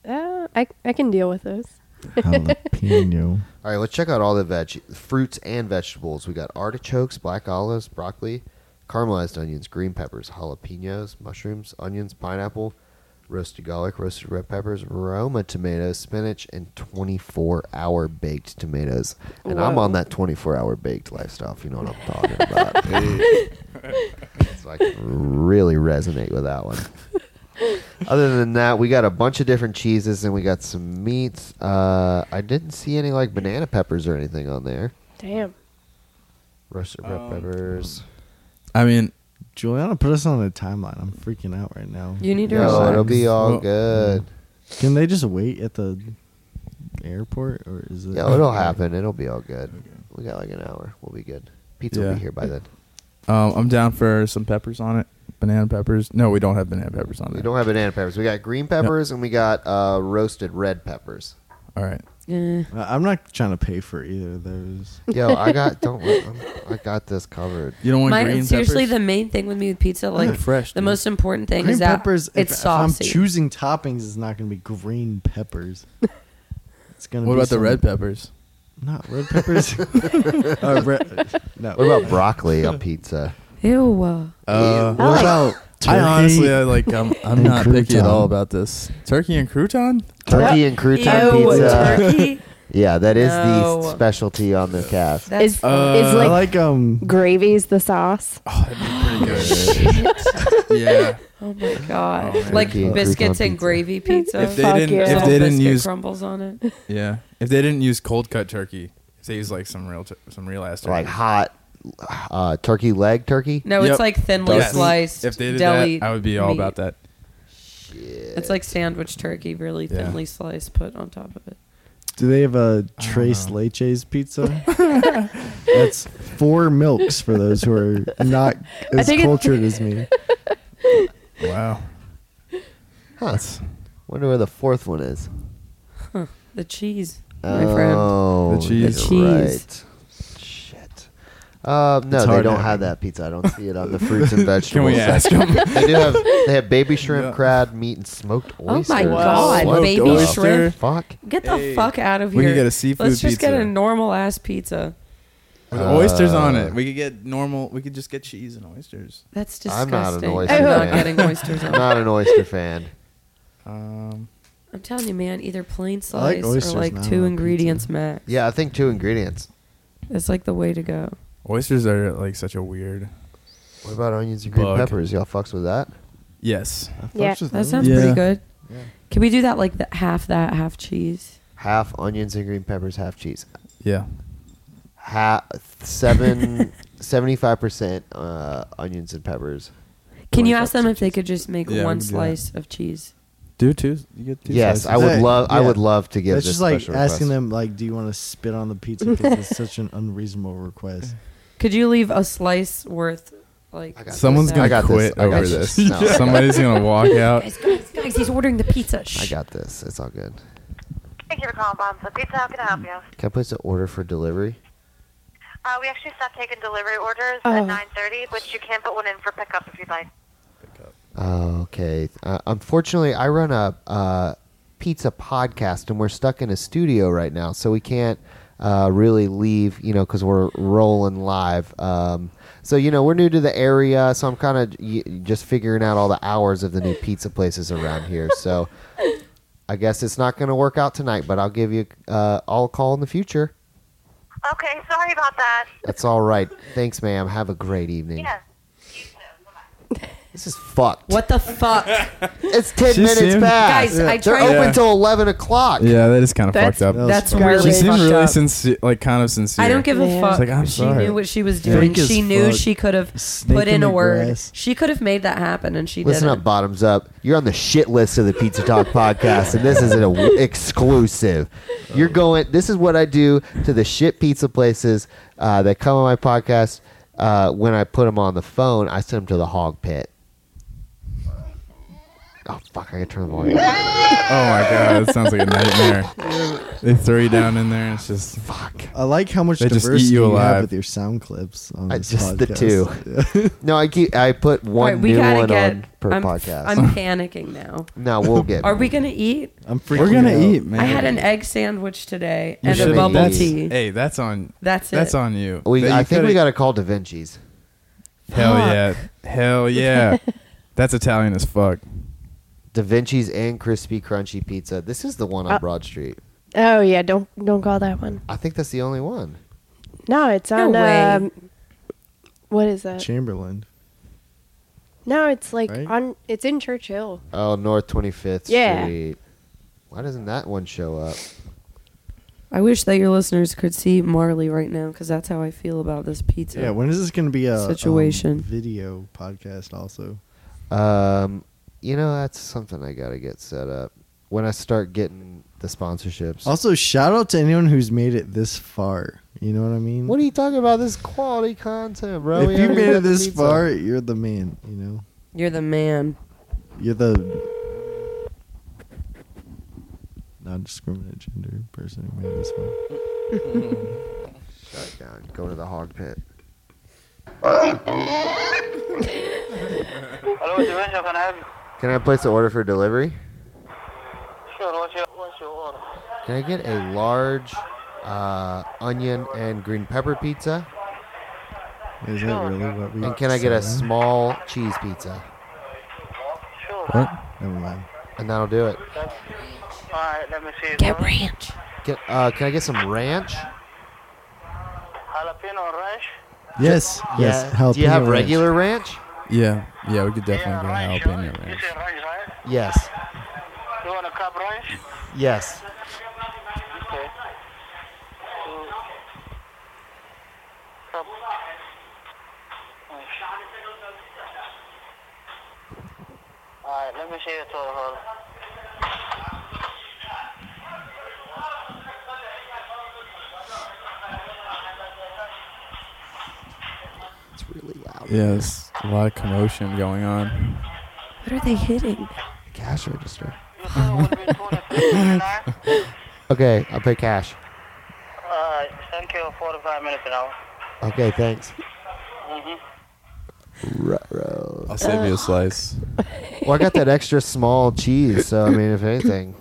Uh, I I can deal with those.
jalapeno.
All right, let's check out all the veg fruits and vegetables. We got artichokes, black olives, broccoli, caramelized onions, green peppers, jalapenos, mushrooms, onions, pineapple, roasted garlic, roasted red peppers, Roma tomatoes, spinach, and 24-hour baked tomatoes. And I'm on
Whoa.
that 24-hour baked lifestyle, if you know what I'm talking about. so I can really resonate with that one. Other than that, we got a bunch of different cheeses and we got some meats. Uh, I didn't see any like banana peppers or anything on there.
Damn.
Roasted red
Um,
peppers.
I mean,
Juliana, put us on a timeline. I'm freaking out right now.
You need to
No,
relax.
it'll be all
Well-
good.
Can they just wait at the airport, or is it?
Yeah, it'll happen. It'll be all good. We got like an hour. We'll be good. Pizza will
Yeah.
be here by then.
Um, I'm down for some peppers on it. Banana peppers. No, we don't have banana peppers on
We
it.
don't have banana peppers. We got green peppers and we got uh, roasted red peppers.
All right.
Eh.
Uh, I'm not trying to pay for either of those.
Yo, I got don't worry, I'm, I got this covered.
You don't want
Mine-
green
seriously,
peppers?
the main thing with me with pizza, like
fresh,
the
dude.
most important thing
green
is that
peppers.
it's
if,
saucy.
If I'm choosing toppings, it's not going to be green peppers. It's gonna.
What
be
about the
some-
red peppers?
Not red peppers. Uh, red- no.
What about broccoli on pizza?
Ew. uh,
Uh,
What
like-
about Oh, turkey?
I honestly I, like I'm, I'm
And
not picky at
crouton.
all about this. Turkey and crouton?
Turkey and crouton
ew,
pizza.
turkey.
Yeah, that is
No.
the specialty on the cast.
That's
Is is
I
uh,
like,
like um.
gravy's the sauce?
Oh, that'd be pretty good. yeah.
oh my god,
Uh, Oh, man.
like
Turkey and
biscuits
crouton
and
pizza.
gravy pizza.
If they
Fuck
didn't
yeah.
if
Little
they didn't
biscuit
use
crumbles on it.
yeah, if they didn't use cold cut turkey, if they use like some real tur- some real ass turkey.
Like hot uh, turkey leg turkey.
No,
Yep.
it's like thinly
Yes.
sliced
If they did
deli.
that, I would be all
meat.
about that.
It's like sandwich turkey, really
Yeah.
thinly sliced, put on top of it.
Do they have a
don't
Trace
know.
Leches pizza? That's four milks for those who are not as
think it-
cultured as me.
Wow.
Huh. Wonder where the fourth one is.
The cheese, my friend.
Oh,
The cheese.
that's
The
Right.
cheese.
Shit. Um, no,
It's
they
hard
don't
having-
have that pizza. I don't see it on the fruits and
Can
vegetables.
we ask
section.
them?
They do have. They have baby shrimp,
Yeah.
crab, meat, and smoked
Oh
oysters.
my
Wow.
god,
Smoked
baby
oyster.
shrimp.
Fuck.
Get the
Hey.
fuck out of
We
here.
could get a seafood
Let's just get
pizza.
a normal ass pizza.
With oysters on it.
Uh,
We could get normal. We could just get cheese and oysters.
That's
I'm
disgusting.
not an oyster
fan.
getting oysters
I'm
on.
not an oyster fan.
Um,
I'm telling you, man, either plain
I like
slice
oysters,
or like
not
two
on
ingredients
pizza.
max.
Yeah, I think two ingredients.
It's like the way to go.
oysters are like such a weird.
What about onions and green
Bug.
peppers? Y'all fucks with that?
Yes.
I fucks
Yeah,
with
That sounds
Yeah.
pretty good.
Yeah.
Can we do that like the, half that, half cheese?
Half onions and green peppers, half cheese.
Yeah.
Half seven, 75 percent uh, onions and peppers.
Can you
25%
ask them if they
cheese.
could just make
Yeah, we
one
can do that.
slice of cheese?
Do two. You get two.
Yes, I
slices.
would
Hey,
love. I
yeah.
would love to give.
That's
this
just like
special
asking
request.
them, like, do you want to spit on the pizza? Because it's such an unreasonable request.
Could you leave a slice worth like
I got
Someone's
this.
gonna
I got
quit
this. I got
over
this.
this.
No.
Somebody's gonna walk out.
guys, guys, he's ordering the pizza.
I got this. It's all good.
Thank you for calling Bombs Up Pizza. How can I help you?
Can I place an order for delivery?
Uh, we actually stopped taking delivery orders
Oh.
at 9:30, but you can put one in for pickup if you'd like.
Oh, okay. Uh, unfortunately, I run a uh, pizza podcast, and we're stuck in a studio right now, so we can't uh, really leave. You know, because we're rolling live. Um, so you know, we're new to the area, so I'm kind of y- just figuring out all the hours of the new pizza places around here. So I guess it's not going to work out tonight, but I'll give you. Uh, I'll call in the future.
Okay, sorry about that.
That's all right. Thanks, ma'am. Have a great evening.
Yeah.
This is fucked.
What the fuck,
It's ten
She
minutes
seemed-
past.
guys? I
They're
tried.
open
Yeah.
till eleven o'clock.
Yeah, that is kind of
That's-
fucked up.
That's
That
really
she seemed
fucked
really
up.
sincere, like kind of sincere.
I don't give a
Yeah.
fuck.
She's like, "I'm
she
sorry."
knew what she was
Fake
doing.
as
She knew
fuck.
she could have
Snake
put
in
in
the
a word.
grass.
She could have made that happen, and she
Listen
didn't.
up, bottoms up. You're on the shit list of the Pizza Talk podcast, and this is an w- exclusive.
Oh.
You're going. This is what I do to the shit pizza places uh, that come on my podcast. Uh, when I put them on the phone, I send them to the hog pit. Oh fuck! I can turn the volume. down.
Oh my god, that sounds like a nightmare. they throw you down in there, and it's just
Fuck.
I like how much
They just eat
diversity
you
you, have
alive.
with your sound clips. On
I-
this
just the
podcast.
No, I keep. I put
All
one
right, we
new
gotta
one
get.
on per
I'm,
podcast.
I'm panicking now.
no, we'll get.
Are we gonna eat?
I'm freaking.
we're gonna
out.
eat, man.
I had an egg sandwich today
You
and a
should've-
bubble
that's-
tea.
Hey, that's on.
That's it.
That's on you.
We,
That
I
you
think
coulda-
we got to call Da Vinci's.
Hell
Fuck.
yeah, hell yeah. that's Italian as fuck.
Da Vinci's and crispy crunchy pizza. This is the one on
Uh,
Broad Street.
Oh yeah, don't don't call that one.
I think that's the only one.
No, it's on.
way.
um, what is that?
Chamberlain.
no, it's like
Right?
on. It's in Churchill.
Oh, North Twenty Fifth
Yeah.
Street. Why doesn't that one show up?
I wish that your listeners could see Marley right now because that's how I feel about this pizza.
Yeah, when is this going to be a um,
Situation.
video podcast? Also,
Um, you know, that's something I got to get set up when I start getting the sponsorships.
also shout out to anyone who's made it this far. You know what I mean?
What are you talking about? This is quality content, bro. We
if you
already
made
got
it
the
this
pizza.
far, you're the man. You know,
You're the man.
you're the non-discriminate gender person who made it this far.
Shut it down. Go to the hog pit.
Hello, do you wish I can have?
Can I place an order for delivery?
Sure, what's your, what's your order?
Can I get a large uh, onion and green pepper pizza?
Is that really what we?
And can I get a
sell?
small cheese pizza?
Sure.
Never mind.
And that'll do it.
Alright, let me see.
Get ranch.
Get, uh, can I get some ranch?
Jalapeno ranch?
Yes, yes.
Yeah. Do you
jalapeno
have
ranch.
regular ranch?
Yeah, yeah, we could definitely
ranch.
get an jalapeno
right? You
ranch.
say ranch, right?
Yes.
You want a cup ranch?
Yes.
Okay. Two. Cup. Alright, let me see it all. Hold on.
It's really loud.
Yes, a lot of commotion going on.
What are they hitting?
Cash register.
You said it would be two to three forty-nine?
Okay, I'll pay cash.
Alright, thank you. Forty-five minutes now.
Okay, thanks.
Mhm.
Ruh-roh.
I'll save you a slice.
Well, I got that extra small cheese, so I mean, if anything,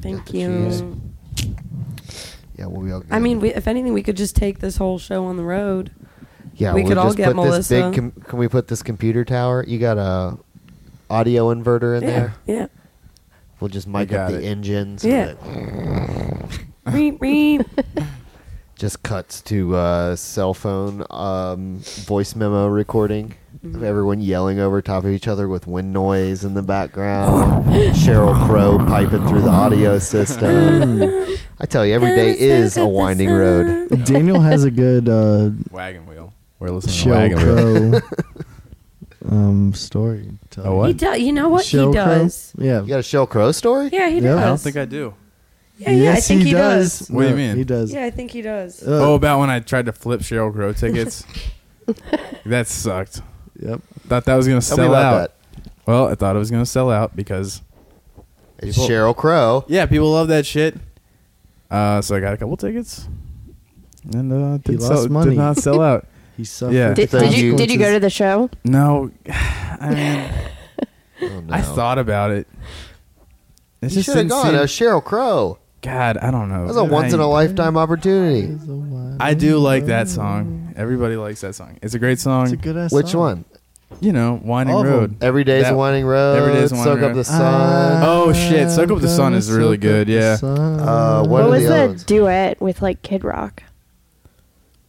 Thank
Cheese.
you.
yeah, we'll be okay.
I mean, we, if anything, we could just take this whole show on the road.
yeah,
we
we'll
could all
just
get
put this big
Melissa.
com- can we put this computer tower? You got a audio inverter in there.
Yeah.
We'll just mic up
got
the
it.
engine. So
Yeah.
that
Reep, reep.
just cuts to uh, cell phone um, voice memo recording
Mm-hmm.
of everyone yelling over top of each other with wind noise in the background. Cheryl Crow piping through the audio system. I tell you, every day is a winding road.
Daniel has a good uh,
Wagon wheel. We're listening to
show
wagon wheel.
crow um, story. to tell.
A what?
He does. You know what
Show
he
crow?
does?
Yeah.
You got a Cheryl Crow story?
Yeah, he
Yeah.
does.
I
I don't think I do.
Yeah, yeah, I think he, does.
What do you mean?
He does.
Yeah, I think he does.
Uh,
oh, about when I tried to flip Cheryl Crow tickets. that sucked.
Yep.
Thought that was gonna
Tell
sell
me about
out.
that.
Well, I thought it was gonna sell out because
It's
People-
Cheryl Crow.
yeah, people love that shit. Uh, so I got a couple tickets, and uh, did,
lost
sell,
money.
did not sell out.
He suffered.
Yeah.
Did,
So
did you
you-
did you go to the show?
No, I mean,
Oh, no.
I thought about it. It's
you
just
should have
didn't
gone.
seem-
A Cheryl Crow.
God, I don't know.
That was a once in
I-
a lifetime opportunity.
I do like that song. Everybody likes that song. It's a great song.
It's a good ass
Which
song.
one?
you know, winding
All of 'em.
road.
Every day's a
That-
winding road.
Every Day's a Winding
Soak up
Road.
the sun.
Oh, shit, Soak Up the Sun is really good, yeah.
Uh,
Uh,
What
Mm. What
are
was
the other
the
ones?
duet with like Kid Rock?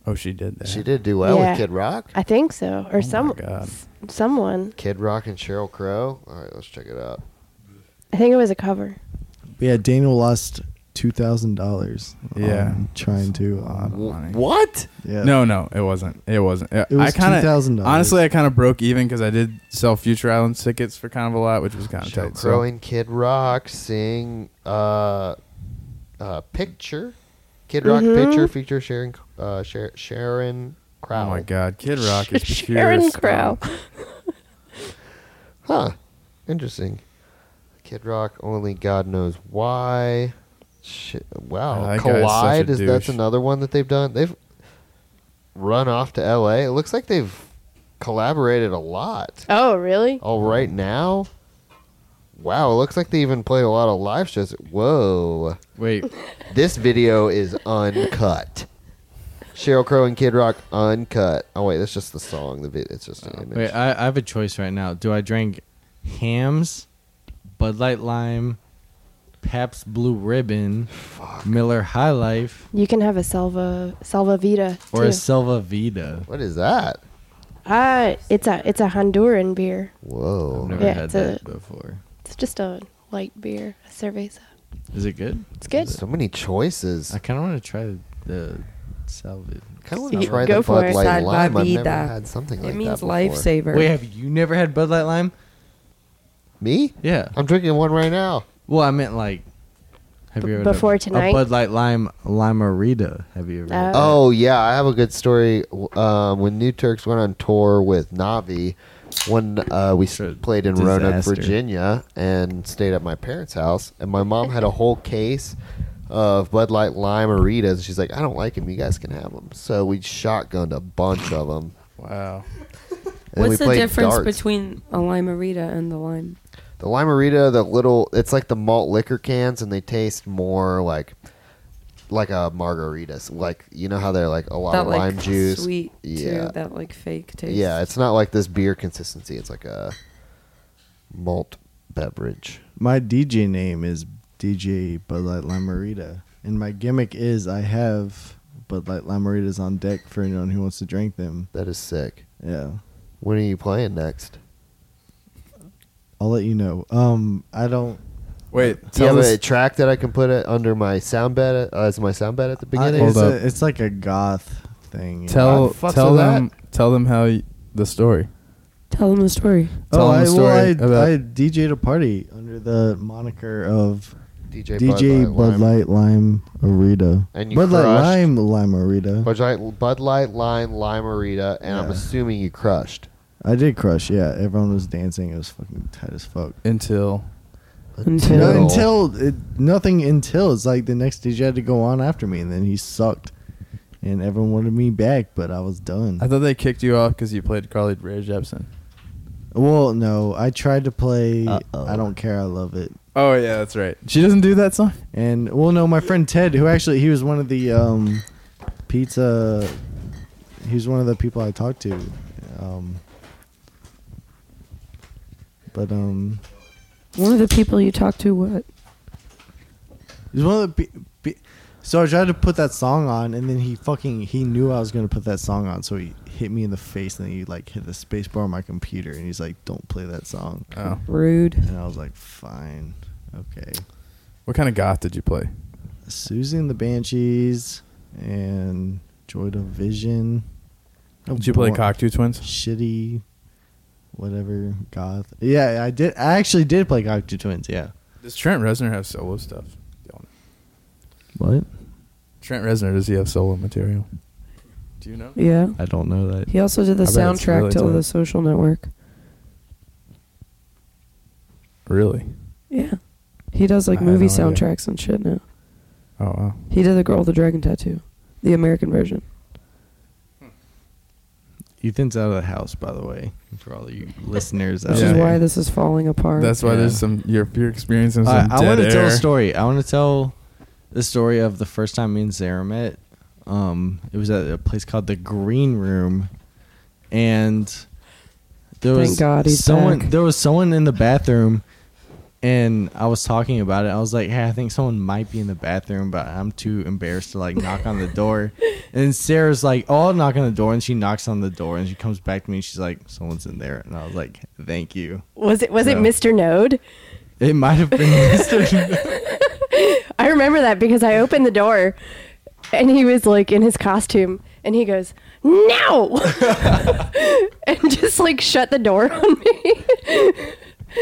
Oh, she did that. Oh
She did do well
Yeah.
with Kid Rock.
I think so, or some
God.
s- someone.
Kid Rock and Cheryl Crow. All right, let's check it out.
I think it was a cover.
yeah, Daniel lost two thousand dollars.
Yeah.
trying to.
Lot of
Um,
money.
What?
yeah.
No, no, it wasn't. It wasn't. It,
It was
I kind
$2,000.
of honestly, I kind of broke even because I did sell Future Island tickets for kind of a lot, which was kind of
Cheryl
tight.
Crow
So.
and Kid Rock sing uh, uh, "Picture." Kid Rock
Mm-hmm.
Mhm.
picture feature Sharon uh, Sher- Sharon Crow.
Oh my God, Kid Rock is pure
Sharon
scum.
Crow.
Huh. Interesting. Kid Rock, only God knows why. Shit. Wow.
That guy's such a
Collide is that's
douche.
another one that they've done. They've run off to L.A. It looks like they've collaborated a lot.
Oh, really?
All right now. Wow, it looks like they even played a lot of live shows. Whoa.
Wait,
This video is uncut. Cheryl Crow and Kid Rock uncut. Oh wait, that's just the song. The vi- it's just an image.
Oh, wait. I, I have a choice right now. Do I drink hams, Bud Light Lime, Pabst Blue Ribbon, Miller High Life,
You can have a Salva Salva Vida
or
too.
a Selva Vida?
what is that?
Uh, it's a it's a Honduran beer.
Whoa.
I've never
Yeah,
had
it's a-
that before.
It's just a light beer, a cerveza.
Is it good?
It's good.
So many choices.
I kind of want to try the salvage.
kind of want
See,
to try the
go for
Bud
it.
Light
Sad
Lime. I've never
bebida.
had something like
it
that.
means
before.
lifesaver.
Wait, have you never had Bud Light Lime?
Me?
Yeah.
I'm drinking one right now.
Well, I meant like. Have
B-
you ever
before
a,
tonight?
A Bud Light Lime Limerita. Have you ever? had that?
Oh.
Oh yeah, I have a good story. W- Um, when New Turks went on tour with Navi, when uh, we s-
Sure,
played in Roanoke,
disaster.
Virginia, and stayed at my parents' house, and my mom had a whole case of Bud Light Lime Aritas, and she's like, "I don't like them. You guys can have them." So we shotgunned a bunch of them.
Wow.
And then we
What's the
played
difference
darts.
between a limerita and the lime?
The Limerita, the little, it's like the malt liquor cans, and they taste more like like a margarita. So, like you know how they're like a lot
that
of
like
lime juice.
sweet
Yeah.
too. That like fake taste.
Yeah, it's not like this beer consistency. It's like a malt beverage.
My DJ name is DJ Bud Light Limerita, and my gimmick is I have Bud Light Limeritas on deck for anyone who wants to drink them.
That is sick.
Yeah,
When are you playing next?
I'll let you know. Um, I don't.
Wait.
Do you
Tell
have
us.
a track that I can put it under my sound bed at, uh, as my sound bed at the beginning?
I,
Hold
it's,
up.
a, it's like a goth thing. you know?
Tell.
I fucks
Tell
with
them. Tell them how y- the story.
Tell them the story.
Tell
oh,
them
I,
the
well, I,
story about-
I DJ'd a party under the moniker of
DJ,
DJ Bud
Lime.
Light Lime Arita.
And you
Bud Light
crushed.
Lime Lime Arita.
Bud Light, Bud Light Lime Limerita, and I'm
Yeah.
assuming you crushed.
I did crush. Yeah, everyone was dancing. It was fucking tight as fuck.
Until.
Until-
No,
Until-
until it, nothing until it's like the next DJ had to go on after me, and then he sucked, and everyone wanted me back, but I was done.
I thought they kicked you off because you played Carly Rae Jepsen.
well, Oh, no, I tried to play.
Uh-oh.
I don't care. I love it.
Oh yeah, that's right. She doesn't do that song.
And well, no, my friend Ted, who actually he was one of the um, pizza. He was one of the people I talked to, um, but um,
One of the people you talked to. What?
He's one of the. Be- be- so I tried to put that song on, and then he fucking he knew I was gonna put that song on, so he hit me in the face, and then he like hit the space bar on my computer, and he's like, "Don't play that song."
Oh.
Rude.
And I was like, "Fine, okay."
What kind of goth did you play?
Susie and the Banshees and Joy Division. Oh,
Did you play
Bor-
Cocktoo Twins?
Shitty, whatever goth. Yeah, I did. I actually did play Cocktoo Twins. Yeah.
Does Trent Reznor have solo stuff? Don't-
What?
Trent Reznor does he have solo material? Do you know?
Yeah.
I don't know that.
He also did the
I bet it's
soundtrack
really
to
tight.
The Social Network.
Really?
Yeah. He does like
I had
movie
no idea.
soundtracks and shit now.
Oh wow.
He did the girl with the dragon tattoo, the American version.
Ethan's out of the house, by the way, for all you listeners out
Which
Yeah.
is
there.
why this is falling apart.
That's why
Yeah.
there's some you're you're experiencing
Uh,
some
I
dead
want to
air.
tell a story. I want to tell the story of the first time me and Sarah met. Um, it was at a place called the Green Room, and there
Thank
was
God he's
someone.
back.
There was someone in the bathroom, and I was talking about it. I was like, "Hey, I think someone might be in the bathroom, but I'm too embarrassed to like knock on the door." And Sarah's like, "Oh, I'll knock on the door," and she knocks on the door, and she comes back to me. and She's like, "Someone's in there," and I was like, "Thank you."
Was it was it
Yeah.
Mr. Node?
It might have been
I remember that because I opened the door and he was like in his costume and he goes, No and just like shut the door on me.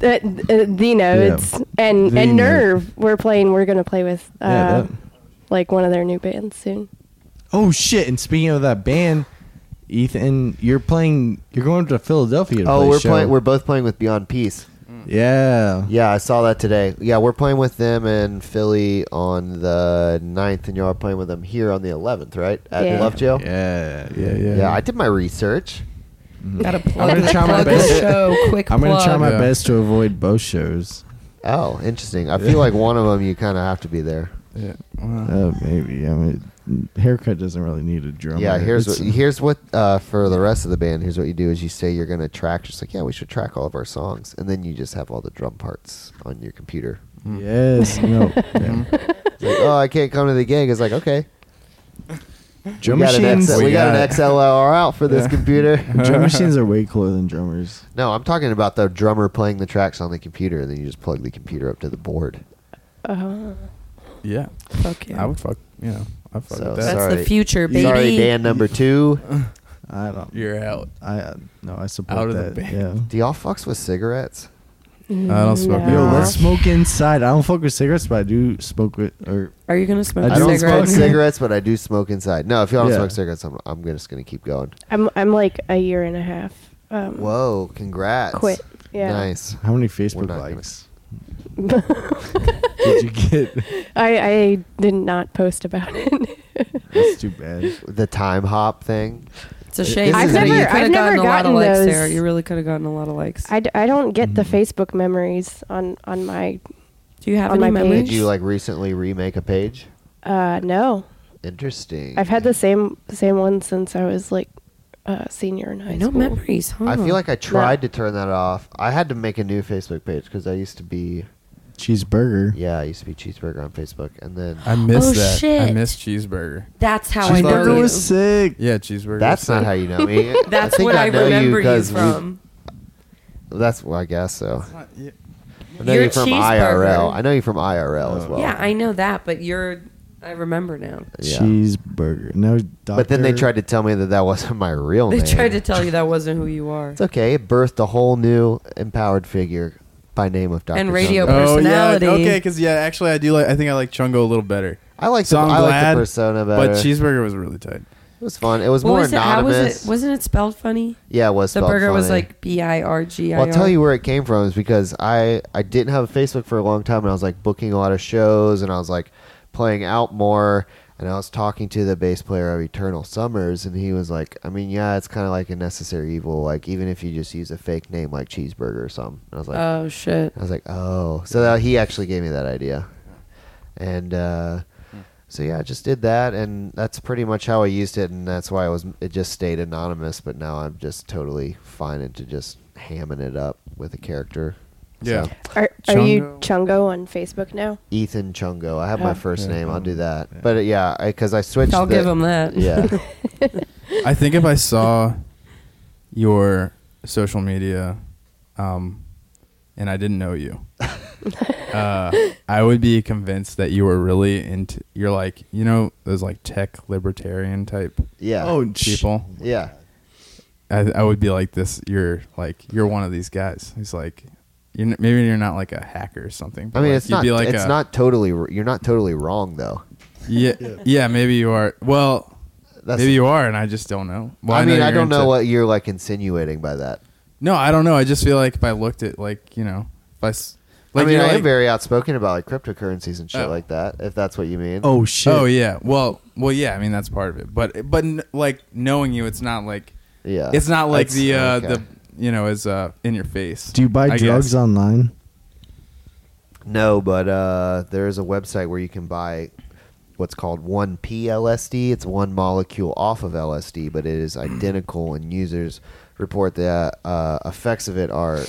That uh, the nodes and
The Nodes.
and nerve we're playing we're gonna play with uh,
Yeah, that-
like one of their new bands soon.
Oh shit! And speaking of that band, Ethan, you're playing. You're going to Philadelphia. To play
Oh,
a
we're
show.
playing. We're both playing with Beyond Peace.
Mm.
yeah.
Yeah, I saw that today. Yeah, we're playing with them in Philly on the 9th, and y'all are playing with them here on the 11th, right? At
Yeah.
Love Jail?
Yeah, yeah,
yeah.
Yeah, I did my research.
Gotta plug,
I'm gonna try my
plug the
best.
show. Quick
I'm gonna
plug.
try my
Yeah.
best to avoid both shows.
Oh, interesting. I feel like one of them you kind of have to be there.
Yeah. Wow.
Uh, maybe. I mean, haircut doesn't really need a drummer.
yeah, here's what,
Oh, It's-
here's what uh, for the rest of the band. Here's what you do is you say you're gonna track. Just like yeah, we should track all of our songs, and then you just have all the drum parts on your computer.
Yes. No. yeah.
It's like, oh, I can't come to the gig. It's like okay,
Drum
we got, an,
machines.
XL, we
We
got
got
an
it.
XLR out for this computer.
Drum machines are way cooler than drummers.
No, I'm talking about the drummer playing the tracks on the computer, and then you just plug the computer up to the board.
Yeah,
Fuck you.
I would fuck. You know, I fuck
So
with
That's
that.
Sorry.
the future, baby.
Sorry, Dan number two.
I don't.
You're out.
I uh, no. I support
Out of the
that.
band.
yeah.
Do y'all fucks with cigarettes?
I don't smoke.
No.
Yo,
anymore.
let's smoke inside. I don't fuck with cigarettes, but I do smoke with or
Are you gonna smoke
I
I don't
cigarettes?
smoke cigarettes, but I do smoke inside. No, if y'all don't
Yeah.
smoke cigarettes, I'm, I'm just gonna keep going.
I'm I'm like a year and a half. Um,
Whoa, congrats!
Quit. Yeah.
Nice.
how many
We're
Facebook
not gonna-
likes did you get?
I I did not post about it.
That's too bad.
The time hop thing.
It's a shame.
I've
you could've-
never-
you could
I've
have gotten
never
a lot of
gotten
likes,
those.
Sarah. You really could have gotten a lot of likes.
I, d- I don't get
Mm-hmm.
the Facebook memories on on my
Do you have
on
any
my
memories?
Did you like recently remake a page?
uh no.
Interesting.
I've had the same same one since I was like uh, senior in high
no
school.
memories, huh?
I feel like I tried to turn that off. I had to make a new Facebook page because I used to be
Cheeseburger.
yeah, I used to be cheeseburger on Facebook, and then
I miss
Oh,
that. I
shit.
miss cheeseburger.
that's how I know
Cheeseburger
you.
was sick.
Yeah, cheeseburger.
that's not how you know me.
That's
think
what I,
know
remember you,
'cause we-
from.
That's well, I guess so.
yeah.
I know
You're
you from
cheeseburger.
IRL. I know you from IRL as well.
yeah, I know that, but you're. I remember now.
Yeah.
Cheeseburger. No, doctor.
But then they tried to tell me that that wasn't my real
They
name.
tried to tell you that wasn't who you are.
Oh, It's okay. It birthed a whole new empowered figure by name of Dr.
And radio-
Chungo.
Oh yeah.
Personality.
Okay, because yeah, actually, I do like. I think I like Chungo a little better.
I like
So
the,
I'm
I like
glad,
the persona better.
But cheeseburger was really tight.
it was fun. It was
What
more
was it? How
anonymous.
was it? Wasn't it spelled funny?
yeah, it was
The
spelled
burger was
funny.
like B I R G I R.
Well, I'll tell you where it came from is because I I didn't have a Facebook for a long time, and I was like booking a lot of shows, and I was like playing out more, and I was talking to the bass player of Eternal Summers, and he was like, I mean, yeah, it's kind of like a necessary evil, like even if you just use a fake name like Cheeseburger or something. And I was like,
Oh shit!
I was like, oh, so that, he actually gave me that idea, and uh, so yeah, I just did that, and that's pretty much how I used it, and that's why I was it just stayed anonymous, but now I'm just totally fine into just hamming it up with a character.
Yeah.
So,
Are, are you
Chungo.
Chungo on Facebook now?
Ethan Chungo. I have my
Oh.
first
Yeah,
name. I'll do
um,
that. But uh, yeah, because I, switched.
I'll
the-
give him that.
Yeah,
I think if I saw your social media um, and I didn't know you, uh, I would be convinced that you were really into. You're like you know those like tech libertarian type
yeah,
Oh, sh-
people.
yeah.
I, I would be like this. You're like you're one of these guys. He's like. You're, n- maybe you're not like a hacker or something. but,
I mean,
like,
it's
you'd
not.
Be like
it's
a-
not totally. r- You're not totally wrong though.
Yeah, yeah. Maybe you are. Well,
That's,
maybe you are, and I just don't know. Well,
I mean, I
you're
don't know
into-
what you're like insinuating by that.
No, I don't know. I just feel like if I looked at like you know, if I s- like
I mean,
you're
I am
like-
very outspoken about like cryptocurrencies and shit
Oh.
like that. If that's what you mean.
Oh shit.
Oh yeah. Well, well, yeah. I mean, that's part of it. But but n- like knowing you, it's not like
yeah.
it's not like
That's-
the uh
okay.
the you know is uh in your face.
Do you buy
I
drugs
guess.
online?
no, but uh, there is a website where you can buy what's called one P LSD. It's one molecule off of LSD, but it is identical, and users report that uh, effects of it are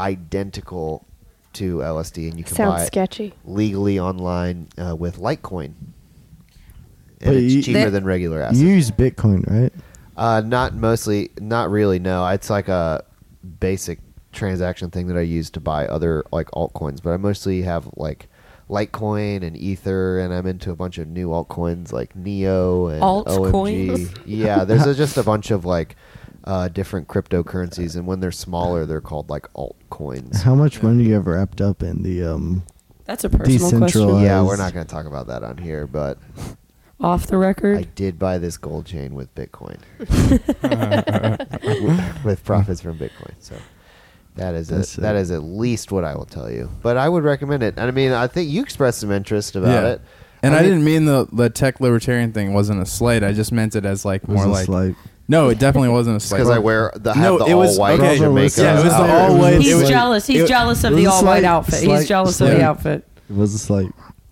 identical to LSD, and you can
Sounds
buy it
sketchy.
legally online uh, with Litecoin.
But
And it's
you-
cheaper
That-
than regular acid.
You use Bitcoin, right?
Uh, not mostly, not really. No, it's like a basic transaction thing that I use to buy other like altcoins. But I mostly have like Litecoin and Ether, and I'm into a bunch of new altcoins like Neo and
Altcoins?
OMG. Yeah, there's a- just a bunch of like uh, different cryptocurrencies, and when they're smaller, they're called like altcoins.
How much money do you have wrapped up in the um?
That's a personal
Decentral-
question.
Yeah, we're not going to talk about that on here, but
Off the
I
record.
did buy this gold chain with Bitcoin, with profits from Bitcoin. So that is
That's
a, that
it.
is at least what I will tell you. But I would recommend it. And I mean, I think you expressed some interest about
Yeah.
it.
And I,
mean,
didn't mean the the tech libertarian thing wasn't a slight. I just meant it as like more
business
like no, it definitely wasn't a slight.
because I wear the I have
No,
the
it
all
was-
white
okay.
Jamaica.
Yeah, it was the
outfit.
all white.
He's
it was-
jealous. He's
it-
jealous of
it
the
was a
all white
slight-
outfit.
slight-
He's jealous of
slight-
the outfit.
It was a slight,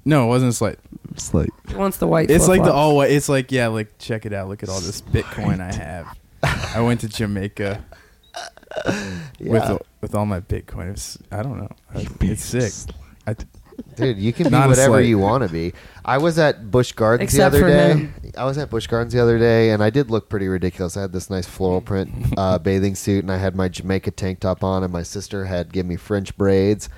No, it wasn't a slight.
slight.
Wants the white.
It's like the
flip-flops.
all white. It's like yeah, like check it out. Look at all this Bitcoin I have. I went to Jamaica with with all my Bitcoin. It's, I don't know. I- It's sick. I,
Dude, you can be
Not a
whatever
slight.
you want to be. I was at Bush Gardens
Except
the other
for
day.
him.
I was at Bush Gardens the other day, and I did look pretty ridiculous. I had this nice floral print uh, bathing suit, and I had my Jamaica tank top on, and my sister had given me French braids.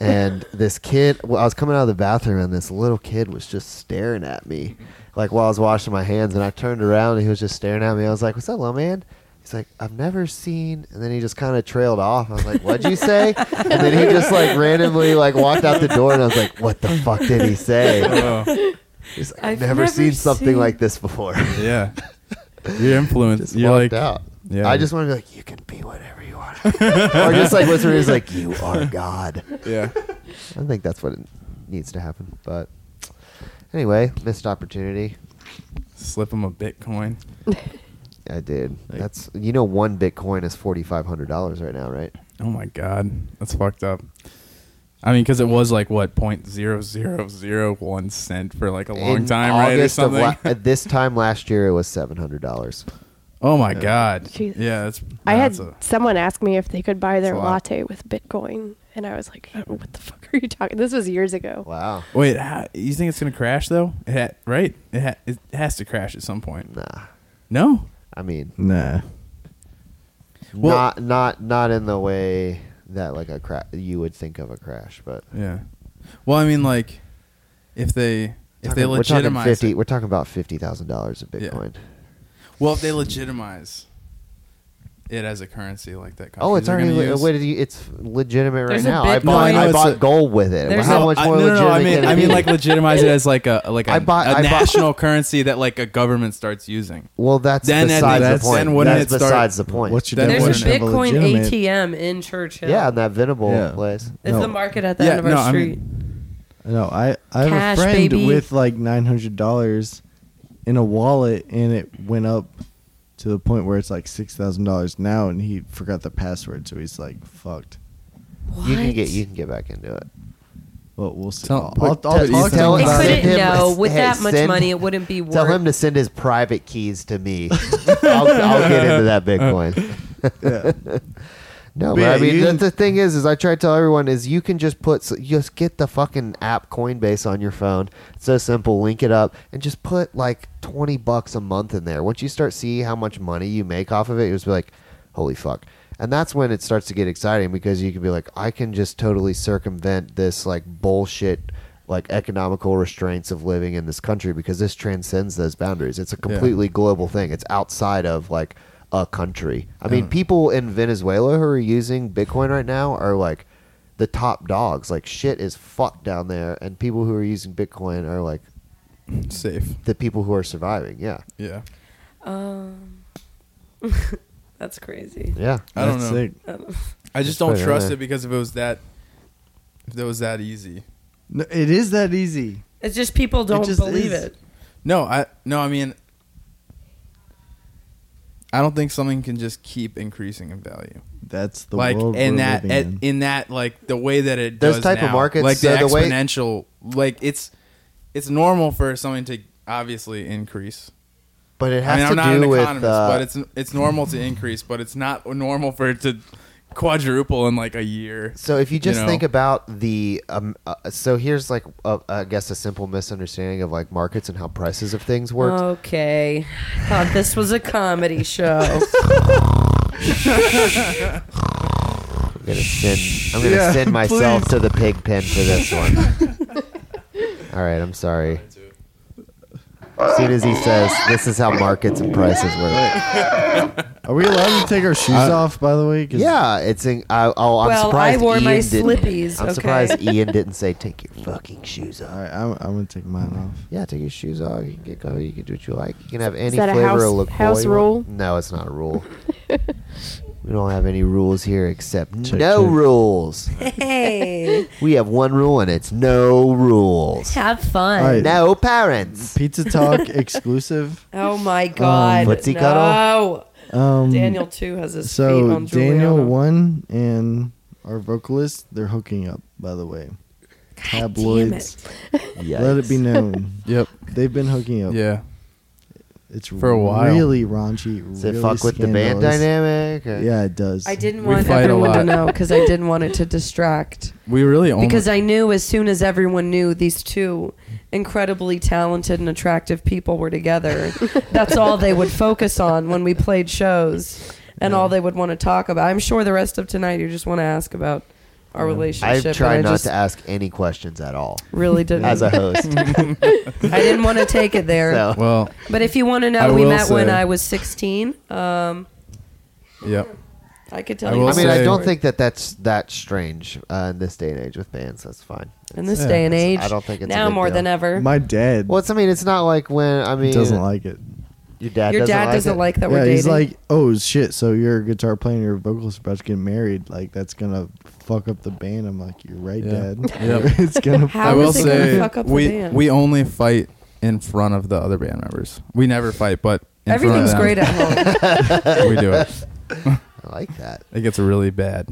And this kid, well, I was coming out of the bathroom, and this little kid was just staring at me, like while I was washing my hands. And I turned around, and he was just staring at me. I was like, "What's up, little man?" He's like, "I've never seen." And then he just kind of trailed off. I was like, "What'd you say?" and then he just like randomly like walked out the door, and I was like, "What the fuck did he say?"
Oh,
He's like,
I've
I've never,
never
seen something
seen-
like this before.
yeah. Your influence.
just
you're
walked
like,
out.
Yeah.
I just want to be like, you can be whatever you want, or just like whisper, he's like, you are God.
yeah.
I think that's what it needs to happen. But anyway, missed opportunity.
Slip him a Bitcoin.
I did. That's you know, one Bitcoin is forty five hundred dollars right now, right?
Oh my god, that's fucked up. I mean, because it was like what point zero zero zero one cent for like a long
In
time, right, or
August of
something.
la- at this time last year, it was seven hundred dollars.
oh my god,
Jesus.
yeah, that's.
I had
that's a-
someone ask me if they could buy their
That's a lot.
latte with Bitcoin, and I was like, "What the fuck are you talking?" This was years ago.
Wow.
wait, how, you think it's gonna crash though? It ha- right? It, ha- it has to crash at some point.
Nah.
No,
I mean,
Nah.
Well-
not not not in the way that like a cra- you would think of a crash, but
yeah. Well, I mean, like, if they if they
We're talking
legitimize,
fifty.
it-
We're talking about fifty thousand dollars of
Yeah.
Bitcoin.
well, if they legitimize it as a currency like that.
Oh, it's
countries
already le-
are gonna use-
what did you, it's legitimate
There's a
right now. I
Bitcoin-
bought
No, I know
I
it's
bought
a-
gold with it.
There's
How
a-
much
I-
more
no, no,
legitimate
no, I mean,
can it
I mean,
be?
like legitimize it as like a like a,
I bought-
a
I bought-
national currency that like a government starts using.
well, that's
Then at
besides
that's-
the point.
then wouldn't
that's
it start-
besides the point.
What's your
That
There's a
wasn't
definition of
Bitcoin
legitimate?
ATM in Churchill.
yeah, and that Venable
Yeah.
place.
It's
No.
the market at the
Yeah,
end of our
no, I
street.
No, I I have
Cash,
a friend
baby.
with like nine hundred dollars in a wallet, and it went up to the point where it's like six thousand dollars now, and he forgot the password, so he's like fucked.
You can get you can get back into it.
Well, we'll see.
Tell-
I'll,
put-
I'll,
tell-
talk to
tell
it
him
him
about
send
it.
couldn't. no, with
hey,
that much
send-
money, it wouldn't be worth.
Tell him to send his private keys to me. I'll, I'll get into that Bitcoin. No, but
But yeah,
I mean,
you
the,
can-
the thing is, is I try to tell everyone is you can just put, so- just get the fucking app Coinbase on your phone. It's so simple. Link it up and just put like twenty bucks a month in there. Once you start see how much money you make off of it, you just be like, holy fuck. And that's when it starts to get exciting because you can be like, I can just totally circumvent this like bullshit, like economical restraints of living in this country because this transcends those boundaries. It's a completely global thing. It's outside of like a country. I mean, people in Venezuela who are using Bitcoin right now are like the top dogs. Like shit is fucked down there, and people who are using Bitcoin are like
Safe.
the people who are surviving. Yeah,
Yeah.
Um, that's crazy. Um,
yeah.
I don't
That's
know.
sick.
I just
It's
don't
better,
trust
yeah.
it because if it was that, if it was that easy.
No, it is that easy.
It's just people don't
just
believe
is.
it.
No, I no, I mean, I don't think something can just keep increasing in value.
That's the
like
world
in
we're
that
living
at-
in.
in. that like the way that it
Those
does
type of
now.
markets,
like the
so the way-
exponential, like it's it's normal for something to obviously increase.
But it has
I mean, I'm
to
not
do
an
with.
economist,
uh,
but it's it's normal to increase, but it's not normal for it to quadruple in like a year.
So if you just
know?
think about the, um, uh, so here's like uh, I guess a simple misunderstanding of like markets and how prices of things work.
Okay, I thought this was a comedy show.
I'm gonna send, I'm gonna
Yeah,
send myself
please.
to the pig pen for this one. All right, I'm sorry. As soon as he says, "This is how markets and prices work,"
Are we allowed to take our shoes off? By the way, 'Cause
yeah, it's. In, I, oh, I'm
Well, I
surprised
wore
Ian
my
didn't,
slippies,
I'm
okay.
surprised Ian didn't say, "Take your fucking shoes
All
off."
right, I'm, I'm gonna take mine off.
Yeah, take your shoes off. You can get going. You can do what you like. You can have any
that a
flavor
house-
of liqueur.
house
you want.
rule?
No, it's not a rule. we don't have any rules here except
Check,
no
check.
rules.
hey,
We have one rule, and it's no rules.
have fun.
All right.
No parents.
Pizza Talk exclusive.
Oh my god!
what's he
no.
got
Um,
Daniel too has his feet
So
on
Daniel
Juliana.
one and our vocalist, they're hooking up. By the way, tabloids. Let it be known.
Yep.
They've been hooking up.
Yeah.
It's
For a while.
really raunchy.
Does
really
it fuck with the band
scandalous.
dynamic? or-
Yeah, it does.
I didn't
We
want
fight a
everyone to
lot.
know because I didn't want it to distract.
We really
Oh
only
Because I knew as soon as everyone knew these two incredibly talented and attractive people were together, that's all they would focus on when we played shows and all they would want to talk about. I'm sure the rest of tonight you just want to ask about our
I've
relationship.
tried
and I
not
just
to ask any questions at all
really didn't.
as a
I
host.
I didn't want to take it there.
so.
well,
But if you want to know,
I
we
will
met when
say-
I was 16. Um,
yep.
I could tell
I
you.
will
the
I mean, I
say-
don't think that that's that strange uh, in this day and age with bands. That's fine.
in this day and age,
It's- I don't think it's a
now
big
more
deal.
than ever.
My dad
Well, it's, I mean, it's not like when I mean,
doesn't like it.
your dad.
Your
doesn't
dad
like
doesn't
it.
like that we're
yeah,
dating.
he's like, oh shit! So you're a guitar player, and your vocalist about to get married. Like that's gonna fuck up the band. I'm like, you're right,
Yeah.
dad.
Yep.
it's gonna.
How is
I will
it gonna
say
fuck up the
we
band?
we only fight in front of the other band members. We never fight, but in
Everything's
front
great
of
at home.
them, we do it.
I like that.
It gets really bad.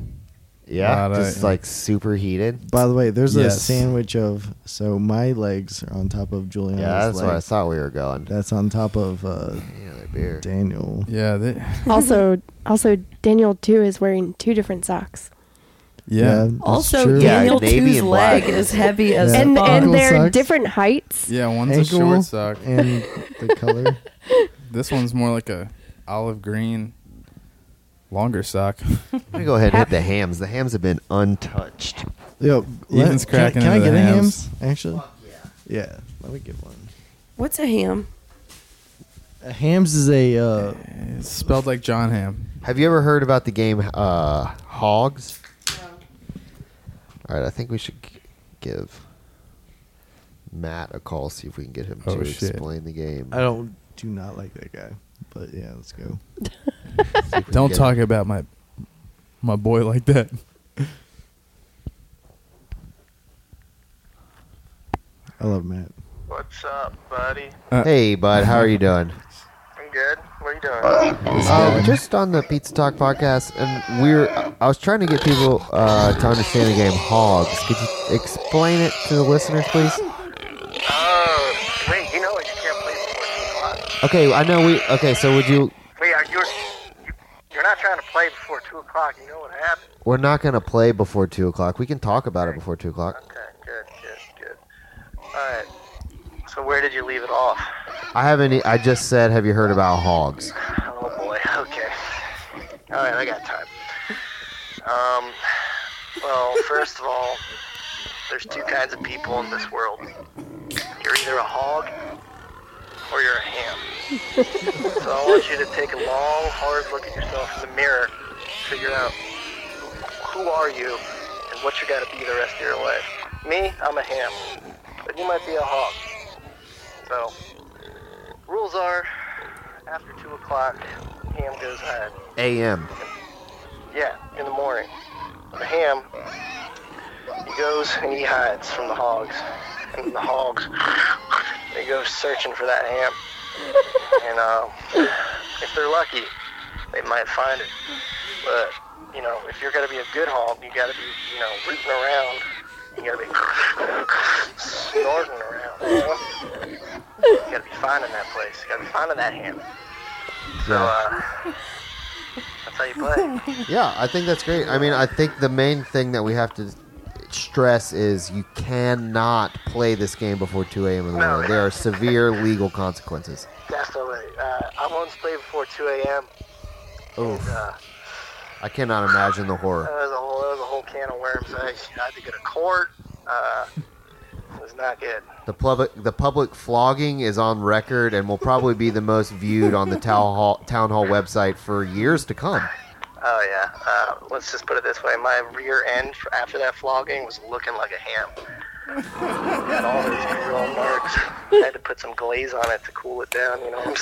Yeah,
Not a-
just like super heated.
By the way, there's a
Yes.
sandwich of so my legs are on top of Juliana's
Yeah, that's
leg.
where I thought we were going.
That's on top of uh,
Yeah, that beer.
Daniel.
Yeah, they,
also, also Daniel too is wearing two different socks,
yeah, yeah.
that's
Also,
true.
Yeah,
Daniel
navy
Two's
and black.
leg is heavy as
Yeah.
and
fuck.
and
Ankle
they're
socks?
different heights.
one's
Ankle
a short sock.
and the color.
This one's more like a olive green, longer sock.
I'm gonna go ahead and hit the hams. The hams have been untouched.
Yo, let-
Ethan's cracking
Can, I-
into
can I
the
get
hams.
a ham? Actually, yeah. Let me get one.
What's a ham?
A hams is a uh,
It's spelled like John Ham.
Have you ever heard about the game uh, Hogs? All right, I think we should g- give Matt a call. See if we can get him
Oh,
to
shit.
explain the game.
I don't do not like that guy, but yeah, let's go.
See if we can
Don't
get
talk about my my boy like that.
I love Matt.
What's up, buddy?
him. Hey, bud, how are you doing?
I'm good. What are you doing?
Uh, just on the Pizza Talk podcast, and we're. I was trying to get people uh, to understand the game Hogs. Could you explain it to the listeners, please?
Oh, wait. You know what? You can't play before two o'clock.
Okay, I know we. Okay, so would you?
Wait, are you? you- You're not trying to play before two o'clock. You know what happened?
We're not gonna play before two o'clock. We can talk about it before two o'clock.
Okay, good, good, good. All right. So where did you leave it off?
I haven't. e, I just said, have you heard about Hogs?
Oh boy. Okay. All right, I got time. Um. Well, first of all, there's two kinds of people in this world. You're either a hog or you're a ham. so I want you to take a long, hard look at yourself in the mirror, figure out who, who are you and what you got to be the rest of your life. Me, I'm a ham, but you might be a hog. So rules are, after two o'clock, ham goes hide.
A.M.
Yeah, in the morning. The ham, he goes and he hides from the hogs. And the hogs, they go searching for that ham. And uh, if they're lucky, they might find it. But, you know, if you're going to be a good hog, you got to be, you know, rooting around. You got to be snorting around. You, know? you got to be finding that place. You got to be finding that ham. So, uh, that's how you play.
Yeah, I think that's great. I mean, I think the main thing that we have to stress is you cannot play this game before 2 a.m. in the
No.
morning. There are severe legal consequences.
Definitely. Uh, I once played before 2 a.m.
Oof.
Uh,
I cannot imagine the horror.
that was a whole, that was a whole can of worms. I had to go to court. Uh, it was not good.
The public, the public flogging is on record and will probably be the most viewed on the town hall, town hall website for years to come.
Oh yeah. Uh, let's just put it this way: my rear end f- after that flogging was looking like a ham. Got all those grill marks. I had to put some glaze on it to cool it down. You know what I'm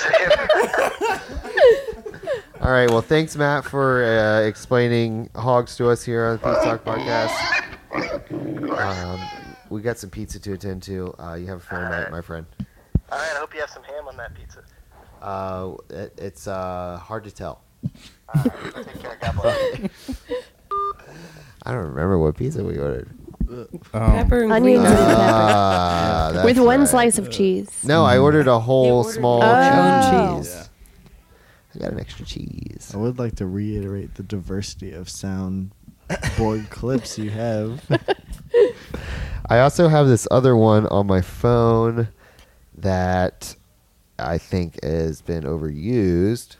saying?
All right, well, thanks, Matt, for uh, explaining hogs to us here on the Pizza Talk podcast. Um, we got some pizza to attend to. Uh, you have a fun night, my friend.
all right. I hope you have some ham on that pizza.
Uh, it, it's uh, hard to tell.
Take care. God bless.
I don't remember what pizza we ordered.
Um,
pepper and
Onions
green onions.
and pepper.
Ah, that's
With one
right.
slice of cheese.
No, I ordered a whole
ordered
small
the
Oh.
cheese.
I got an extra cheese.
I would like to reiterate the diversity of sound board clips you have.
I also have this other one on my phone that I think has been overused.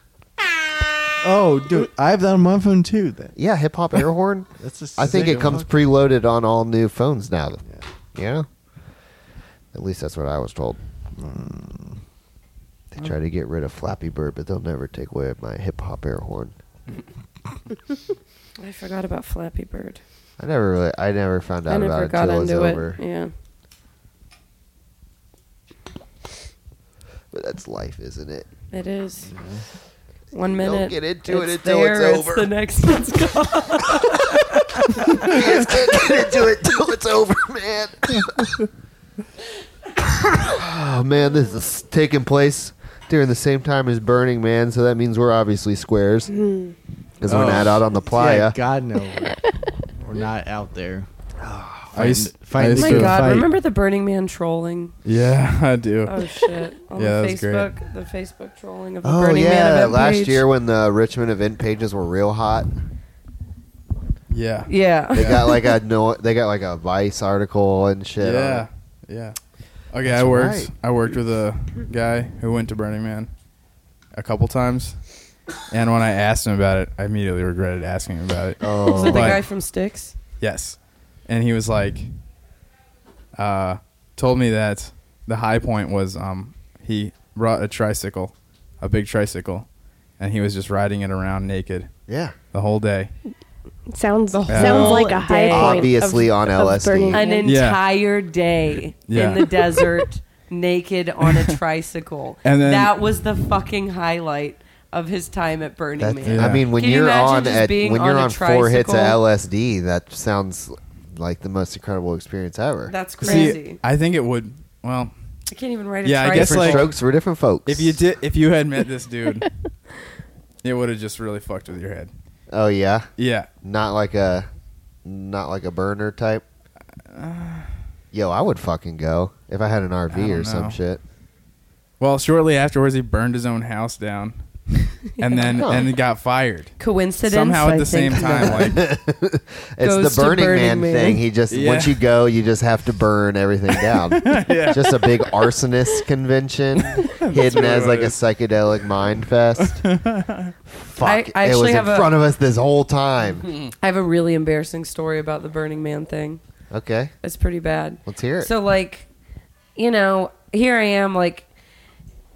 Oh, dude, I have that on my phone too. Then
Yeah, hip hop air horn.
that's a
I think
sick
it comes
fucking-
preloaded on all new phones now.
Yeah.
Yeah. At least that's what I was told. They try to get rid of Flappy Bird, but they'll never take away my hip hop air horn.
I forgot about Flappy Bird.
I never really, I never found out
I
about
never
it
got
until it was
into it.
over.
Yeah.
But that's life, isn't it?
It is.
Mm-hmm. don't
One minute.
get into it
it's
until it's
there,
over.
the next one's gone.
Let's get into it till it's over, man. oh man, this is taking place during the same time as Burning Man, so that means we're obviously squares.
Mm-hmm.
Because we're
Oh.
not out on the
Yeah,
playa.
God no.
We're not out there.
I used,
Find-
I
Oh
used
my
to,
god!
fight.
Remember the Burning Man trolling?
Yeah, I do.
Oh shit! On
Yeah,
the
that was great.
Facebook, the Facebook trolling of the
Oh
Burning Man
yeah,
event
last
page.
year when the Richmond event pages were real hot,
Yeah.
Yeah.
they got like a no, they got like a Vice article and shit. on
Yeah,
it.
yeah. Okay,
That's
I worked.
right.
I worked with a guy who went to Burning Man a couple times, and when I asked him about it, I immediately regretted asking him about it.
Oh.
Was it the
But-
guy from Sticks?
Yes, and he was like, uh, told me that the high point was um he brought a tricycle, a big tricycle, and he was just riding it around naked
yeah.
the whole day.
Sounds
The
sounds
whole
like a high
day.
point.
Obviously
of,
on
of
LSD.
Burning
An
Man.
Yeah.
entire day
Yeah.
in the desert, naked on a tricycle.
And then-
that was the fucking highlight of his time at Burning
That's,
Man.
Yeah.
I mean, when
Can you
you're
imagine
on
just
at,
being
when you're
on a
on four hits of
tricycle?
LSD, that sounds like the most incredible experience ever.
That's
See,
crazy.
I think it would. Well,
I can't even write a
Yeah, I
tricycle.
guess,
different
like-
strokes for different folks.
if you did, if you had met this dude, it would have just really fucked with your head.
oh yeah,
Yeah,
not like a, not like a burner type.
Uh,
Yo, I would fucking go if I had an RV
I
or
don't know.
some shit.
Well, shortly afterwards, he burned his own house down, and then
Huh.
and got fired.
coincidence.
Somehow
I
at the same
think
time,
not.
like
It's
Goes
the
to
Burning,
Burning
Man,
Man.
thing. He just
Yeah.
once you go, you just have to burn everything down.
Yeah.
Just a big arsonist convention, hidden
what
as
it
like a
was.
psychedelic mind fest. Fuck,
I
it
actually
was in
have a-
front of us this whole time.
I have a really embarrassing story about the Burning Man thing.
okay,
It's pretty bad.
let's hear it.
So like, you know, here I am like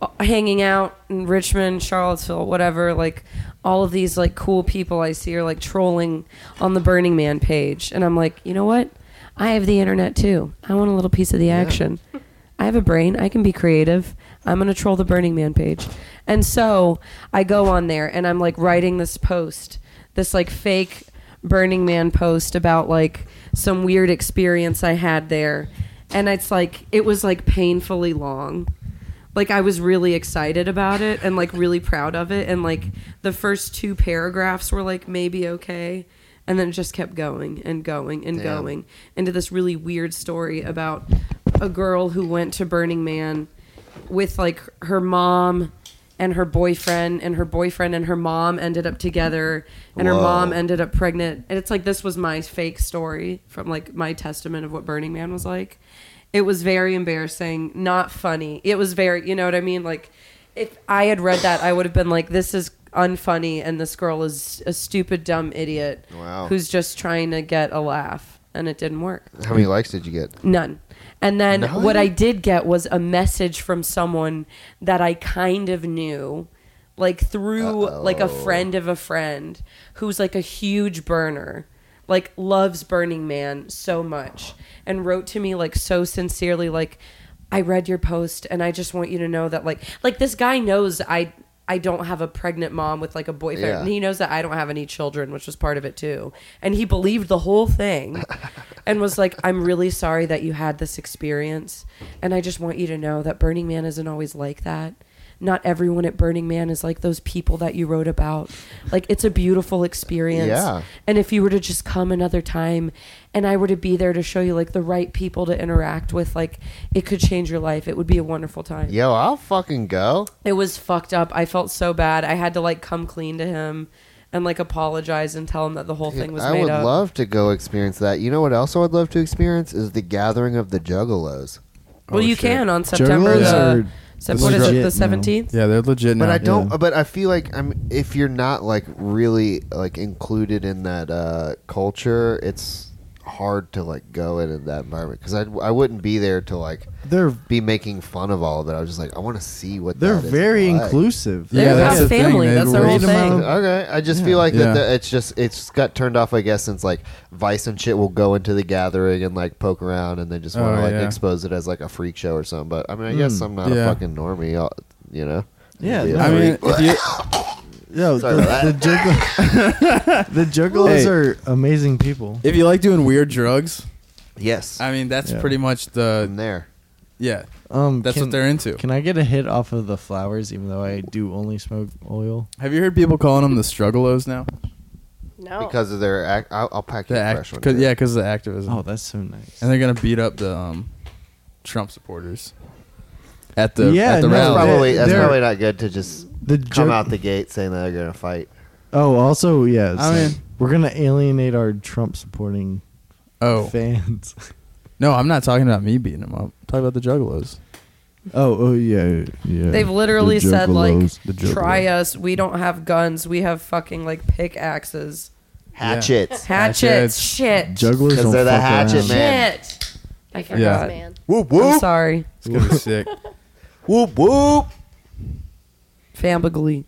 uh, hanging out in Richmond, Charlottesville, whatever, like all of these like cool people I see are like trolling on the Burning Man page and I'm like, "You know what? I have the internet too. I want a little piece of the action. I have a brain. I can be creative. I'm going to troll the Burning Man page." And so, I go on there and I'm like writing this post, this like fake Burning Man post about like some weird experience I had there. And it's like, it was like painfully long. Like I was really excited about it and like really proud of it. And like the first two paragraphs were like maybe okay. And then it just kept going and going and
Damn.
going into this really weird story about a girl who went to Burning Man with like her mom and her boyfriend and her boyfriend and her mom ended up together and her
Whoa.
mom ended up pregnant and it's like this was my fake story from like my testament of what burning man was like it was very embarrassing not funny it was very you know what i mean like if i had read that i would have been like this is unfunny and this girl is a stupid dumb idiot
Wow.
who's just trying to get a laugh and it didn't work
How many likes did you get?
None. And then
None?
what I did get was a message from someone that I kind of knew, like through like a friend of a friend who's like a huge burner, like loves Burning Man so much, and wrote to me like so sincerely, like I read your post and I just want you to know that like like this guy knows I I don't have a pregnant mom with like a boyfriend.
Yeah.
And he knows that I don't have any children, which was part of it too. And he believed the whole thing and was like, I'm really sorry that you had this experience. And I just want you to know that Burning Man isn't always like that. not everyone at Burning Man is like those people that you wrote about. Like it's a beautiful experience.
Yeah.
And if you were to just come another time and I were to be there to show you like the right people to interact with, like it could change your life. It would be a wonderful time.
Yo, I'll fucking go.
It was fucked up. I felt so bad. I had to like come clean to him and like apologize and tell him that the whole thing was
I
made
would
up.
love to go experience that. You know what else I would love to experience is the gathering of the Juggalos.
well,
Oh,
you
shit.
can on September
Juggalos
the
are
Sep- what is
legit
it,
now.
the seventeenth?
Yeah, they're legit.
But
now.
I don't.
yeah.
But I feel like I'm. If you're not like really like included in that uh, culture, it's hard to like go in in that environment because I I wouldn't be there to like
They're
be making fun of all of it. I was just like, I want to see what
they're
that is
very
like.
inclusive.
Yeah,
They're
that's
about
the thing,
family.
they
That's their whole
raise 'em
thing.
up.
Okay, I just feel like that
Yeah.
the, it's just it's got turned off. I guess since like Vice and shit will go into the gathering and like poke around and they just want to
Oh,
like
yeah. Hmm,
expose it as like a freak show or something. But I mean, I guess I'm not
Yeah.
a fucking normie, uh, you know.
Yeah,
Be a
no,
I mean,
freak.
if you,
Yo,
Sorry
the,
about
the, juggalo- the juggalos
Hey.
are amazing people.
if you like doing weird drugs,
yes,
I mean that's
Yeah.
pretty much
I'm
the
there.
yeah.
Um,
That's
can-
what they're into.
Can I get a hit off of the flowers, even though I do only smoke oil?
Have you heard people calling them the struggalos now?
No.
because of their act. I'll, I'll pack you
The
a
act,
fresh one.
'cause-
too.
yeah, because of the activism.
Oh, that's so nice.
And they're gonna beat up the um, Trump supporters at the
Yeah,
at the
no,
that's
rally.
probably that's
They're-
probably not good to just
the
come
jug-
out the gate saying that they're gonna fight.
Oh, also, yes.
I mean-
we're gonna alienate our Trump supporting
Oh
fans.
no, I'm not talking about me beating them up. I'm talking about the juggalos.
Oh, oh yeah, yeah.
They've literally
The
said like,
juggalos, the juggalos.
"Try us. We don't have guns. We have fucking like pickaxes,
Hatchets.
hatchets,
Hatchets.
shit,
Jugglers
Because
don't
they're the
fuck
hatchet
around.
man.
shit." I
Kick
forgot.
Yeah.
ass, man.
Whoop
I'm
whoop
sorry,
It's gonna be sick.
whoop whoop.
Fambaglee.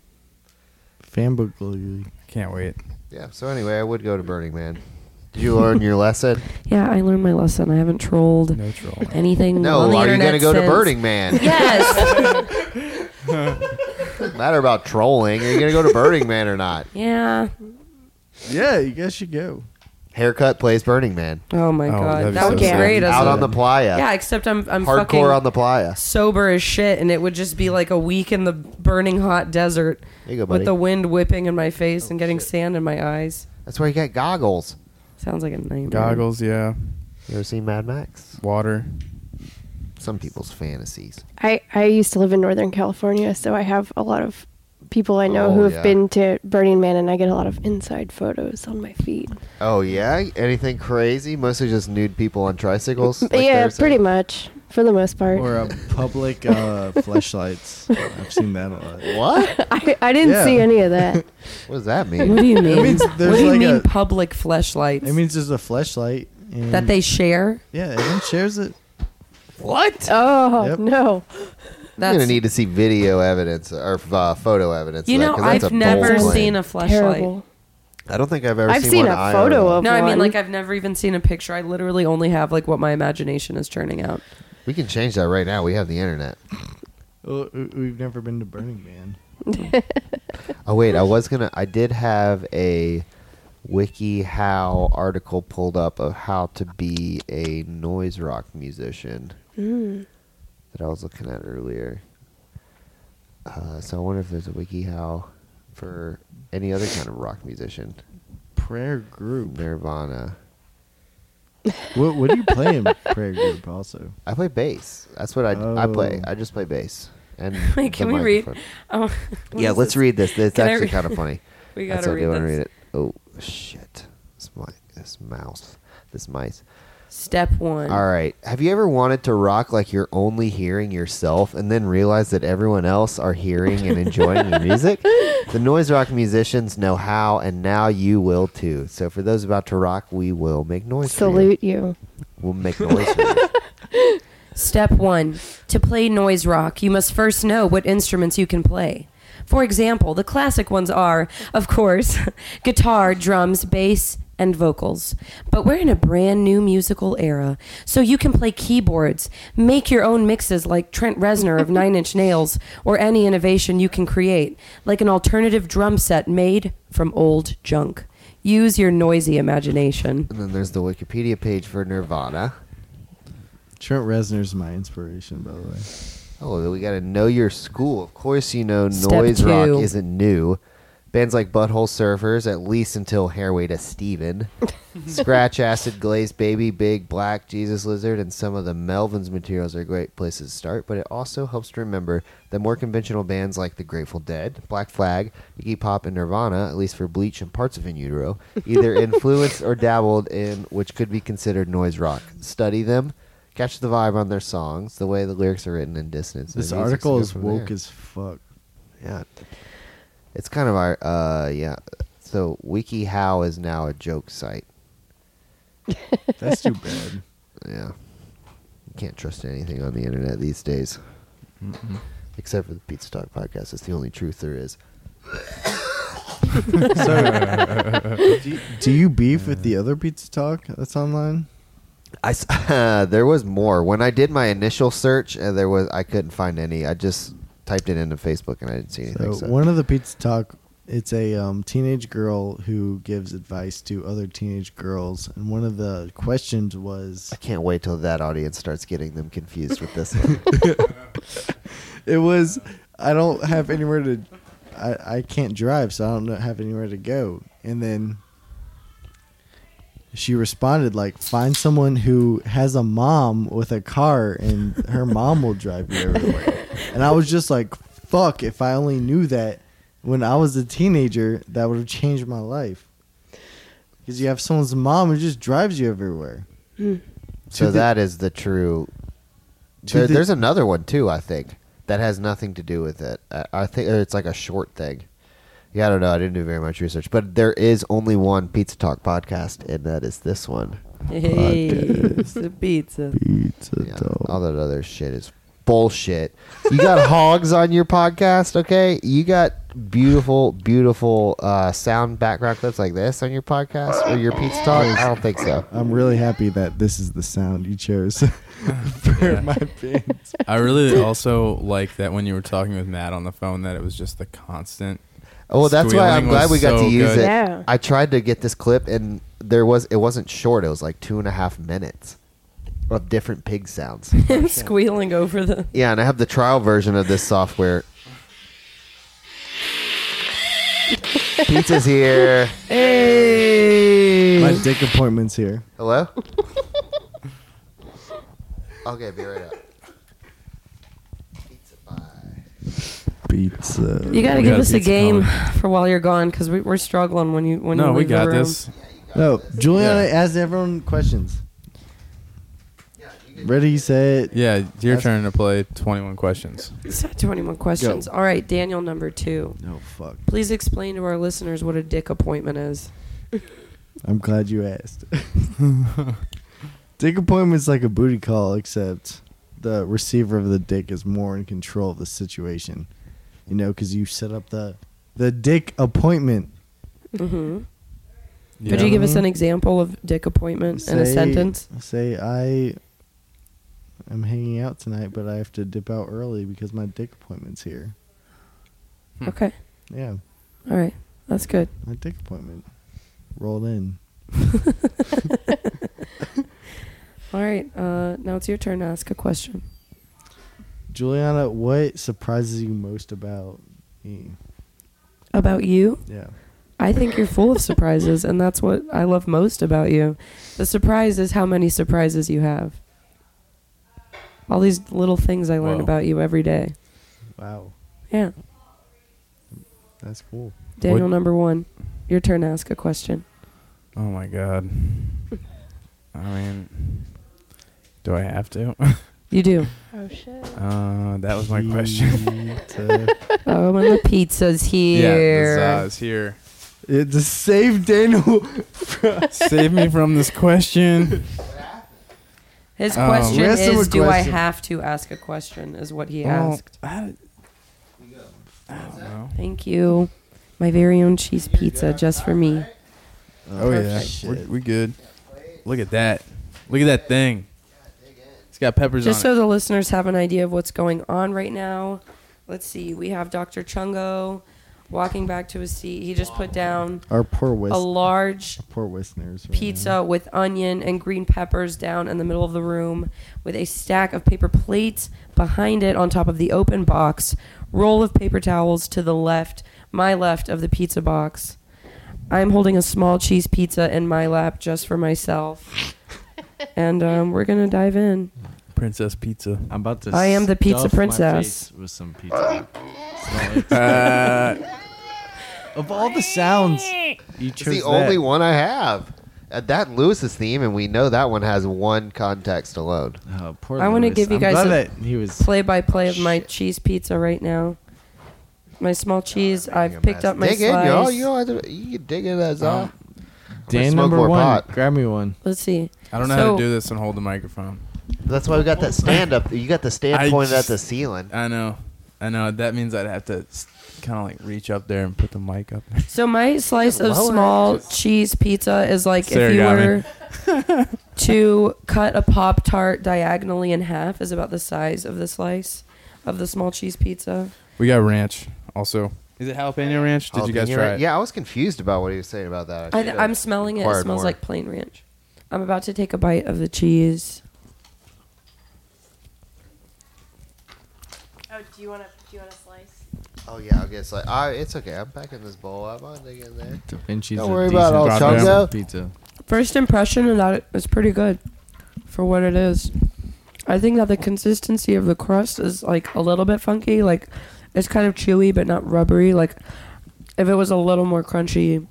Fambugly.
Can't wait.
Yeah. So anyway, I would go to Burning Man. Did you learn your lesson?
Yeah, I learned my lesson. I haven't trolled
No troll.
anything. on
No.
the
Are you gonna
internet
go to
since.
Burning Man?
Yes.
Doesn't matter about trolling. Are you gonna go to Burning Man or not?
yeah.
Yeah, you guys should go.
Haircut plays Burning Man.
Oh my
Oh, that'd
god,
be
that
so
would be
sick.
great. as
Out
a-
on the playa.
yeah, except I'm I'm fucking
Hardcore on the playa.
sober as shit, and it would just be like a week in the burning hot desert
There you go, buddy.
with the wind whipping in my face and getting sand in my eyes.
That's why you got goggles.
Sounds like a nightmare.
Goggles, yeah.
You ever seen Mad Max?
Water.
Some people's fantasies.
I, I used to live in Northern California, so I have a lot of people I know
Oh,
who have
yeah.
been to Burning Man, and I get a lot of inside photos on my feed.
Oh yeah, anything crazy? Mostly just nude people on tricycles. like
yeah,
they're saying?
pretty much for the most part.
Or uh, public uh, fleshlights. I've seen that a lot.
What?
I, I didn't
Yeah.
see any of that.
What does that mean?
What do you mean?
means
what
there's
do you
like
mean
a-
public fleshlights?
It means there's a fleshlight. and-
that they share.
Yeah, everyone shares it.
What?
Oh
Yep.
no!
You're
That's
gonna need to see video evidence or uh, photo evidence.
you
of that,
know
'cause that's
I've
a
never
bold
seen
claim.
a flashlight.
Terrible.
I don't think I've ever.
I've
seen,
seen
one
a
I
photo
own.
of-
No, I mean
One.
like I've never even seen a picture. I literally only have like what my imagination is turning out.
We can change that right now. We have the internet.
Well, we- we've never been to Burning Man.
Oh wait, I was gonna. I did have a wiki how article pulled up of how to be a noise rock musician
Hmm.
that I was looking at earlier. Uh, so I wonder if there's a wiki how for any other kind of rock musician.
Prayer group.
Nirvana.
What, what do you play in prayer group? Also,
I play bass. That's what I I play.
Oh.
I just play bass. And
Wait,
the
can we read?
microphone.
Oh, what
yeah,
is
let's
this?
read this. It's
Can I
actually
read-
kind of funny.
We
That's what
gotta
I do
read
wanna
this.
Oh shit! This mi- this mouse, this mice.
Step one.
All right. Have you ever wanted to rock like you're only hearing yourself and then realize that everyone else are hearing and enjoying your music? The noise rock musicians know how, and now you will too. So for those about to rock, we will make noise. for you.
Salute you.
We'll make noise. for you.
Step one To play noise rock, you must first know what instruments you can play. For example, the classic ones are, of course, guitar, drums, bass, and vocals. But we're in a brand new musical era, so you can play keyboards, make your own mixes like Trent Reznor of Nine Inch Nails, or any innovation you can create, like an alternative drum set made from old junk. Use your noisy imagination.
And then there's the Wikipedia page for Nirvana.
Trent Reznor's my inspiration, by the way.
Oh, we got to know your school. Of course, you know
Step
noise rock
two.
isn't new. Bands like Butthole Surfers, at least until Hairway to Steven, Scratch Acid, Glaze Baby, Big Black, Jesus Lizard, and some of the Melvins materials are great places to start, but it also helps to remember that more conventional bands like The Grateful Dead, Black Flag, Iggy Pop, and Nirvana, at least for Bleach and parts of In Utero, either influenced or dabbled in which could be considered noise rock. Study them. Catch the vibe on their songs, the way the lyrics are written in dissonance. and
This
the music's
article
to go
is
from there.
woke as fuck.
Yeah. It's kind of our uh yeah. So WikiHow is now a joke site.
That's too bad.
Yeah. You can't trust anything on the internet these days. Except for the Pizza Talk podcast. It's the only truth there is.
Do you beef with the other pizza talk that's online?
I s- there was more. When I did my initial search, uh, there was I couldn't find any. I just typed it into Facebook and I didn't see anything.
So
So
one of the pizza talk, it's a um, teenage girl who gives advice to other teenage girls, and one of the questions was
I can't wait till that audience starts getting them confused with this one.
it was I don't have anywhere to I, I can't drive so I don't know- have anywhere to go and then she responded like find someone who has a mom with a car and her mom will drive you everywhere and I was just like fuck if I only knew that when I was a teenager that would have changed my life because you have someone's mom who just drives you everywhere
So
To the-
that is the true.
To
There,
the-
there's another one too, I think, that has nothing to do with it. I, I think or it's like a short thing. Yeah, I don't know. I didn't do very much research, but there is only one Pizza Talk podcast, and that is this one.
Hey, it's the pizza.
pizza
Yeah, all that other shit is bullshit. You got hogs on your podcast, okay? You got beautiful, beautiful uh, sound background clips like this on your podcast or your Pizza Talk. I don't think so.
I'm really happy that this is the sound you chose
Yeah. I really also like that when you were talking with Matt on the phone that it was just the constant.
Oh, well, that's why I'm
Squealing
glad
was
we got
so
to use
good.
it.
Yeah.
I tried to get this clip, and there was it wasn't short. It was like two and a half minutes of different pig sounds.
Him squealing over the.
yeah, and I have the trial version of this software. Pizza's here.
my dick appointments here
Hello. okay, be right up. Pizza pie.
pizza
You gotta give
We got a
us a
pizza
game
coming.
for while you're gone because we, we're struggling when you when you
no, we
leave the
got
room.
this.
No, Juliana asked everyone questions. Ready, set.
Yeah, your
That's-
turn to play 21 questions.
It's not 21 questions. All right, Daniel number two.
Oh fuck!
Please explain to our listeners what a dick appointment is.
I'm glad you asked. dick appointment's like a booty call, except the receiver of the dick is more in control of the situation. You know, because you set up the the dick appointment.
hmm
Yeah. Mm-hmm.
Could you give us an example of dick appointment in a
Say-
sentence?
Say I am hanging out tonight, but I have to dip out early because my dick appointment's here.
Okay.
Yeah,
All right. That's good.
my dick appointment rolled in.
All right. Uh, now it's your turn to ask a question.
Juliana, what surprises you most about me?
About you?
Yeah.
I think you're full of surprises, and that's what I love most about you. The surprise is how many surprises you have. All these little things I learn
Wow.
about you every day.
Wow.
Yeah.
That's cool.
Daniel,
What-
number one, your turn to ask a question.
Oh my god. I mean, do I have to?
You do.
Oh shit.
Uh, that was my question.
Pizza.
oh, and the pizza's here.
Yeah, the Zaz here.
it's a save Daniel.
Save me from this question.
His
Um,
question
Rest of
is,
a
do I
question.
have to ask a question? Is what he
Well,
asked.
I, I don't know.
Thank you. My very own cheese pizza just for me.
Oh
Perfect.
yeah, We're- we good. Look at that. Look at that thing. It's got peppers
Just so
on
the listeners have an idea of what's going on right now, let's see. We have Dr. Chungo walking back to his seat, he just put down
Our poor
a
Wis-
large
poor listeners. right
pizza with onion and green peppers down in the middle of the room with a stack of paper plates behind it on top of the open box, roll of paper towels to the left, my left of the pizza box. I'm holding a small cheese pizza in my lap just for myself. and um, we're going to dive in.
Princess Pizza.
I'm about to.
I am the pizza
stuff my
princess.
face with some pizza.
Uh,
of all the sounds, you
It's
chose
the only
that.
one I have. Uh, that Lewis's theme, and we know that one has one context alone.
Oh, poor
I wanna
Lewis.
give you
I'm
guys
glad
a-
that he was.
Play by play of my cheese pizza right now. My small cheese. I've picked up my
dig in,
slice.
y'all. You don't have to, you can dig in as all.
Dan
smoke
number
more
one.
pot.
Grab me one.
Let's see.
I don't know how
So-
to do this and hold the microphone.
That's why we got that stand up. You got the stand
I
pointed
just-
at the ceiling.
I know. I know. That means I'd have to kind of like reach up there and put the mic up.
So my slice of
Lower.
small cheese pizza is like if you
Origami.
were to cut a pop tart diagonally in half is about the size of the slice of the small cheese pizza.
We got ranch also. Is it jalapeno ranch? Did you guys
Jalapeno
try
ranch-
it?
Yeah, I was confused about what he was saying about that.
I,
should've
I'm smelling it. It
inquired
smells
more.
like plain ranch. I'm about to take a bite of the cheese.
Oh, do you want to? Do you want a slice?
Oh yeah, I guess like I, it's okay. I'm packing this bowl up. I'll dig in there.
Da Vinci's
Don't
a
worry about
decent-
it, I'll
decent
chug it.
Pizza.
First impression of that is pretty good for what it is. I think that the consistency of the crust is like a little bit funky. Like it's kind of chewy but not rubbery. Like if it was a little more crunchy,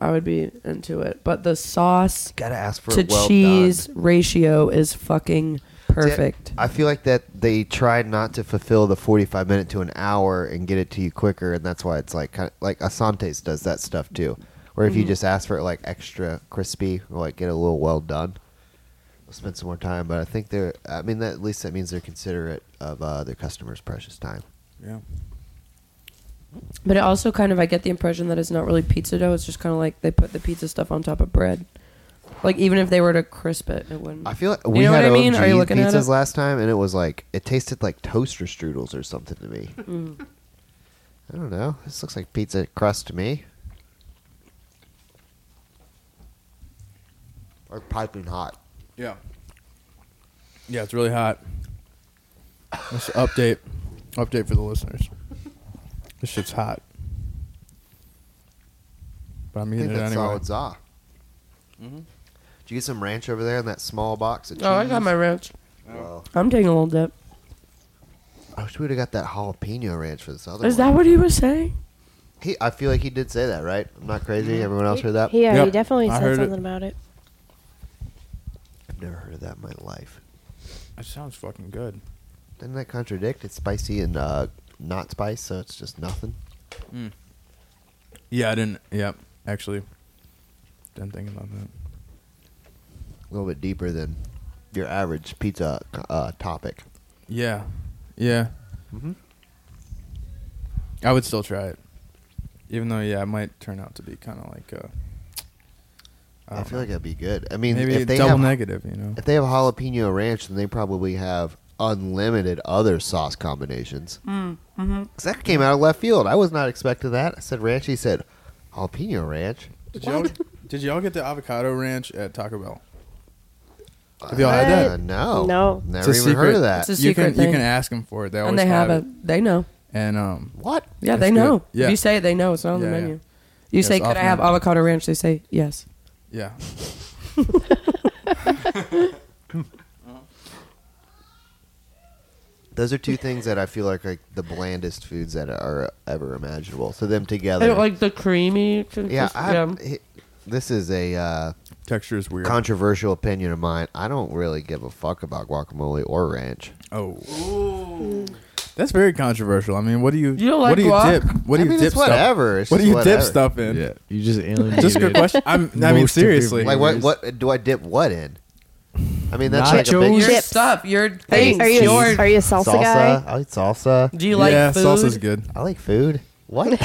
I would be into it. But the sauce
Gotta ask for
to
it well
cheese
done.
ratio is fucking perfect.
I feel like that they tried not to fulfill the 45 minute to an hour and get it to you quicker, and that's why it's like kind of like Asante's does that stuff too. Or if you just ask for it like extra crispy or like get a little well done, we'll spend some more time. But I think they're, I mean, that, at least that means they're considerate of uh, their customers' precious time.
But it also kind of I get the impression that it's not really pizza dough. It's just kind of like they put the pizza stuff on top of bread. Like even if they were to crisp it, it wouldn't.
I feel like we
know
had
what I mean?
OG
Are you looking at
pizzas
it?
last time, and it was like it tasted like toaster strudels or something to me.
Mm.
I don't know. This looks like pizza crust to me. Or piping hot.
Yeah. Yeah, it's really hot. Let's update. Update for the listeners. This shit's hot. But I'm
I
eating
think
it
that's
anyway.
solid za. Did you get some ranch over there in that small box of cheese?
Mm-hmm. oh, I got my ranch.
Well,
I'm taking a little dip.
I wish we would have got that jalapeno ranch for this other
Is
one.
that what he was saying?
he, I feel like he did say that, right? I'm not
Mm-hmm.
crazy. Everyone else heard that?
He, yeah, he
Yep.
definitely
I
said
heard it.
something about it.
I've never heard of that in my life.
It sounds fucking good.
Doesn't that contradict? It's spicy and uh, not spice, so it's just nothing.
Yeah, I didn't. Yep, actually, didn't think about that.
a little bit deeper than your average pizza uh, topic.
Yeah, yeah.
Mhm.
I would still try it, even though yeah, it might turn out to be kind of like uh I
I,
don't
feel
know.
like that'd be good. I mean,
maybe
if they
double
have
negative. You know,
if they have jalapeno ranch, then they probably have unlimited other sauce combinations. Mm, mm-hmm. That came out of left field. I was not expecting that. I said ranch. He said jalapeno ranch.
did y'all did y'all get the avocado ranch at Taco Bell? Have
Uh,
y'all had that?
uh, no,
No.
never
It's a
even heard
secret.
of that.
It's a
you can
secret thing.
you can ask them for it. They always
and they have,
it.
it. They know.
And um,
what?
Yeah,
That's
they
good.
know.
Yeah.
If you say it, they know. It's not on
Yeah,
the
yeah.
menu.
Yeah,
You say,
it's
"Could
off
I have
menu.
avocado ranch?" They say, "Yes."
yeah,
Those are two things that I feel like like the blandest foods that are ever imaginable. So them
I
together,
don't like the creamy.
yeah. I, it- this is a. Uh,
texture is weird.
controversial opinion of mine. I don't really give a fuck about guacamole or ranch.
oh, that's very controversial. I mean, what do you,
You don't
what
like
do you
guac?
dip? What do
I
you
mean,
dip
it's whatever.
stuff?
It's
what do you
just
dip
whatever.
stuff in?
Yeah, you just alienated.
Just a good question. I'm, I mean,
Most of
seriously.
Like what?
Yes.
What do I dip what in? I mean, that's like a
Nachos?
big
your
Chips.
stuff, your
Are you,
things,
are you,
your.
are you a salsa, guy?
I like salsa.
do you like
yeah,
food?
salsa's good.
I like food. What?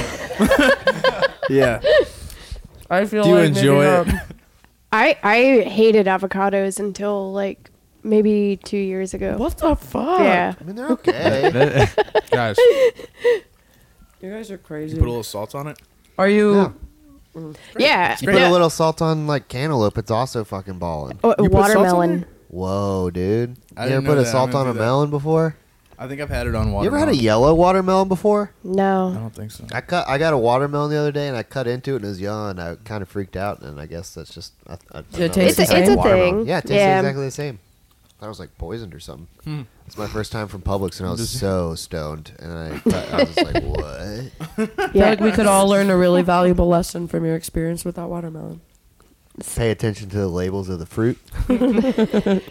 Yeah.
I feel
Do you
like
enjoy it?
maybe not.
I I hated avocados until like maybe two years ago.
What the fuck?
Yeah.
I mean, they're okay.
Guys,
You guys are crazy.
You put a little salt on it.
Are you?
Yeah.
Yeah.
You put a little salt on like cantaloupe. It's also fucking balling.
Oh,
You put salt on
watermelon.
Whoa, dude!
I
you
didn't
ever
know
put a
that. I'm
salt
gonna
on a
do that.
melon before?
I think I've had it on water.
You ever had a yellow watermelon before?
I
No.
don't think so.
I cut. I got a watermelon the other day, and I cut into it, and it was yellow, and I kind of freaked out. And I guess that's just. I, I don't
Did it
know.
taste
It's a- the it's same? a
Watermelon.
thing.
Yeah, it tastes
Yeah.
exactly the same. I thought it was like poisoned or something. It's my first time from Publix, and I was so stoned, and I, cut- I was just like, "What?"
I feel
Yeah.
like we could all learn a really valuable lesson from your experience with that watermelon.
Pay attention to the labels of the fruit.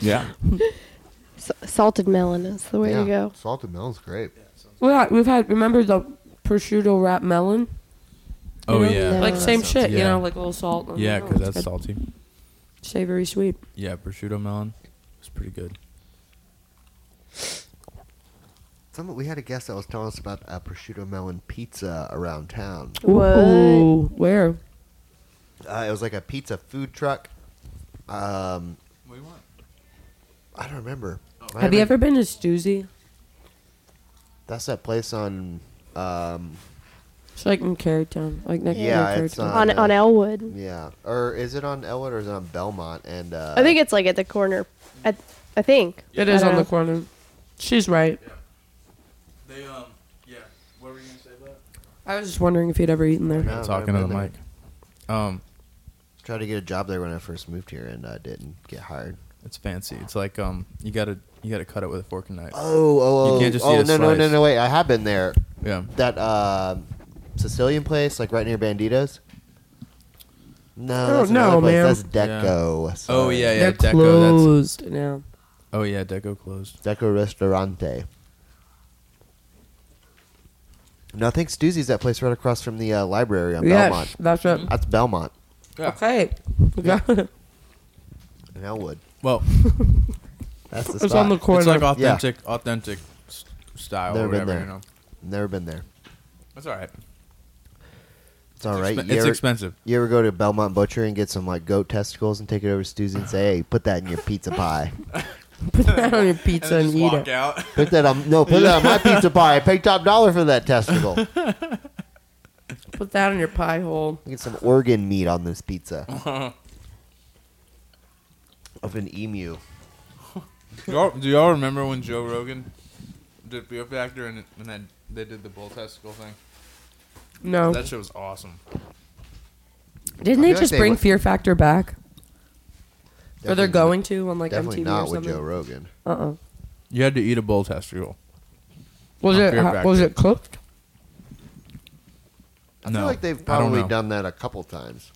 Yeah.
S- salted melon is the way
yeah.
to go.
Salted melon's great.
Well, we've had remember the prosciutto wrap melon,
Oh
know?
yeah.
Like,
like
Oh,
same
that sounds-
shit, you
yeah.
know, like a little salt. on
Yeah,
it.
because
Oh,
that's
it's
salty.
good. savory sweet.
Yeah, prosciutto melon. It's pretty good.
Someone we had a guest that was telling us about a prosciutto melon pizza around town.
What?
Ooh, where?
Uh, it was like a pizza food truck. Um, I don't remember. I
Have
haven't-
you ever been to Stuzy?
That's that place on. Um,
It's like in Carytown, like next
Yeah,
to
it's,
Carytown.
uh,
On
no.
on Elwood.
yeah, or is it on Elwood or is it on Belmont? And uh,
I think it's like at the corner. I, I think.
it is
I
on the
don't
corner. She's right.
They um yeah. What were you gonna say about?
I was just wondering if you'd ever eaten there.
No, I've
Talking to
never
the
been
mic. Um,
tried to get a job there when I first moved here and I didn't get hired.
it's fancy. It's like um you gotta you gotta cut it with a fork and knife.
Oh, oh, oh!
You can't just
oh
eat a
no, no, no,
slice.
no! Wait, I have been there.
Yeah.
That uh, Sicilian place, like right near Banditos. No,
Oh,
that's
no,
another place.
man.
That's Deco.
Oh
Sorry.
yeah, yeah.
They're
Deco. That's,
closed now.
oh yeah, Deco closed.
Deco Restaurante. No, I think Stuzzi's that place right across from the uh, library on
Yeah,
Belmont.
that's it.
That's Belmont
Okay, we got it.
in Elwood.
Well,
That's the
It's on the
spot.
corner.
it's like
Yeah.
authentic, authentic s- style
Never
or
been
whatever.
there.
You know,
Never been there.
that's all right.
It's all right.
Expe-
you,
it's
ever,
expensive.
you ever go to Belmont Butcher and get some like goat testicles and take it over to Stuzzi and say, "Hey, put that in your pizza pie.
Put that on your pizza and, eat it.
out.
Put that on no, put that on my pizza pie. I paid top dollar for that testicle.
Put that in your pie hole.
Get some organ meat on this pizza of an emu."
do, y'all, do y'all remember when Joe Rogan did Fear Factor and, and then they did the bull testicle thing?
Oh.
No,
That shit was awesome.
didn't
I
they
feel like
just
they
bring
would-
Fear Factor back? or they're
Definitely-
going to on like
Definitely
MTV
not
or
with
something.
Joe Rogan.
uh uh
You had to eat a bull testicle.
Was
On
it
Fear
ha- was
Factor.
it cooked?
I
No,
feel like they've
I don't
probably
know.
done that a couple times.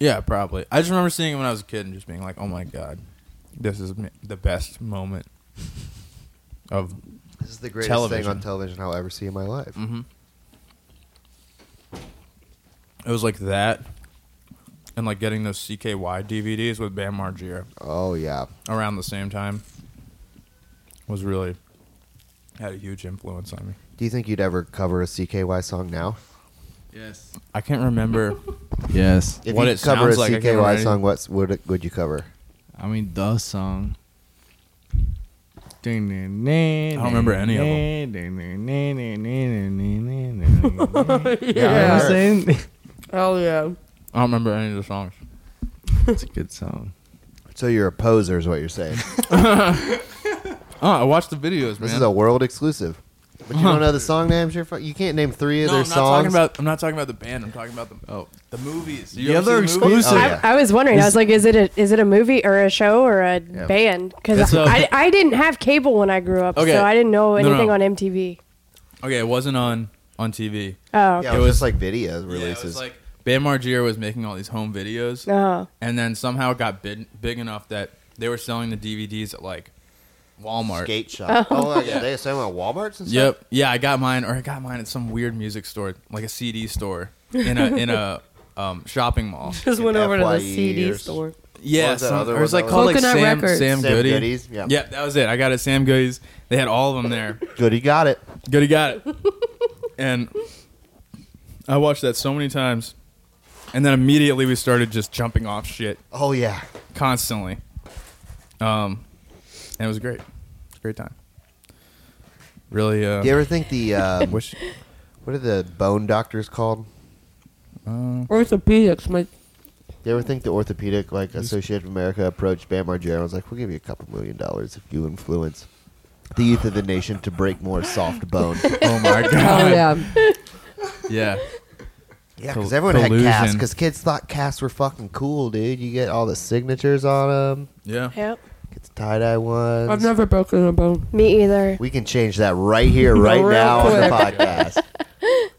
Yeah, probably. I just remember seeing it when I was a kid and just being like, "Oh my god, this is m- the best moment of."
This is the greatest
Television. Mm.
thing on television I'll ever see in my life.
It was like that, and like getting those CKY DVDs with Bam Margera
Oh yeah,
around the same time was really had a huge influence on me.
do you think you'd ever cover a CKY song now?
Yes.
I can't remember.
Yes.
If
What
you
it
cover
sounds
a
like, I
CKY
can't remember.
song, what would it, would you cover?
I mean the song. Ding, ding, ding,
I don't remember any of
ding, ding, ding, ding, ding, ding, ding, ding, ding, ding, ding.
Yeah.
I'm saying
Hell yeah.
I don't remember any of the songs.
it's a good song.
So you're a poser, is what you're saying.
Oh, I watched the videos, man.
this is a world exclusive. But you don't know the song names. You're fu- you can't name three of
no,
their
I'm not talking
songs.
about. I'm not talking about the band. I'm talking about the oh the movies. You
The
ever
other
see the movies?
exclusive.
Oh,
I,
yeah.
I was wondering. I was like, is it a is it a movie or a show or a band? Because
It's a-
I, I didn't have cable when I grew up,
Okay.
so I didn't know
No, no,
anything
no.
on MTV.
Okay, it wasn't on on TV.
Oh, okay.
yeah, it
It
was
was-
just like video
Yeah,
releases.
it was like Bam Margera was making all these home videos,
Oh.
and then somehow it got big, big enough that they were selling the DVDs at like Walmart.
Skate shop. Oh, yeah, they sell them at Walmart's and stuff.
Yep. Yeah, I got mine, or I got mine at some weird music store, like a CD store in a in a um, shopping mall.
Just went over to
FYE
the CD
E or s-
store.
Yeah,
was that
some-
other
or it was
one
like
that
called like
Coconut
Sam,
Records.
Sam
Sam
Goody.
Goody's, yeah.
Yep, that was it. I got it. Sam Goody's. They had all of them there.
Good, he got it.
Goody got it. and I watched that so many times, and then immediately we started just jumping off shit.
Oh yeah.
constantly. Um, and it was great. It was a great time. Really, uh,
Do you ever think the um,
wish
What are the bone doctors called?
uh,
Orthopedics, my
Do you ever think the orthopedic like Association of America approached Bam Margera and was like, "We'll give you a couple million dollars if you influence the youth of the nation to break more soft bone."
Oh my god.
oh yeah,
Yeah.
yeah,
Col-
because everyone had casts.
collusion.
Because kids thought casts were fucking cool, dude. You get all the signatures on them.
Yeah.
Yep.
Get the tie dye ones.
I've never broken a bone.
Me either.
we can change that right here, right
real
now on the
quick.
podcast.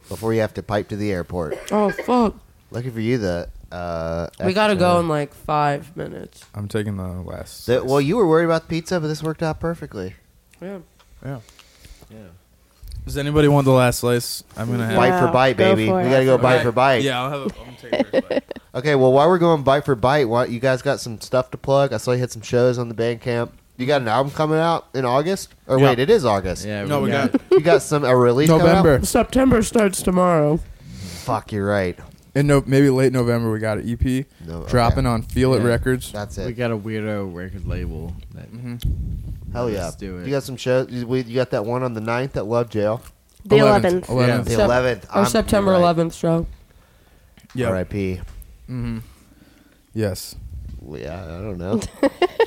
Before you have to pipe to the airport.
Oh fuck,
Lucky for you, the uh,
we gotta
extra-
go in like five minutes.
I'm taking the last.
The- well, you were worried about pizza, but this worked out perfectly.
Yeah.
Does anybody want the last slice? I'm gonna have.
Bite for
Yeah,
bite,
go
baby.
for
we
it.
gotta go bite
Okay.
for bite.
Yeah, I'll have. A, I'm taking a bite.
Okay, well, while we're going bite for bite, why, you guys got some stuff to plug. I saw you had some shows on the Bandcamp. You got an album coming out in August? Or
Yeah.
wait, it is August.
Yeah,
No, we got
You got some a release coming out?
November.
September starts tomorrow.
Fuck, you're right.
In no, maybe late November, we got an EP
No, okay.
dropping on Feel It
Yeah.
Records.
That's
We
it.
got a weirdo record label. That
Hell yeah.
Let's do it.
You got some shows. You, we- you got that one on the 9th at Love Jail.
The 11th.
The
Eleventh.
Sep-
11th.
Our
I'm-
September
you're right.
11th show.
Yeah.
R.I.P.
Mm-hmm. Yes.
Well, Yeah, I don't know.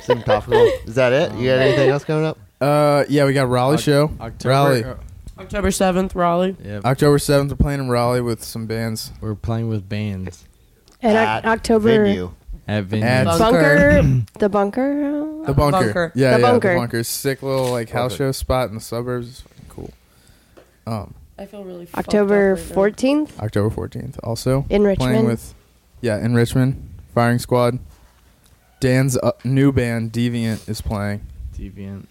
Something topical. Is that it? You got anything else coming up?
Uh, yeah, we got Raleigh
Oc-
show.
October.
Raleigh.
uh,
October 7th, Raleigh.
yeah,
October seventh, we're playing in Raleigh with some bands.
we're playing with bands
Oh,
And
At
Oc October.
Venue.
at
And-
venues.
Bunker. the bunker. uh,
The bunker.
Bunker.
Yeah,
The
yeah,
Bunker.
the bunker. Sick little like house
Bunker.
show spot in the suburbs. It's fucking cool. Um,
I feel really fucked
October
up right now.
14th
October fourteenth. Also
in Richmond.
playing with, yeah, in Richmond, Firing Squad. Dan's uh, new band Deviant is playing.
Deviant.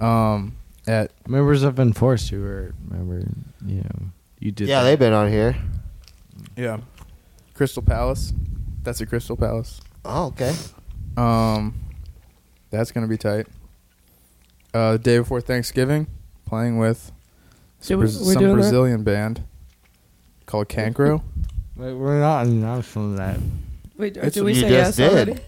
Um, at
Members of Enforced who were remember you know you did
Yeah,
that.
they've been on here.
yeah, Crystal Palace. That's a Crystal Palace.
Oh, okay.
Um, that's gonna be tight. Uh, the day before Thanksgiving, playing with
Did
some,
we-
Braz-
we're
some
doing that?
Brazilian band called Cancro,
Wait, we're not announcing that.
Wait,
It's-
did we
you
say yes
just did.
already?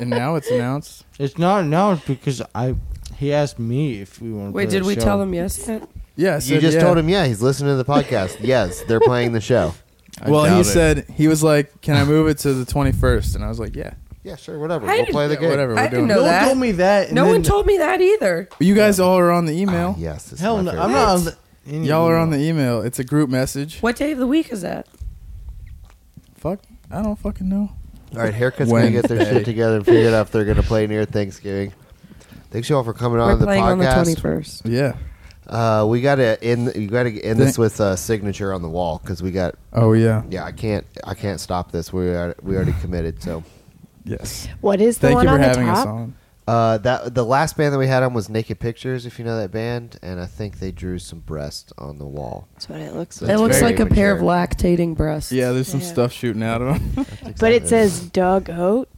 and now it's announced.
It's not announced because I he asked me if we want to
Wait, did we tell them yes yet?
Yeah, I
You
said
just
yeah.
told him, yeah, he's listening to the podcast. yes, they're playing the show.
well, he said he was like, "Can I move it to the 21st?" And I was like, "Yeah,
Yeah, sure, whatever.
I
We'll
didn't-
play the
yeah,
game.
whatever."
I
We're
didn't
doing
know
it.
No
that.
one told me that. and
No one
then-
told me that either.
You guys all are on the email.
Ah, yes, this
Hell
is
no,
my
I'm
favorite.
not on the. any
Y'all are on the
email.
email. It's a group message.
What day of the week is that?
Fuck, I don't fucking know.
All right, haircuts gonna get their
Wednesday.
shit together and figure out if they're gonna play near Thanksgiving. Thanks y'all for coming
We're
on the
playing on the
podcast.
21st.
Yeah.
uh, we gotta end. You gotta end
Thank-
this with a signature on the wall because we got.
Oh yeah.
Yeah, I can't. I can't stop this. We are, we already committed. So
Yes.
What is the
Thank
one
you for
on the
having us
top?
on.
uh, that the last band that we had on was Naked Pictures, if you know that band, and I think they drew some breasts on the wall.
That's what it looks
So
like.
it
it's
looks
very
like a pair of
mature.
lactating breasts.
Yeah, there's some
Yeah.
stuff shooting out of him.
But it says Doug Oat.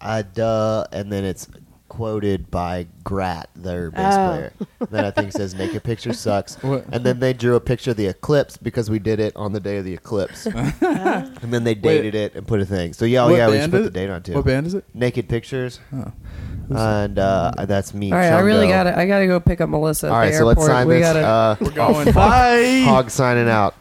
uh, duh, and then it's quoted by Grat, their bass
Oh.
player. Then I think it says naked picture sucks.
What?
And then they drew a picture of the eclipse because we did it on the day of the eclipse. and then they dated it and put a thing. So yeah, oh,
What
yeah, we should
band
put
is
the
it?
date on too.
What band is it?
Naked pictures,
Oh.
and uh, that's me.
All right, I really
Chongo.
got to I got to go pick up Melissa at
All right,
the
so
airport.
let's sign
we
this.
Oh,
gotta
uh,
We're going.
Hog signing out.